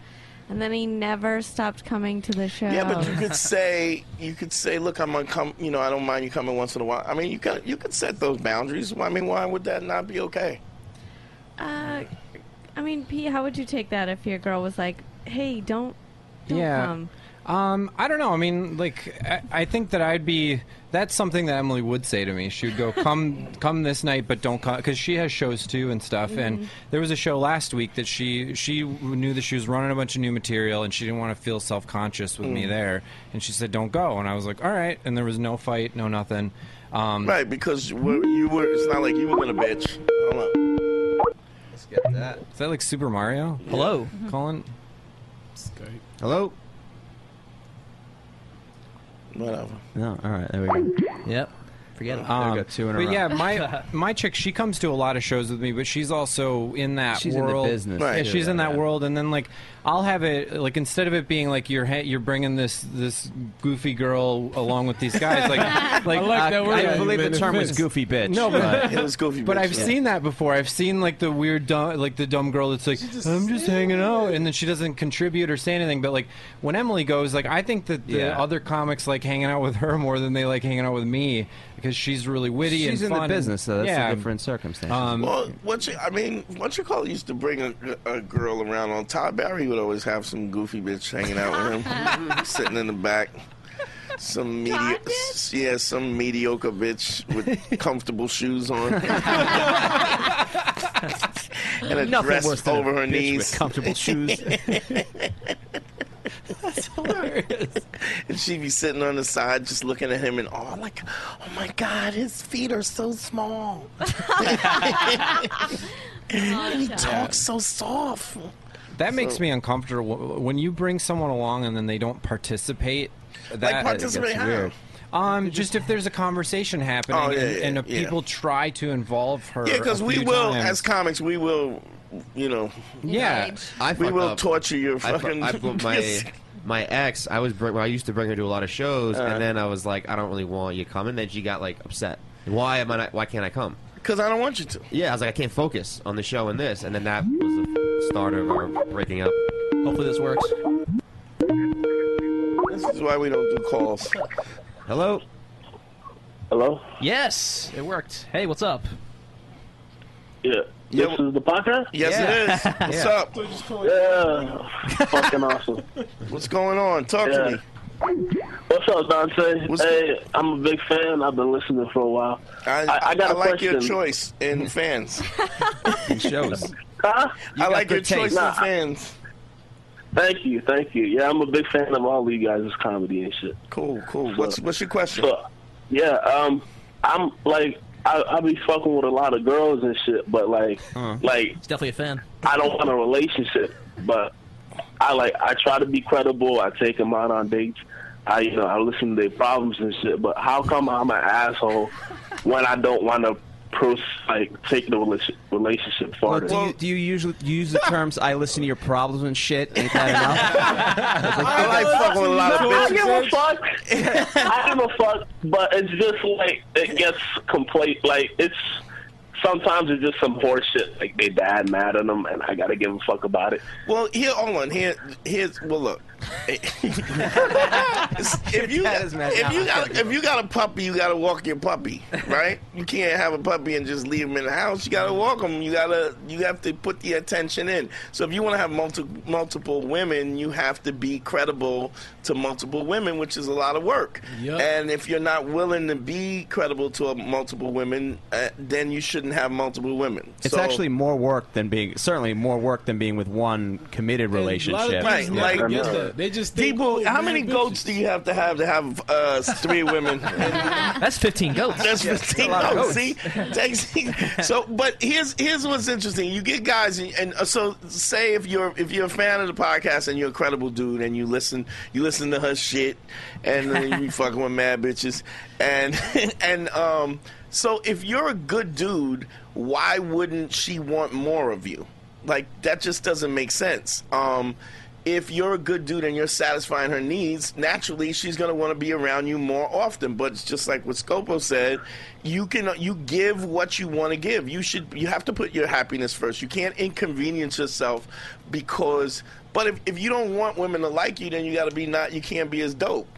And then he never stopped coming to the show.
Yeah, but you could say you could say, look, I'm gonna come. You know, I don't mind you coming once in a while. I mean, you could you could set those boundaries. I mean, why would that not be okay?
Uh, I mean, P, how would you take that if your girl was like, hey, don't, don't
yeah.
come?
Um, I don't know. I mean, like, I, I think that I'd be. That's something that Emily would say to me. She would go, "Come, come this night, but don't come," because she has shows too and stuff.
Mhm.
And there was a show last week that she she knew that she was running a bunch of new material, and she didn't want to feel self conscious with me
Mm.
there. And she said, "Don't go," and I was like, "All right." And there was no fight, no nothing. Um,
Right, because we're, you were. It's not like you were gonna bitch. Hold on.
Let's get that. Is that like Super Mario? Hello, Colin.
Hello.
Whatever.
No. All right. There we go.
Yep. Forget it.
Um,
There we go, two in a
but
row.
yeah, my my chick, she comes to a lot of shows with me, but she's also in that
She's in the
world.
business,
Yeah,
too,
she's in
yeah.
that world, and then like I'll have it like instead of it being like you're ha- you're bringing this this goofy girl along with these guys, like like
I like that word.
I believe the term was
Benefits.
goofy bitch.
No, but- Right.
It was goofy
But
bitch,
I've
yeah.
seen that before. I've seen like the weird dumb like the dumb girl that's like I'm just hanging out, and then she doesn't contribute or say anything. But like when Emily goes, like I think that the
Yeah.
other comics like hanging out with her more than they like hanging out with me because she's really witty and
She's in
fun
the
and-
business, so that's
yeah.
a different circumstance.
Um,
Well, what you, I mean, what you call used to bring a, a girl around on. Todd Barry would always have some goofy bitch hanging out with him, sitting in the back. Some media, yeah, some mediocre bitch with comfortable shoes on and a
Nothing worse
dress
than a
over her
bitch with
knees,
comfortable shoes.
That's hilarious. And she'd be sitting on the side, just looking at him, and oh, like, oh my God, his feet are so small. and he
child.
talks so soft.
that makes
So-
me uncomfortable when you bring someone along and then they don't participate. That
participate how?
Um, just if there's a conversation happening
Oh, yeah,
and,
yeah,
and if
yeah.
people try to involve her.
Yeah, because
a
we
few
will,
times.
as comics, we will, you know.
Yeah.
I
we
fucked
will
up.
torture your
I, fu-
fucking.
I put my my ex. I was bring, I used to bring her to a lot of shows,
Uh-huh.
and then I was like, I don't really want you to come, and then she got like upset. Why am I? Not, why can't I come?
Because I don't want you to.
Yeah, I was like, I can't focus on the show and this, and then that was the starter of our breaking up.
Hopefully this works.
This is why we don't do calls.
Hello.
Hello.
Yes, it worked. Hey, what's up?
Yeah. This is the podcast?
Yes, it Yeah. is.
What's
Yeah.
up?
Yeah. Fucking awesome.
What's going on? Talk to me.
What's up, Dante? hey, I'm a big fan. I've been listening for a while.
I,
I, got
I
a
like
question.
your choice in fans.
shows.
Huh?
I like your choice in
Nah,
fans.
Thank you, thank you. Yeah, I'm a big fan of all of you guys' comedy and shit.
Cool, cool. what's what's your question?
yeah, um, I'm like, I, I be fucking with a lot of girls and shit, but like, like
He's definitely a fan.
I don't want a relationship, but I like I try to be credible. I take them out on dates. I you know I listen to their problems and shit. But how come I'm an asshole when I don't want to pros like take the relation- relationship
Well,
farther?
do, you, do you usually do you use the terms "I listen to your problems and shit"? Ain't that enough?
I like fucking with a lot of
I
bitches.
give a fuck. I give a fuck, but it's just like it gets complete. Like it's sometimes it's just some horse shit. Like they dad mad at them, and I gotta give a fuck about it.
Well, here, hold on. Here, here's. Well, look. if you
That is messed
if
up.
you got if you got a puppy, you got to walk your puppy, right? you can't have a puppy and just leave him in the house. You got to walk him. You gotta you have to put the attention in. So if you want to have multiple multiple women, you have to be credible to multiple women, which is a lot of work. And if you're not willing to be credible to a multiple women, uh, then you shouldn't and have multiple women.
It's
So-
actually more work than being certainly more work than being with one committed relationship.
Right, like they just people. how many goats do you have to have to have uh, three women?
That's fifteen goats.
That's
Yeah,
fifteen
a lot of
goats.
goats.
See, Takes- so but here's here's what's interesting. You get guys, and, and uh, so say if you're if you're a fan of the podcast and you're a credible dude, and you listen you listen to her shit, and then you fucking with mad bitches, and and um. So if you're a good dude, why wouldn't she want more of you? Like that just doesn't make sense. Um, if you're a good dude and you're satisfying her needs, naturally she's gonna want to be around you more often. But it's just like what Scopo said, you can you give what you want to give. You should you have to put your happiness first. You can't inconvenience yourself because. But if, if you don't want women to like you, then you got to be not you can't be as dope.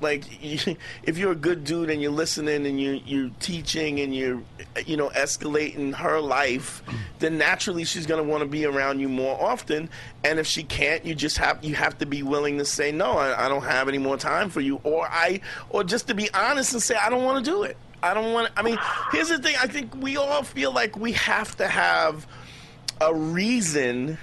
Like if you're a good dude and you're listening and you you're teaching and you're you know escalating her life, then naturally she's gonna want to be around you more often. And if she can't, you just have you have to be willing to say no. I, I don't have any more time for you, or I or just to be honest and say I don't want to do it. I don't want. I mean, here's the thing. I think we all feel like we have to have a reason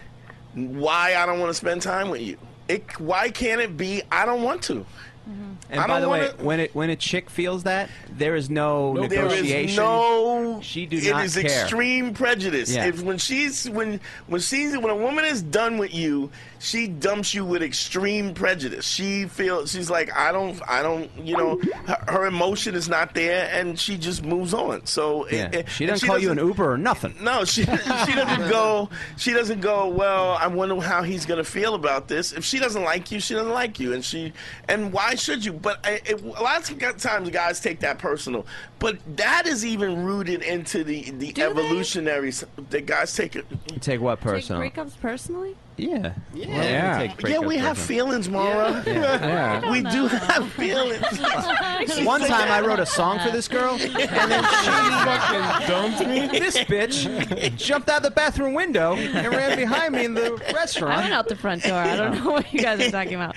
why I don't want to spend time with you. It, why can't it be I don't want to?
Mm-hmm. And
I
by
don't
the
wanna-
way, when it when a chick feels that, there is no
No, there is
negotiation.
no-
she do
It
not
is
care.
extreme prejudice.
Yeah.
If when she's when when she's when a woman is done with you, she dumps you with extreme prejudice. She feels she's like I don't I don't you know her, her emotion is not there and she just moves on. So it-
Yeah.
it-
She
and
doesn't call you an
doesn't-
Uber or nothing.
no, she she doesn't go. She doesn't go. Well, I wonder how he's gonna feel about this. If she doesn't like you, she doesn't like you, and she and why should you? But I, it, a lot of times, guys take that personal. But that is even rooted into the the evolutionary. s- That guys take it.
Take what personal?
breakups personally?
yeah.
Yeah. Yeah, we have feelings, Mara.
Yeah. Yeah. I don't
we do have feelings.
One time I wrote a song for this girl, and then she fucking dumped me. This bitch jumped out the bathroom window and ran behind me in the restaurant.
I went out the front door. I don't know what you guys are talking about.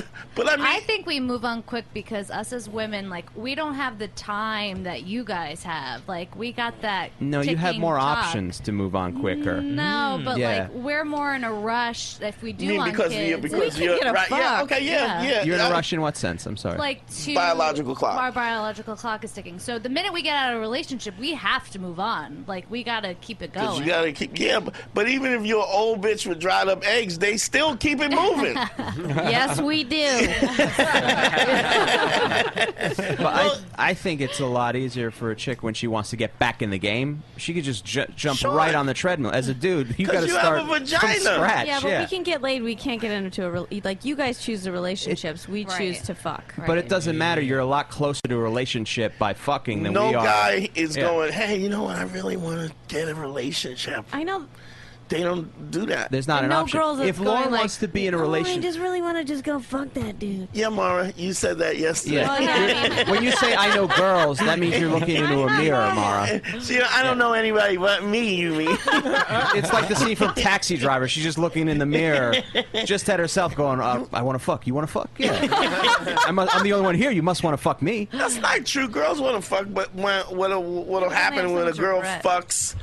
But I, mean,
I think we move on quick because us as women, like, we don't have the time that you guys have. Like, we got that.
No, you have
ticking
more
clock.
options to move on quicker.
No, but
yeah.
like we're more in a rush if we do
You mean
want
because
kids.
you're- because We can you're- get a right, yeah, fuck. okay, yeah, yeah.
You're in a rush in what sense? I'm sorry.
Like two
Biological clock.
Our biological clock is ticking. So the minute we get out of a relationship, we have to move on. Like we gotta keep it
Cause
going.
you gotta keep yeah, but, but even if you're an old bitch with dried up eggs, they still keep it moving.
yes, we do.
but I, I think it's a lot easier for a chick when she wants to get back in the game. She could just ju- jump
Sure.
right on the treadmill. As a dude, you got to
you have
start
a
from scratch.
yeah, but we can get laid. We can't get into a re- like. You guys choose the relationships. we choose to fuck.
But it doesn't matter. You're a lot closer to a relationship by fucking than
no
we are.
guy is
Yeah.
going, hey, you know what? I really want to get a relationship.
I know.
They don't do that.
There's not an
no
option.
girls.
if Lauren wants to be in a
"Oh, I
relationship,
just really want to just go fuck that dude.
Yeah, Mara, you said that yesterday.
yeah. You're- when you say I know girls, that means you're looking into a mirror, Mara.
See, I don't know anybody but me, you mean.
It's like the scene from Taxi Driver. She's just looking in the mirror, just at herself, going, uh, "I want to fuck. You want to fuck? Yeah. I'm, I'm the only one here. You must want to fuck me."
That's not true. Girls want to fuck, but when, what'll, what'll
have
happen when a
such
girl
regret.
fucks?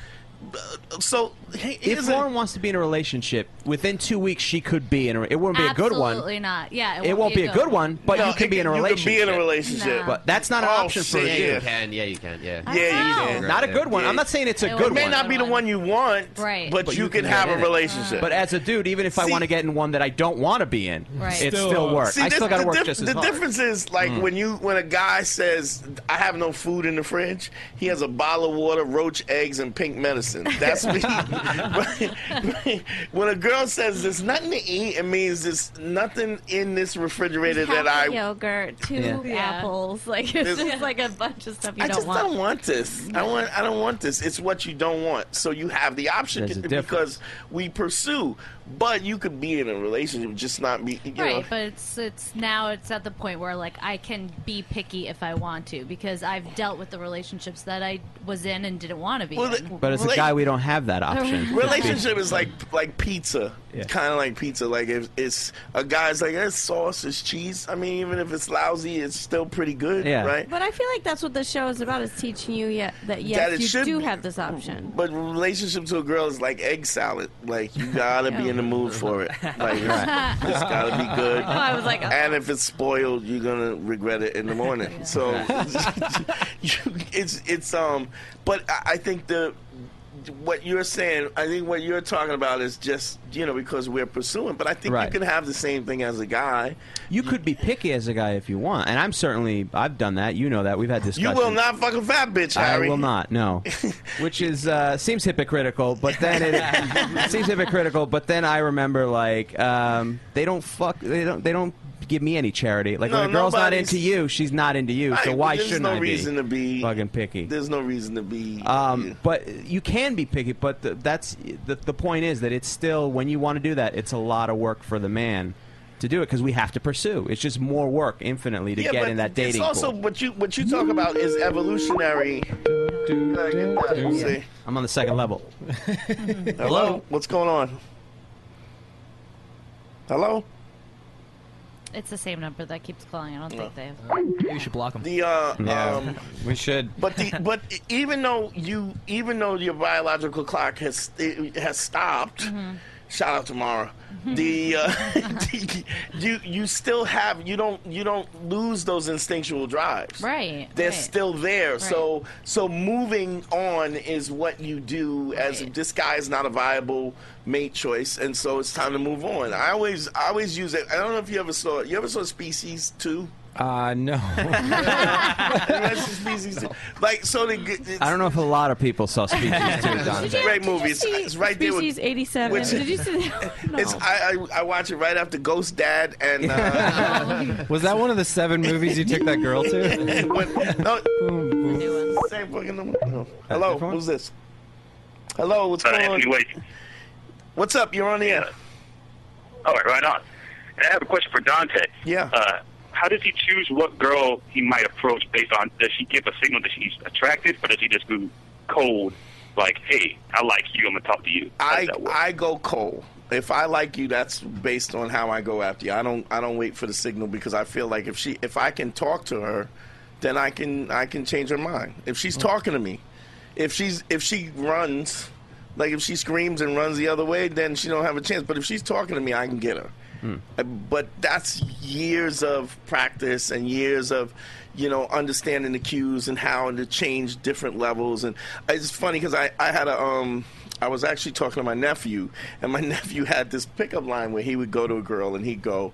uh, So, hey,
If
isn't-
Lauren wants to be in a relationship, within two weeks she could be in a. It wouldn't be a good one.
Absolutely not. Yeah,
It won't be a good one, but
No,
you can
it-
be in a
you could be
relationship.
in a relationship.
But that's not an
Oh,
option for
shit,
you. Oh.
yeah.
can, yeah, you can, yeah.
Yeah, you can.
Not a good one. I'm not saying it's a
It
good
may
one.
not be the one you want, right. but, you, can, have
get
a
in it.
relationship.
But as a dude, even if I want to get in one that I don't want to be in,
Right.
it still works.
See,
I
this-
still got to
the
work
diff-
just as
The
hard.
difference is like
Mm.
when you when a guy says, "I have no food in the fridge," he has a bottle of water, roach eggs, and pink medicine. That's what he- when a girl says, "There's nothing to eat," it means there's nothing in this refrigerator that I.
yogurt, two
Yeah. Yeah.
apples, like it's
This-
just like a bunch of stuff you
I
don't
just
want.
don't want this. I want. I don't want this. It's what you don't want. So you have the option
There's a
because we pursue. But you could be in a relationship, just not be. You
Right,
know,
but it's it's now it's at the point where like I can be picky if I want to because I've dealt with the relationships that I was in and didn't want to be in.
But as a guy, we don't have that option.
Relationship is like like pizza, kind of like pizza. Like if it's a guy's like, "That's sauce, it's cheese." I mean, even if it's lousy, it's still pretty good, right?
But I feel like that's what the show is about is teaching you yet that
That
yes,
it
you
should
do
be-
have this option.
But relationship to a girl is like egg salad. Like you gotta be in the mood for it. Like it's,
Right.
it's gotta be good.
Oh, I was like, oh.
and if it's spoiled, you're gonna regret it in the morning. So you- it's it's um. But I, I think the what you're saying, I think what you're talking about is just you know because we're pursuing. But I think
Right.
you can have the same thing as a guy.
You could be picky as a guy if you want, and I'm certainly I've done that. You know that we've had
You
discussions.
will not fuck a fat bitch,
I
Harry.
will not. No, which is uh, seems hypocritical, but then it seems hypocritical. But then I remember like um, they don't fuck. They don't. They don't give me any charity. Like
No,
when a girl's not
nobody's-
into you, she's not into you. so
Right,
why
there's
shouldn't
no
I be?
reason to be
fucking picky?
There's no reason to be.
Um, but you can be picky. But the, that's the, the point is that it's still when you want to do that, it's a lot of work for the man to do it because we have to pursue. It's just more work infinitely to get
but
in that dating.
It's also
pool.
what you what you talk about is evolutionary. Like, uh, see.
I'm on the second level.
Hello, what's going on? Hello.
It's the same number that keeps calling. I don't think they
Maybe you should block him.
The uh,
Yeah.
um,
we should.
But the but even though you even though your biological clock has it has stopped,
Mm-hmm.
shout out to Mara. The, uh, the- you you still have you don't you don't lose those instinctual drives.
Right.
They're
right.
still there. So so moving on is what you do as this guy is not a viable mate choice, and so it's time to move on. I always I always use it. I don't know if you ever saw you ever saw Species Two.
Uh, no.
Species 2? Like so the g- it's,
I don't know if a lot of people saw Species 2,
It's a
Dante.
great movie. It's, it's right there.
Species 87.
which-
Did you see that? No.
It's, I, I I watch it right after Ghost Dad and uh,
Was that one of the seven movies you took that girl to?
when- no, same fucking number. No. Hello, who's this? Hello, what's going on? What's up? You're on the air.
All right, right on. And I have a question for Dante.
Yeah.
Uh, how does he choose what girl he might approach based on? Does she give a signal that she's attracted, or does he just go cold, like, "Hey, I like you. I'm gonna talk to you."
I I go cold. If I like you, that's based on how I go after you. I don't I don't wait for the signal because I feel like if she if I can talk to her, then I can I can change her mind. If she's talking to me, if she's if she runs, like if she screams and runs the other way, then she don't have a chance. But if she's talking to me, I can get her.
Hmm.
Uh, But that's years of practice and years of, you know, understanding the cues and how and to change different levels. And it's funny because I, I had a, um, I was actually talking to my nephew, and my nephew had this pickup line where he would go to a girl and he'd go,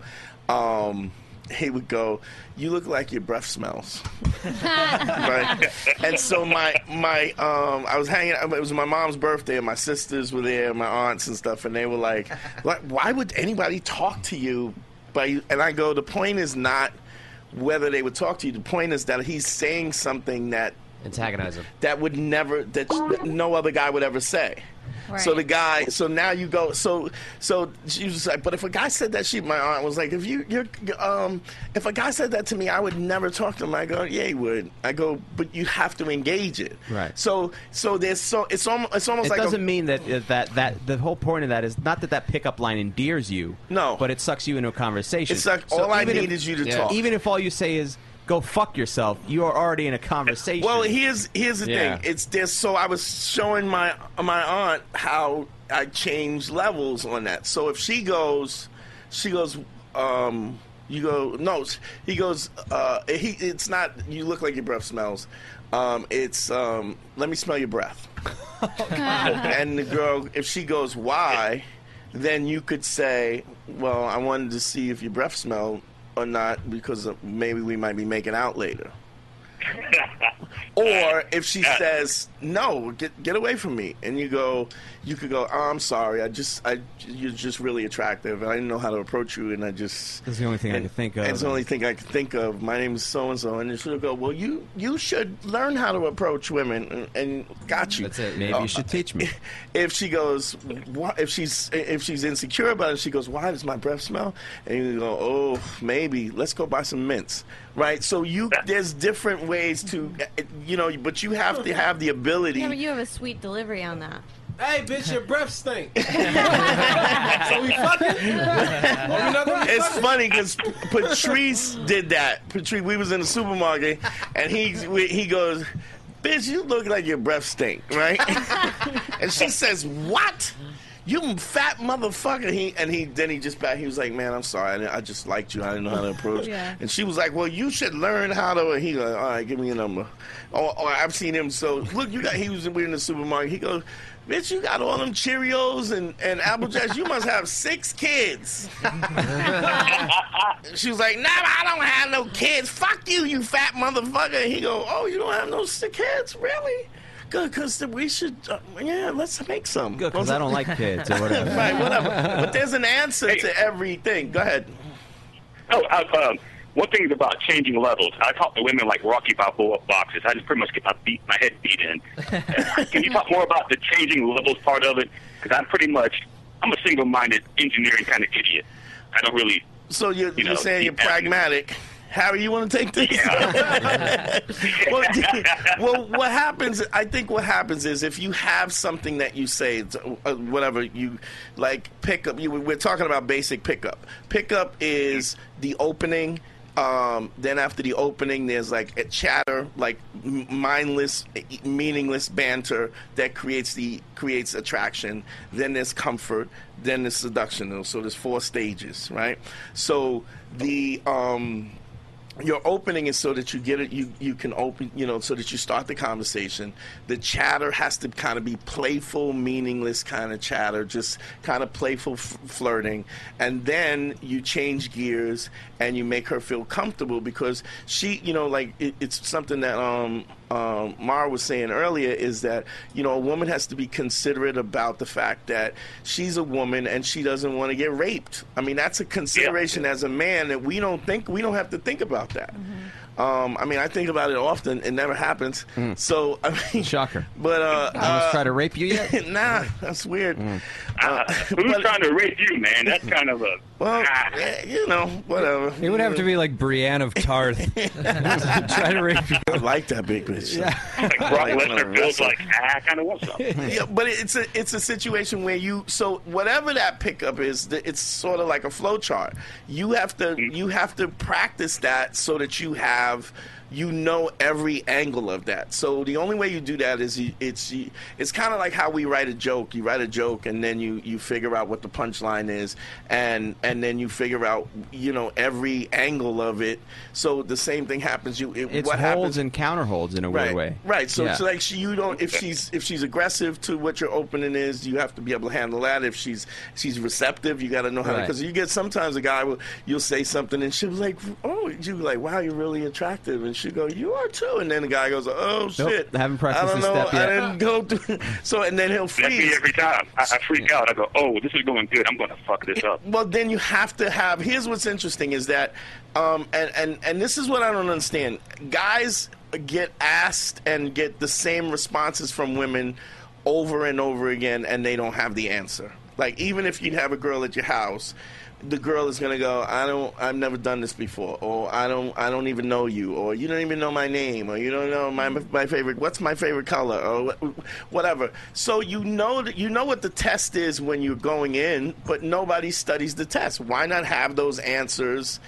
um, he would go, "You look like your breath smells." right? And so my my um, I was hanging. It was my mom's birthday, and my sisters were there, and my aunts and stuff, and they were like, "Why- "Why would anybody talk to you?" But and I go, the point is not whether they would talk to you. The point is that he's saying something that
Antagonize him.
that would never that no other guy would ever say. So the guy, so now you go, so so she was like, but if a guy said that, she, my aunt was like, if you, you're, um, if a guy said that to me, I would never talk to him. I go, yeah, he would. I go, but you have to engage it.
Right.
So so there's so it's almost it's almost
It
like a-
doesn't mean that uh, that that the whole point of that is not that that pickup line endears you. No, but it sucks you into a conversation.
It's like, all I
even
need is you to talk.
Even if all you say is "go fuck yourself," you are already in a conversation.
Well, here's here's the
Yeah.
thing. It's this. So I was showing my my aunt how I changed levels on that. So if she goes, she goes. um You go. No, he goes. uh He. It's not. You look like your breath smells. Um, it's. um Let me smell your breath. and the girl, if she goes, why? Then you could say, well, I wanted to see if your breath smelled or not because of- maybe we might be making out later. or if she says, no, get get away from me, and you go, you could go, oh, I'm sorry, I just, I, you're just really attractive, and I didn't know how to approach you, and I just.
That's the only thing I could think of.
It's the only thing I could think of. My name is so and so, and you should go. Well, you you should learn how to approach women, and, and got you. That's it.
Maybe you should teach me.
If she goes, why, if she's if she's insecure about it, she goes, why does my breath smell? And you go, oh, maybe let's go buy some mints, right? So you there's different ways to, you know, but you have to have the ability.
Yeah, but you have a sweet delivery on that.
Hey, bitch, your breath stink. so we fucking. Are we not gonna be
it's
fucking?
funny because Patrice did that. Patrice, we was in the supermarket, and he we- he goes, "Bitch, you look like your breath stink, right?" and she says, "What?" You fat motherfucker! He and he then he just back. He was like, "Man, I'm sorry. I, didn't- I just liked you. I didn't know how to approach."
Yeah.
And she was like, "Well, you should learn how to." And he goes, "All right, give me your number." Or, or I've seen him. So look, you got. He was we in the supermarket. He goes, "Bitch, you got all them Cheerios and and Apple Jacks. You must have six kids." she was like, "Nah, I don't have no kids. Fuck you, you fat motherfucker." And he go, "Oh, you don't have no sick kids, really?" Good, cause we should. Uh, yeah, let's make some. Good,
'cause I don't like kids or whatever.
right, whatever. But there's an answer to everything. Go ahead.
Oh, I, um, one thing is about changing levels. I talk to women like Rocky Balboa boxes. I just pretty much get my beat, my head beat in. Can you talk more about the changing levels part of it? Because I'm pretty much, I'm a single-minded engineering kind of idiot. I don't really.
So you're,
You
you are
know,
saying you're
the avenue.
pragmatic. Harry, you want to take this? well, d- well, what happens? I think what happens is if you have something that you say, it's, uh, whatever you like, pickup. You, we're talking about basic pickup. Pickup is the opening. Um, then after the opening, there's like a chatter, like m- mindless, e- meaningless banter that creates the creates attraction. Then there's comfort. Then there's seduction. So there's four stages, right? So the um, your opening is so that you get it you, you can open you know so that you start the conversation the chatter has to kind of be playful meaningless kind of chatter just kind of playful f- flirting and then you change gears and you make her feel comfortable because she you know like it, it's something that um um, Mara was saying earlier is that you know a woman has to be considerate about the fact that she's a woman and she doesn't want to get raped. I mean that's a consideration as a man that we don't think we don't have to think about that.
Mm-hmm.
Um, I mean I think about it often. It never happens. So I mean shocker. But uh,
I Mm. almost
uh,
tried to rape you yet? Mm.
nah, that's weird. Uh,
Uh, Who's trying to rape you, man? That's kind of a.
Well, eh, you know, whatever.
It would have to be like Brienne of Tarth. Try to rape you.
I like that big bitch.
Like Brock Lesnar feels like, ah, I kind of want something.
yeah, but it's a it's a situation where you so whatever that pickup is, th- it's sort of like a flow chart. You have to
Mm-hmm.
you have to practice that so that you have you know every angle of that. So the only way you do that is you, it's you, it's kind of like how we write a joke. You write a joke and then you you figure out what the punchline is and and then you figure out you know every angle of it. So the same thing happens you it,
It's
what happens
holds and counter holds in a
right,
weird way.
Right. So
Yeah.
it's like she, you don't if she's if she's aggressive to what your opening is, you have to be able to handle that. If she's she's receptive, you got to know how
Right.
because you get sometimes a guy will you'll say something and she'll be like, oh, you like wow, you're really attractive, and she go, you are too, and then the guy goes, oh
Nope,
shit,
I haven't practiced
I don't
this
know,
step
I
yet."
didn't go through. So and then he'll
That's me
freeze.
every time. I, I freak out. I go, oh, this is going good. I'm going to fuck this up.
Well, then you have to have. Here's what's interesting is that, um, and and and this is what I don't understand. Guys get asked and get the same responses from women over and over again, and they don't have the answer. Like even if you have a girl at your house, the girl is gonna go, I don't, I've never done this before, or I don't, I don't even know you, or you don't even know my name, or you don't know my my favorite, what's my favorite color, or wh- whatever. So you know that you know what the test is when you're going in, but nobody studies the test. Why not have those answers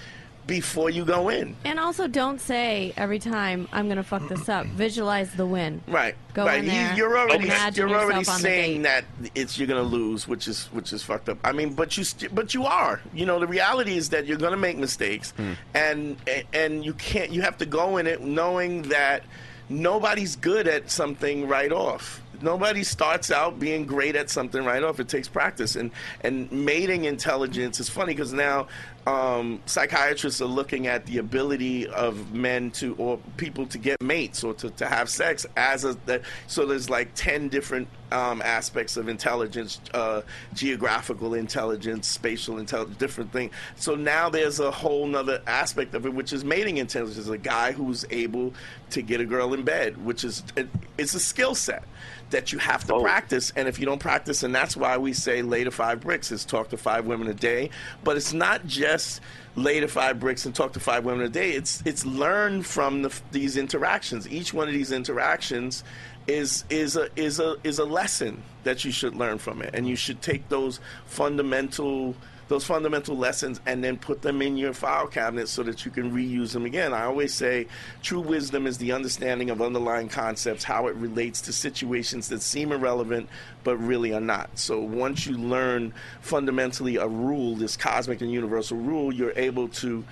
before you go in?
And also, don't say every time, I'm going to fuck this up. Visualize the win.
Right.
Go
right.
in
You-
there.
You're already
Imagine
you're already
yourself on the
saying that it's you're gonna lose, which is which is fucked up. I mean, but you st- but you are. You know, the reality is that you're gonna make mistakes, and and you can't. You have to go in it knowing that nobody's good at something right off. Nobody starts out being great at something right off. It takes practice, and and mating intelligence is funny because now um, psychiatrists are looking at the ability of men to or people to get mates or to, to have sex as a that, so there's like 10 different um, aspects of intelligence uh, geographical intelligence spatial intelligence different thing so now there's a whole nother aspect of it which is mating intelligence a guy who's able to get a girl in bed which is it, it's a skill set that you have to practice. And if you don't practice, and that's why we say lay to five bricks is talk to five women a day. But it's not just lay to five bricks and talk to five women a day. It's it's learn from the, these interactions. Each one of these interactions is is a is a is a lesson that you should learn from it, and you should take those fundamental. Those fundamental lessons, and then put them in your file cabinet so that you can reuse them again. I always say true wisdom is the understanding of underlying concepts, how it relates to situations that seem irrelevant but really are not. So once you learn fundamentally a rule, this cosmic and universal rule, you're able to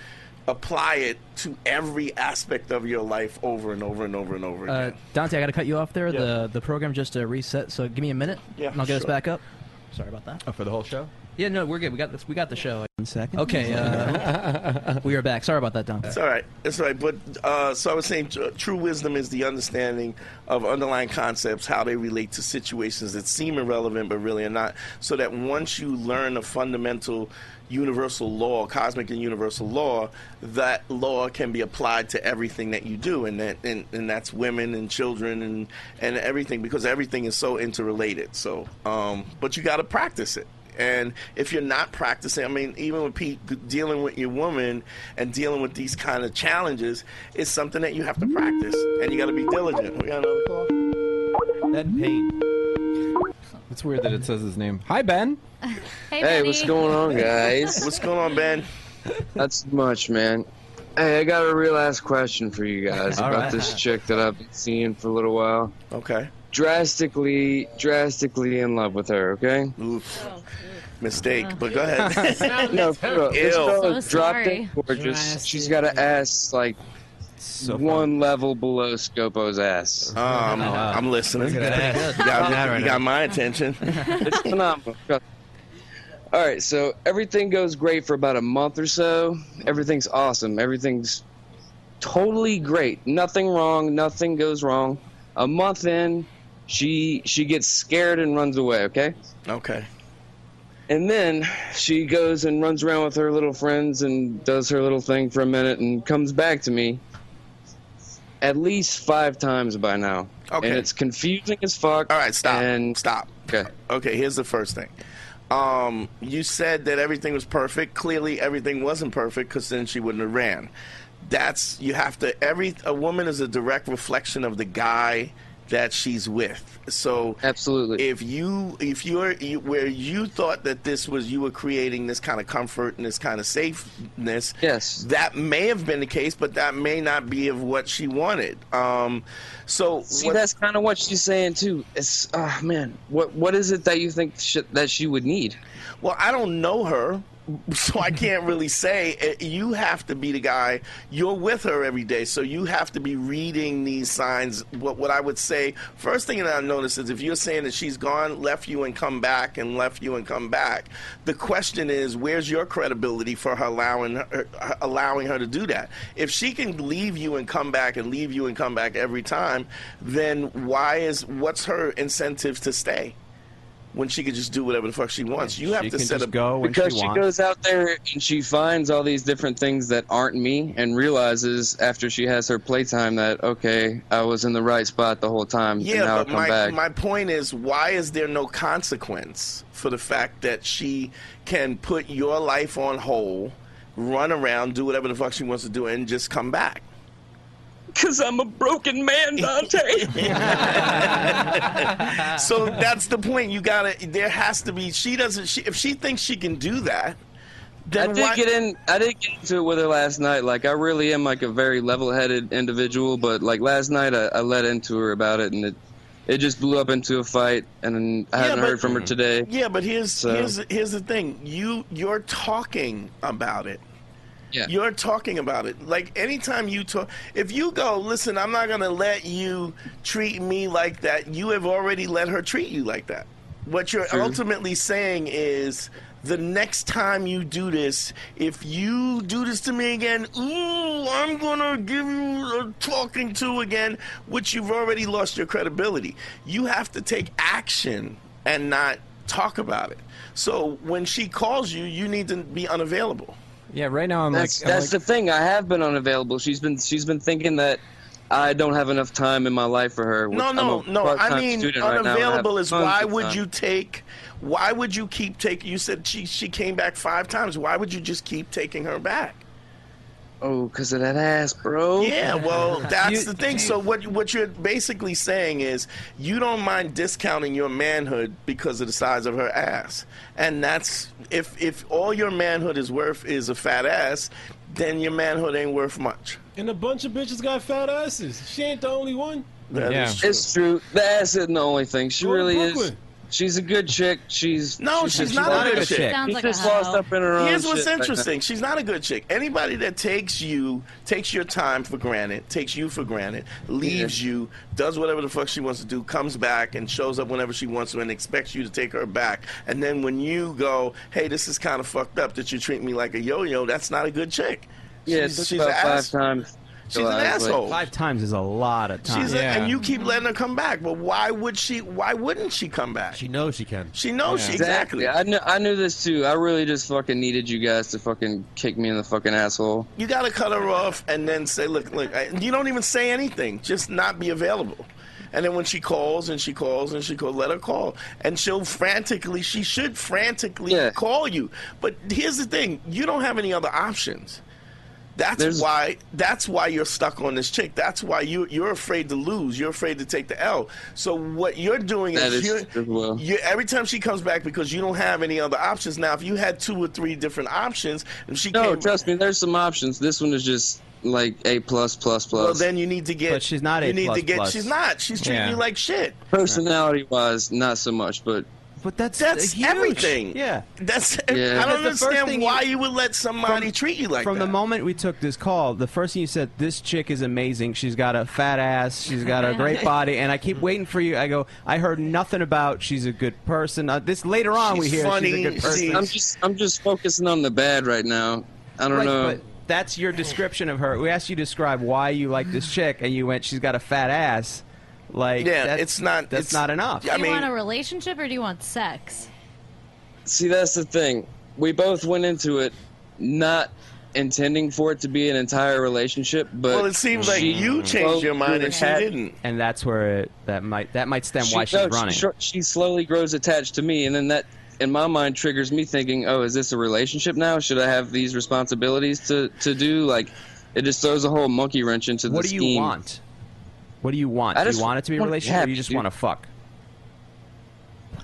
apply it to every aspect of your life over and over and over and over again.
Uh, Dante, I got to cut you off there. The the program just uh, reset, so give me a minute.
Yeah,
and I'll get us
sure.
back up. Sorry about that.
Oh, for the whole show.
Yeah, no, we're good. We got this. We got the show.
One second.
Okay, uh, we are back. Sorry about that, Dom.
It's all right. It's all right. But uh, so I was saying, tr- true wisdom is the understanding of underlying concepts, how they relate to situations that seem irrelevant but really are not. So that once you learn a fundamental universal law, cosmic and universal law, that law can be applied to everything that you do, and that and, and that's women and children and and everything because everything is so interrelated. So, um, but you got to practice it. And if you're not practicing, I mean, even with Pete dealing with your woman and dealing with these kind of challenges, it's something that you have to practice and you got to be diligent. We got another call.
Ed Payne. It's weird that it says his name. Hi, Ben.
Hey,
what's going on, guys?
what's going on, Ben?
That's much, man. Hey, I got a real ass question for you guys
All
about
right.
this chick that I've been seeing for a little while.
Okay.
Drastically, drastically in love with her. Okay. Oh,
Mistake, but go ahead.
no, for real. This
Ew.
girl
So
dropped
sorry.
it gorgeous. She's got an ass like one level below Scopo's ass.
Oh, I'm, I'm listening. You got, you got my attention.
it's phenomenal. Trust me. All right, so everything goes great for about a month or so. Everything's awesome. Everything's totally great. Nothing wrong. Nothing goes wrong. A month in, she she gets scared and runs away. Okay.
Okay.
And then she goes and runs around with her little friends and does her little thing for a minute and comes back to me at least five times by now.
Okay.
And it's confusing as fuck.
All right, stop. stop. Okay. Okay, here's the first thing. Um, you said that everything was perfect. Clearly, everything wasn't perfect because then she wouldn't have ran. That's you have to. Every a woman is a direct reflection of the guy that she's with. So
absolutely,
if you if you're you, where you thought that this was you were creating this kind of comfort and this kind of safeness,
yes,
that may have been the case, but that may not be of what she wanted. Um, so
See,
what-
that's kind of what she's saying too. It's ah man, what what is it that you think sh- that she would need?
Well, I don't know her, so I can't really say. Uh, You have to be the guy. You're with her every day, so you have to be reading these signs. What what I would say first thing that I notice is if you're saying that she's gone, left you, and come back, and left you and come back. The question is, where's your credibility for her allowing her, her- allowing her to do that? If she can leave you and come back, and leave you and come back every time, then why is what's her incentive to stay? when she could just do whatever the fuck she wants. You have to set up
because she, goes out there and she finds all these different things that aren't me and realizes after she has her playtime that okay, I was in the right spot the whole time. and
Yeah,
now I
but
come
my
back.
my point is, why is there no consequence for the fact that she can put your life on hold, run around, do whatever the fuck she wants to do, and just come back?
Because I'm a broken man, Dante.
so that's the point. You gotta. There has to be. She doesn't. She, if she thinks she can do that,
I
then
did
why-
get in. I did get into it with her last night. Like I really am like a very level-headed individual, but like last night I, I let into her about it, and it it just blew up into a fight, and then I haven't heard from her today.
Yeah, but here's
So-
here's here's the thing. You you're talking about it.
Yeah.
You're talking about it. Like anytime you talk, if you go, listen, I'm not gonna let you treat me like that. You have already let her treat you like that. What you're ultimately saying is the next time you do this, if you do this to me again, ooh, I'm gonna give you a talking to again, which you've already lost your credibility. You have to take action and not talk about it. So when she calls you, you need to be unavailable.
Yeah, right now I'm
that's
like, I'm
that's the thing. I have been unavailable. She's been she's been thinking that I don't have enough time in my life for her. which
No,
I'm
no,
a
no. I
part-time
mean,
student right now and I have
unavailable is
tons
why
of
would
time.
you take? Why would you keep taking? You said she she came back five times. Why would you just keep taking her back?
Oh, because of that ass, bro.
Yeah, well, that's
You-
the thing. So what what you're basically saying is you don't mind discounting your manhood because of the size of her ass, and that's if if all your manhood is worth is a fat ass, then your manhood ain't worth much.
And a bunch of bitches got fat asses. She ain't the only one.
That is true.
It's true. The ass isn't the only thing. She
Go to
really is.
Brooklyn.
She's a good chick. She's
No, she's, not, a good chick.
She's just lost up in her own.
Here's what's
shit uh, right now.
interesting: she's not a good chick. Anybody that takes you, takes your time for granted, takes you for granted, leaves you, does whatever the fuck she wants to do, comes back and shows up whenever she wants to, and expects you to take her back. And then when you go, "Hey, this is kind of fucked up that you treat me like a yo-yo," that's not a good chick.
Yeah,
she's,
it's
she's
about
an
five
ass-
times.
She's an asshole.
Five times is a lot of time.
She's a, and you keep letting her come back, but why would she? Why wouldn't she come back? She
knows she can.
She knows she exactly.
I knew, I knew this too. I really just fucking needed you guys to fucking kick me in the fucking asshole.
You gotta cut her off and then say, look, look. I, you don't even say anything. Just not be available. And then when she calls and she calls and she calls, let her call. And she'll frantically, she should frantically call you. But here's the thing: you don't have any other options. That's why. That's why you're stuck on this chick. That's why you you're afraid to lose. You're afraid to take the L. So what you're doing
That
is
is
you're,
true as well.
you every time she comes back because you don't have any other options. Now, if you had two or three different options, and she
No,
came,
trust me, there's some options. This one is just like A plus plus plus.
well, then you need to get.
But she's not
You
A
need to
plus
get.
plus.
She's not. She's treating
Yeah.
you like shit.
personality wise, not so much, but
But that's
That's everything.
Yeah.
That's.
Yeah.
I don't
Because the first
understand
thing
why you, would let somebody treat you like
From
that.
the moment we took this call, the first thing you said, this chick is amazing. She's got a fat ass. She's got a great body. And I keep waiting for you. I go, I heard nothing about she's a good person. Uh, this later on we hear she's a good person.
I'm just I'm just focusing on the bad right now. I don't
Right,
know.
But that's your description of her. We asked you to describe why you like this chick, and you went, she's got a fat ass. Like,
Yeah,
that's,
it's not-
That's
it's-
not enough.
do you want a relationship or do you want sex?
See, that's the thing. We both went into it not intending for it to be an entire relationship, but
Well, it seems like
she
you changed your mind and she
had-
didn't.
And that's where it, that might that might stem
she-
why she's
no,
running.
She, shor- she slowly grows attached to me, and then that, in my mind, triggers me thinking, "Oh, is this a relationship now? Should I have these responsibilities to to do?" Like, it just throws a whole monkey wrench into the
What do you
scheme.
want? What do you want?
I
Do you
just
want it to be a
want
relationship, or you
happy,
just
dude.
want to fuck?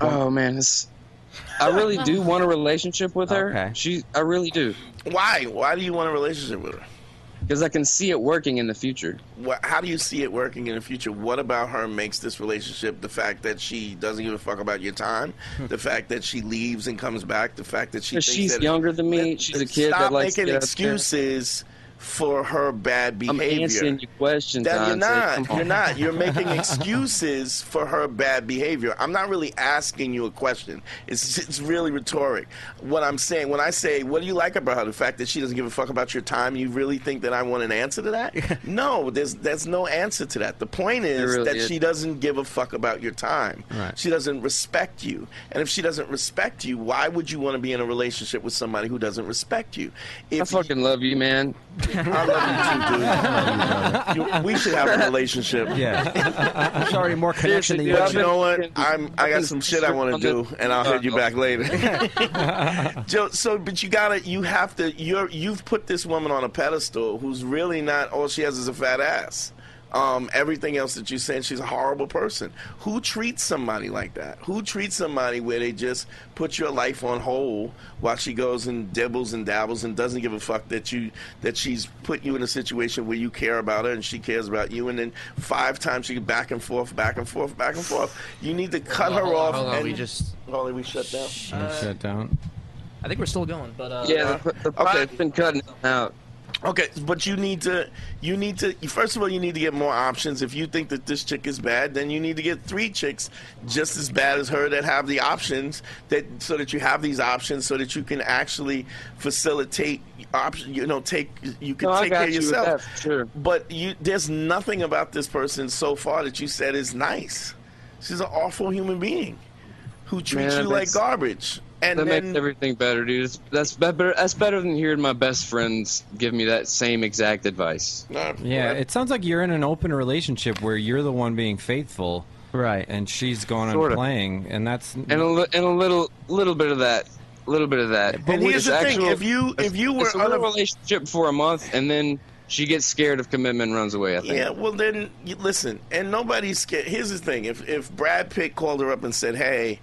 Oh man, this, I really do want a relationship with her. She, I really do.
Why? Why do you want a relationship with her?
Because I can see it working in the future.
What, how do you see it working in the future? What about her makes this relationship the fact that she doesn't give a fuck about your time,
Hmm.
the fact that she leaves and comes back, the fact that she thinks
she's
that
younger than me. She's a kid
Stop
that likes
making
to get out there.
excuses for her bad
I'm
behavior.
answering your questions.
That you're
Dante.
not.
Come on.
You're not. You're making excuses for her bad behavior. I'm not really asking you a question. It's it's really rhetoric. What I'm saying when I say, "What do you like about her?" The fact that she doesn't give a fuck about your time. You really think that I want an answer to that? no. There's there's no answer to that. The point is
really
that
is.
she doesn't give a fuck about your time.
Right.
She doesn't respect you. And if she doesn't respect you, why would you want to be in a relationship with somebody who doesn't respect you?
I fucking love you, man.
I love you too, dude. You- we should have a relationship.
Yeah. There's already more connection than
Seriously,
you
but you know what? I'm I got some shit I want to do, and I'll hit you back later. Joe, so, but you gotta, you have to. You're you've put this woman on a pedestal who's really not. All she has is a fat ass. Um, everything else that you're saying, she's a horrible person. Who treats somebody like that? Who treats somebody where they just put your life on hold while she goes and dibbles and dabbles and doesn't give a fuck that you that she's put you in a situation where you care about her and she cares about you, and then five times she back and forth, back and forth, back and forth. You need to cut her
Hold on,
off.
hold on,
and
we just-
Holy, we shut down.
shut down.
I think we're still going, but uh,
Yeah, the, the
Okay.
pot's been cutting out.
Okay, but you need to you need to first of all you need to get more options. If you think that this chick is bad, then you need to get three chicks just as bad as her that have the options that so that you have these options so that you can actually facilitate option you know take you can
No, I
take
got
care of
you with
yourself.
that, sure.
But you there's nothing about this person so far that you said is nice. She's an awful human being who treats
Man,
you like
that's-
garbage. And
that
then
makes everything better, dude. It's- That's better. That's better than hearing my best friends give me that same exact advice.
Yeah, it sounds like you're in an open relationship where you're the one being faithful, right? And she's going on
Sorta.
playing, and that's
and a, li- and a little little bit of that, a little bit of that.
And here's
It's
the thing:
actual-
if you if you were
it's a
on
real relationship for a month and then she gets scared of commitment, and runs away. I think.
Yeah, well then you, listen, and nobody's scared. Here's the thing: if if Brad Pitt called her up and said, "Hey,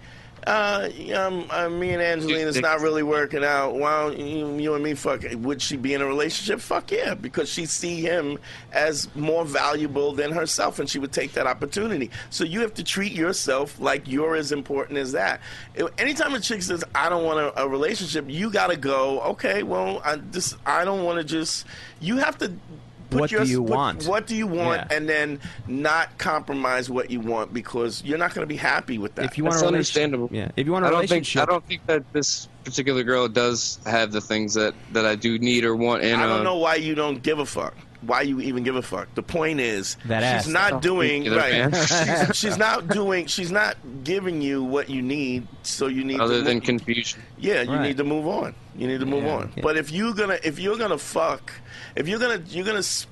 uh, um, uh, me and Angelina's not really working out. Why don't you, you and me fuck?" it?" Would she be in a relationship? Fuck yeah, because she see him as more valuable than herself, and she would take that opportunity. So you have to treat yourself like you're as important as that. If- Anytime a chick says, "I don't want a, a relationship," you gotta go. Okay, well, I, this I don't want to just. You have to. put
What do you
put-
want?
What do you want?
Yeah.
and then not compromise what you want because you're not going to be happy with that.
If you want
That's
a
understandable.
relationship, yeah. If you want a
I don't
relationship,
think I don't think that this particular girl does have the things that that I do need or want. And
I don't know why you don't give a fuck. Why you even give a fuck? The point is,
That ass.
she's not
Oh,
doing
either,
right.
man.
she's, she's not doing. She's not giving you what you need. So you need
other
to
than
move-
confusion.
Yeah, you need to move on. You need to move
Yeah,
on.
okay.
But if you're gonna, if you're gonna fuck, if you're gonna, you're gonna s-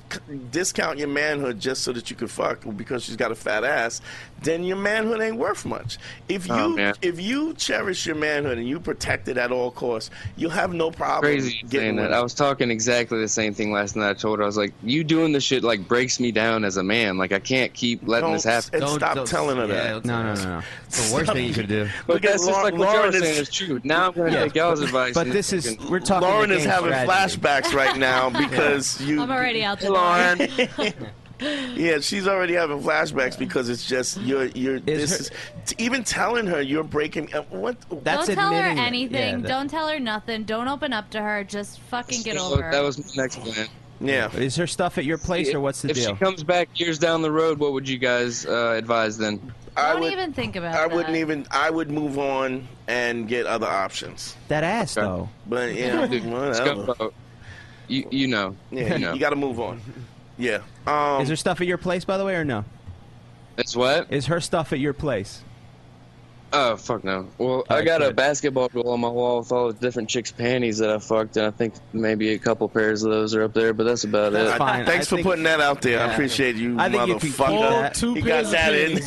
discount your manhood just so that you can fuck because she's got a fat ass, then your manhood ain't worth much. If you,
Oh, man.
if you cherish your manhood and you protect it at all costs, you'll have no problem
Crazy you saying
getting
that.
with
I
it.
was talking exactly the same thing last night. I told her I was like, "You doing this shit like breaks me down as a man. Like I can't keep letting
Don't-
this happen."
and Don't- stop don't- telling her that. yeah, don't
no, no, no, no. It's the worst thing you could do.
Look
But
at
that's just
Lau-
like what y'all
Lauren
are
is-
saying is true. Now I'm gonna
Yeah.
take y'all's advice.
But
and
this is-
fucking-
we're talking Lauren the is game having strategy. flashbacks right now because you-
I'm already out the
Lauren.
door.
Yeah, she's already having flashbacks because it's just you're you're this is t- even telling her you're breaking uh, what
Don't tell her anything. Don't tell her nothing. Don't open up to her. Just fucking get over it.
was my next plan.
Yeah.
Is her stuff at your place, or what's the
if
deal?
she comes back years down the road, what would you guys uh, advise then?
I
Don't
would
even think about
I
that.
wouldn't even I would move on and get other options.
that ass though.
But yeah,
Dude,
whatever.
Scumbo, you you know.
Yeah,
you
you,
know.
got to move on. Yeah. Um,
is there stuff at your place, by the way, or no?
It's what?
Is her stuff at your place?
Oh fuck no. Well, I got a basketball goal on my wall with all the different chicks' panties that I fucked, and I think maybe a couple pairs of those are up there, but that's about
That's
it.
fine. Thanks I for think- putting that out there. I appreciate you, I think you can keep motherfucker. that. Two You got pairs of that in.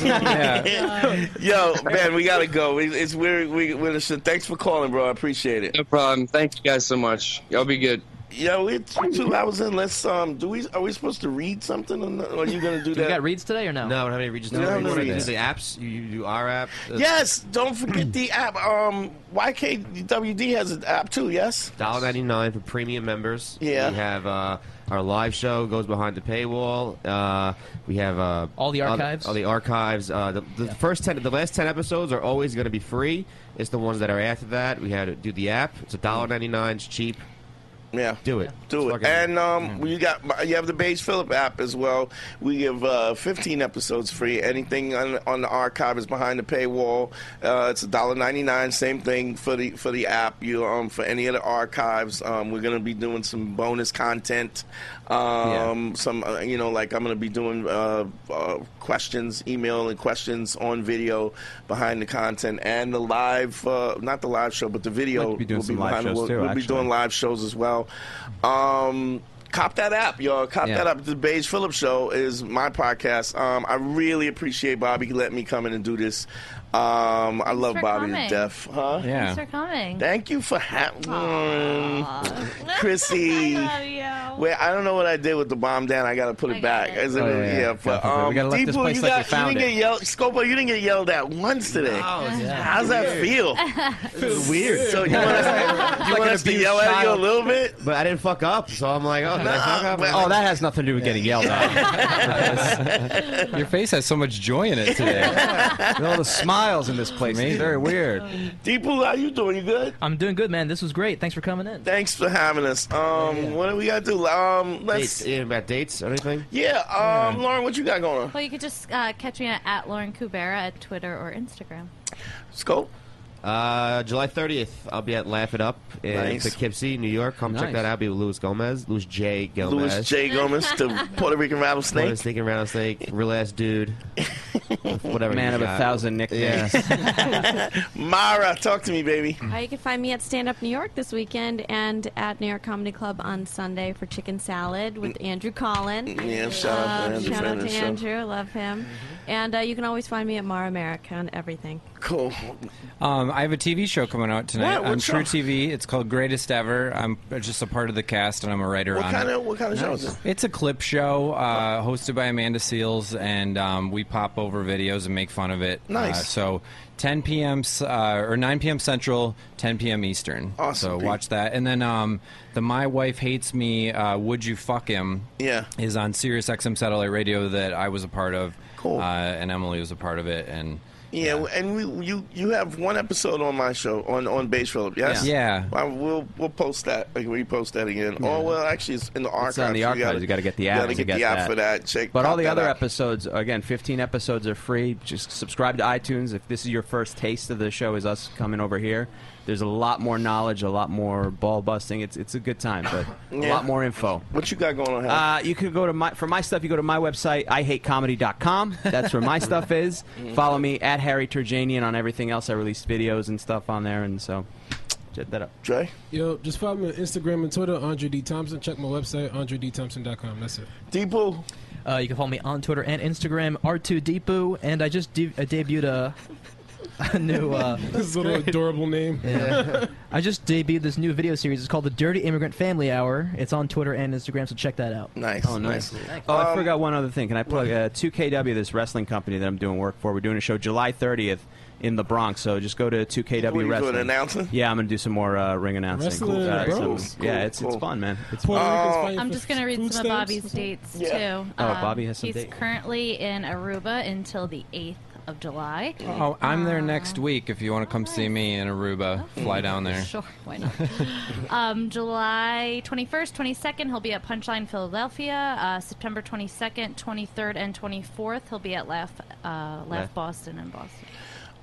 panties. Yeah. Yo, man, we gotta go. We- It's weird. We, we, listen, thanks for calling, bro. I appreciate it.
No problem. Thank you guys so much. Y'all be good.
Yo, it's two hours in. Let's um, do we are we supposed to read something? Or, no- or are you gonna do
Do
that?
we got
reads today or no?
No, I don't have any regions.
No,
No,
no
no, no,
reads.
the apps. You, you do our app. uh,
Yes, don't forget the app. Um, YKWd has an app too. Yes.
Dollar ninety nine for premium members.
Yeah.
We have uh, our live show goes behind the paywall. Uh, we have uh,
All the archives?
All, the archives. Uh, the, the first ten, the last ten episodes are always going to be free. It's the ones that are after that. We had to do the app. It's a dollar ninety nine. It's cheap.
Yeah.
Do it.
Do it. And um,
mm.
you got you have the Beige Phillip app as well. We give uh, 15 episodes free. Anything on, on the archive is behind the paywall. Uh, it's $1.99. Same thing for the for the app. You um for any of the archives. Um, we're gonna be doing some bonus content. Um, some uh, you know like I'm gonna be doing uh, uh, questions, email and questions on video behind the content and the live uh, not the live show but the video
Might be doing
will
some live
behind the,
shows
we'll,
too,
we'll be
actually.
doing live shows as well. Um, cop that app, y'all. Cop
Yeah.
that up. The Beige Phillips Show is my podcast. Um, I really appreciate Bobby letting me come in and do this. Um, I love
for
Bobby
coming.
to death. Huh?
Thanks for coming.
Thank you for having Mm, Chrissy. Wait, I don't know what I did with the bomb down. I gotta put it back. As it
Oh,
was-
yeah,
yeah,
yeah.
but
Gotta flip it. We
um,
gotta let this
Deepu,
place
you,
like we
got, you
found
didn't
it.
get yelled. Scopo, you didn't get yelled at once today.
No, it's
How's that
weird.
feel?
Feels
weird. So you
weird.
want
It's like an
us to
abused
yell at you a
child.
little bit?
But I didn't fuck up, so I'm like, oh, did I fuck up?
man.
Oh, that
has nothing to do with getting yelled at. Your face has so much joy in it today. All the smiles in this place. It's very weird.
Deepu, how you doing? You good?
I'm doing good, man. This was great. Thanks for coming in.
Thanks for having us. Um, what do we got to do? Um, let's.
Dates, yeah, about dates or anything?
Yeah. Um, Lauren, what you got going on?
Well, you could just uh, catch me at, at Lauren Kubera at Twitter or Instagram.
Scope.
Uh, July 30th, I'll be at Laugh It Up in
Nice.
Poughkeepsie, New York. Come check
Nice.
that out. I'll be with Luis Gomez, Luis J. Gomez.
Louis J. Gomez, the Puerto Rican rattlesnake.
Puerto Rican rattlesnake, real ass dude. Whatever.
Man
you
of a
got.
thousand nicknames.
Yeah.
Mara, talk to me, baby.
Uh, you can find me at Stand Up New York this weekend and at New York Comedy Club on Sunday for chicken salad with Andrew Collin.
Mm. Yeah, shout out to
Um,
Andrew
Shout out
Fenner,
to
so- Mm-hmm.
Andrew. Love him. And uh, you can always find me at Mara America on everything.
Cool.
Um, I have a TV show coming out tonight
What?
on
What's
True
up?
TV. It's called Greatest Ever. I'm just a part of the cast, and I'm a writer
What
on
kind
it.
of what kind of show is it?
It's a clip show uh, hosted by Amanda Seals, and um, we pop over videos and make fun of it.
Nice.
Uh, so 10 p.m. s- Uh, or 9 p.m. Central, 10 p.m. Eastern.
Awesome,
So
dude.
watch that. And then um, the My Wife Hates Me, uh, Would You Fuck Him?
Yeah.
Is on Sirius XM Satellite Radio that I was a part of. Cool. Uh, and Emily was a part of it. And
Yeah, and we you you have one episode on my show on on Base Phillip, yes?
Yeah.
Well, we'll we'll post that like repost that again. Oh well, actually, it's in the archives.
It's on the archives. You got to get the app.
You got to get the app for that. Check.
But all
pop
the
that
other
out.
episodes, again, 15 episodes are free. Just subscribe to iTunes. If this is your first taste of the show, is us coming over here. There's a lot more knowledge, a lot more ball busting. It's it's a good time, but a
Yeah.
lot more info.
What you got going on? Hal?
Uh, you could go to my for my stuff. You go to my website, ihatecomedy.com. That's where my stuff is. Follow me at Harry Turjanian on everything else. I release videos and stuff on there, and so check that up.
Dre,
Yo, just follow me on Instagram and Twitter, Andre D. Thompson. Check my website, AndreDThompson.com. That's it.
Deepu.
Uh, you can follow me on Twitter and Instagram, R2Deepu, and I just de- uh, debuted a, a new. Uh,
This little adorable name.
Yeah. I just debuted this new video series. It's called The Dirty Immigrant Family Hour. It's on Twitter and Instagram, so check that out.
Nice. Um,
Oh, nice. Oh, I forgot one other thing. Can I plug uh, 2KW, this wrestling company that I'm doing work for? We're doing a show July 30th in the Bronx. So just go to 2KW
What are you doing,
Wrestling.
announcing?
Yeah, I'm going to do some more uh, ring announcing.
Wrestling in the
uh,
Bronx.
some- Yeah, it's,
Cool, Uh,
it's fun, man. It's
Puerto
fun.
Ricans
I'm just going to read some of Bobby's dates, too. Um,
Oh, Bobby has some
He's
dates.
currently in Aruba until the 8th of July.
Oh, I'm there next week if you want to come see me in Aruba. Fly down there.
Mm. Sure, why not? um, July 21st, 22nd, he'll be at Punchline Philadelphia. Uh, September 22nd, 23rd, and 24th, he'll be at Laugh, uh, Laugh
Laugh.
Boston in Boston.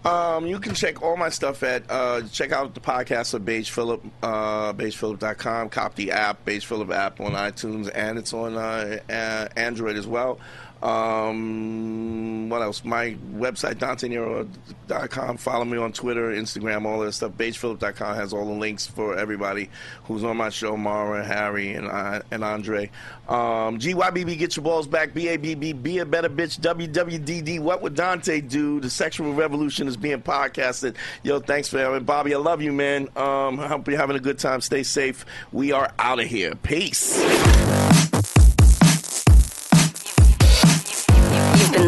Um, you can check all my stuff at uh, check out the podcast of Beige Phillip, uh, BeigePhillip.com. Cop the app, Beige Phillip app on iTunes, and it's on uh, uh, Android as well. Um, what else? My website, DanteNero.com. Follow me on Twitter, Instagram, all that stuff. BeigePhillip.com has all the links for everybody who's on my show, Mara, Harry, and I, and Andre. Um, GYBB, get your balls back. BABB, be a better bitch. WWDD, what would Dante do? The sexual revolution is being podcasted. Yo, thanks for having Bobby. I love you, man. Um, I hope you're having a good time. Stay safe. We are out of here. Peace.
You've been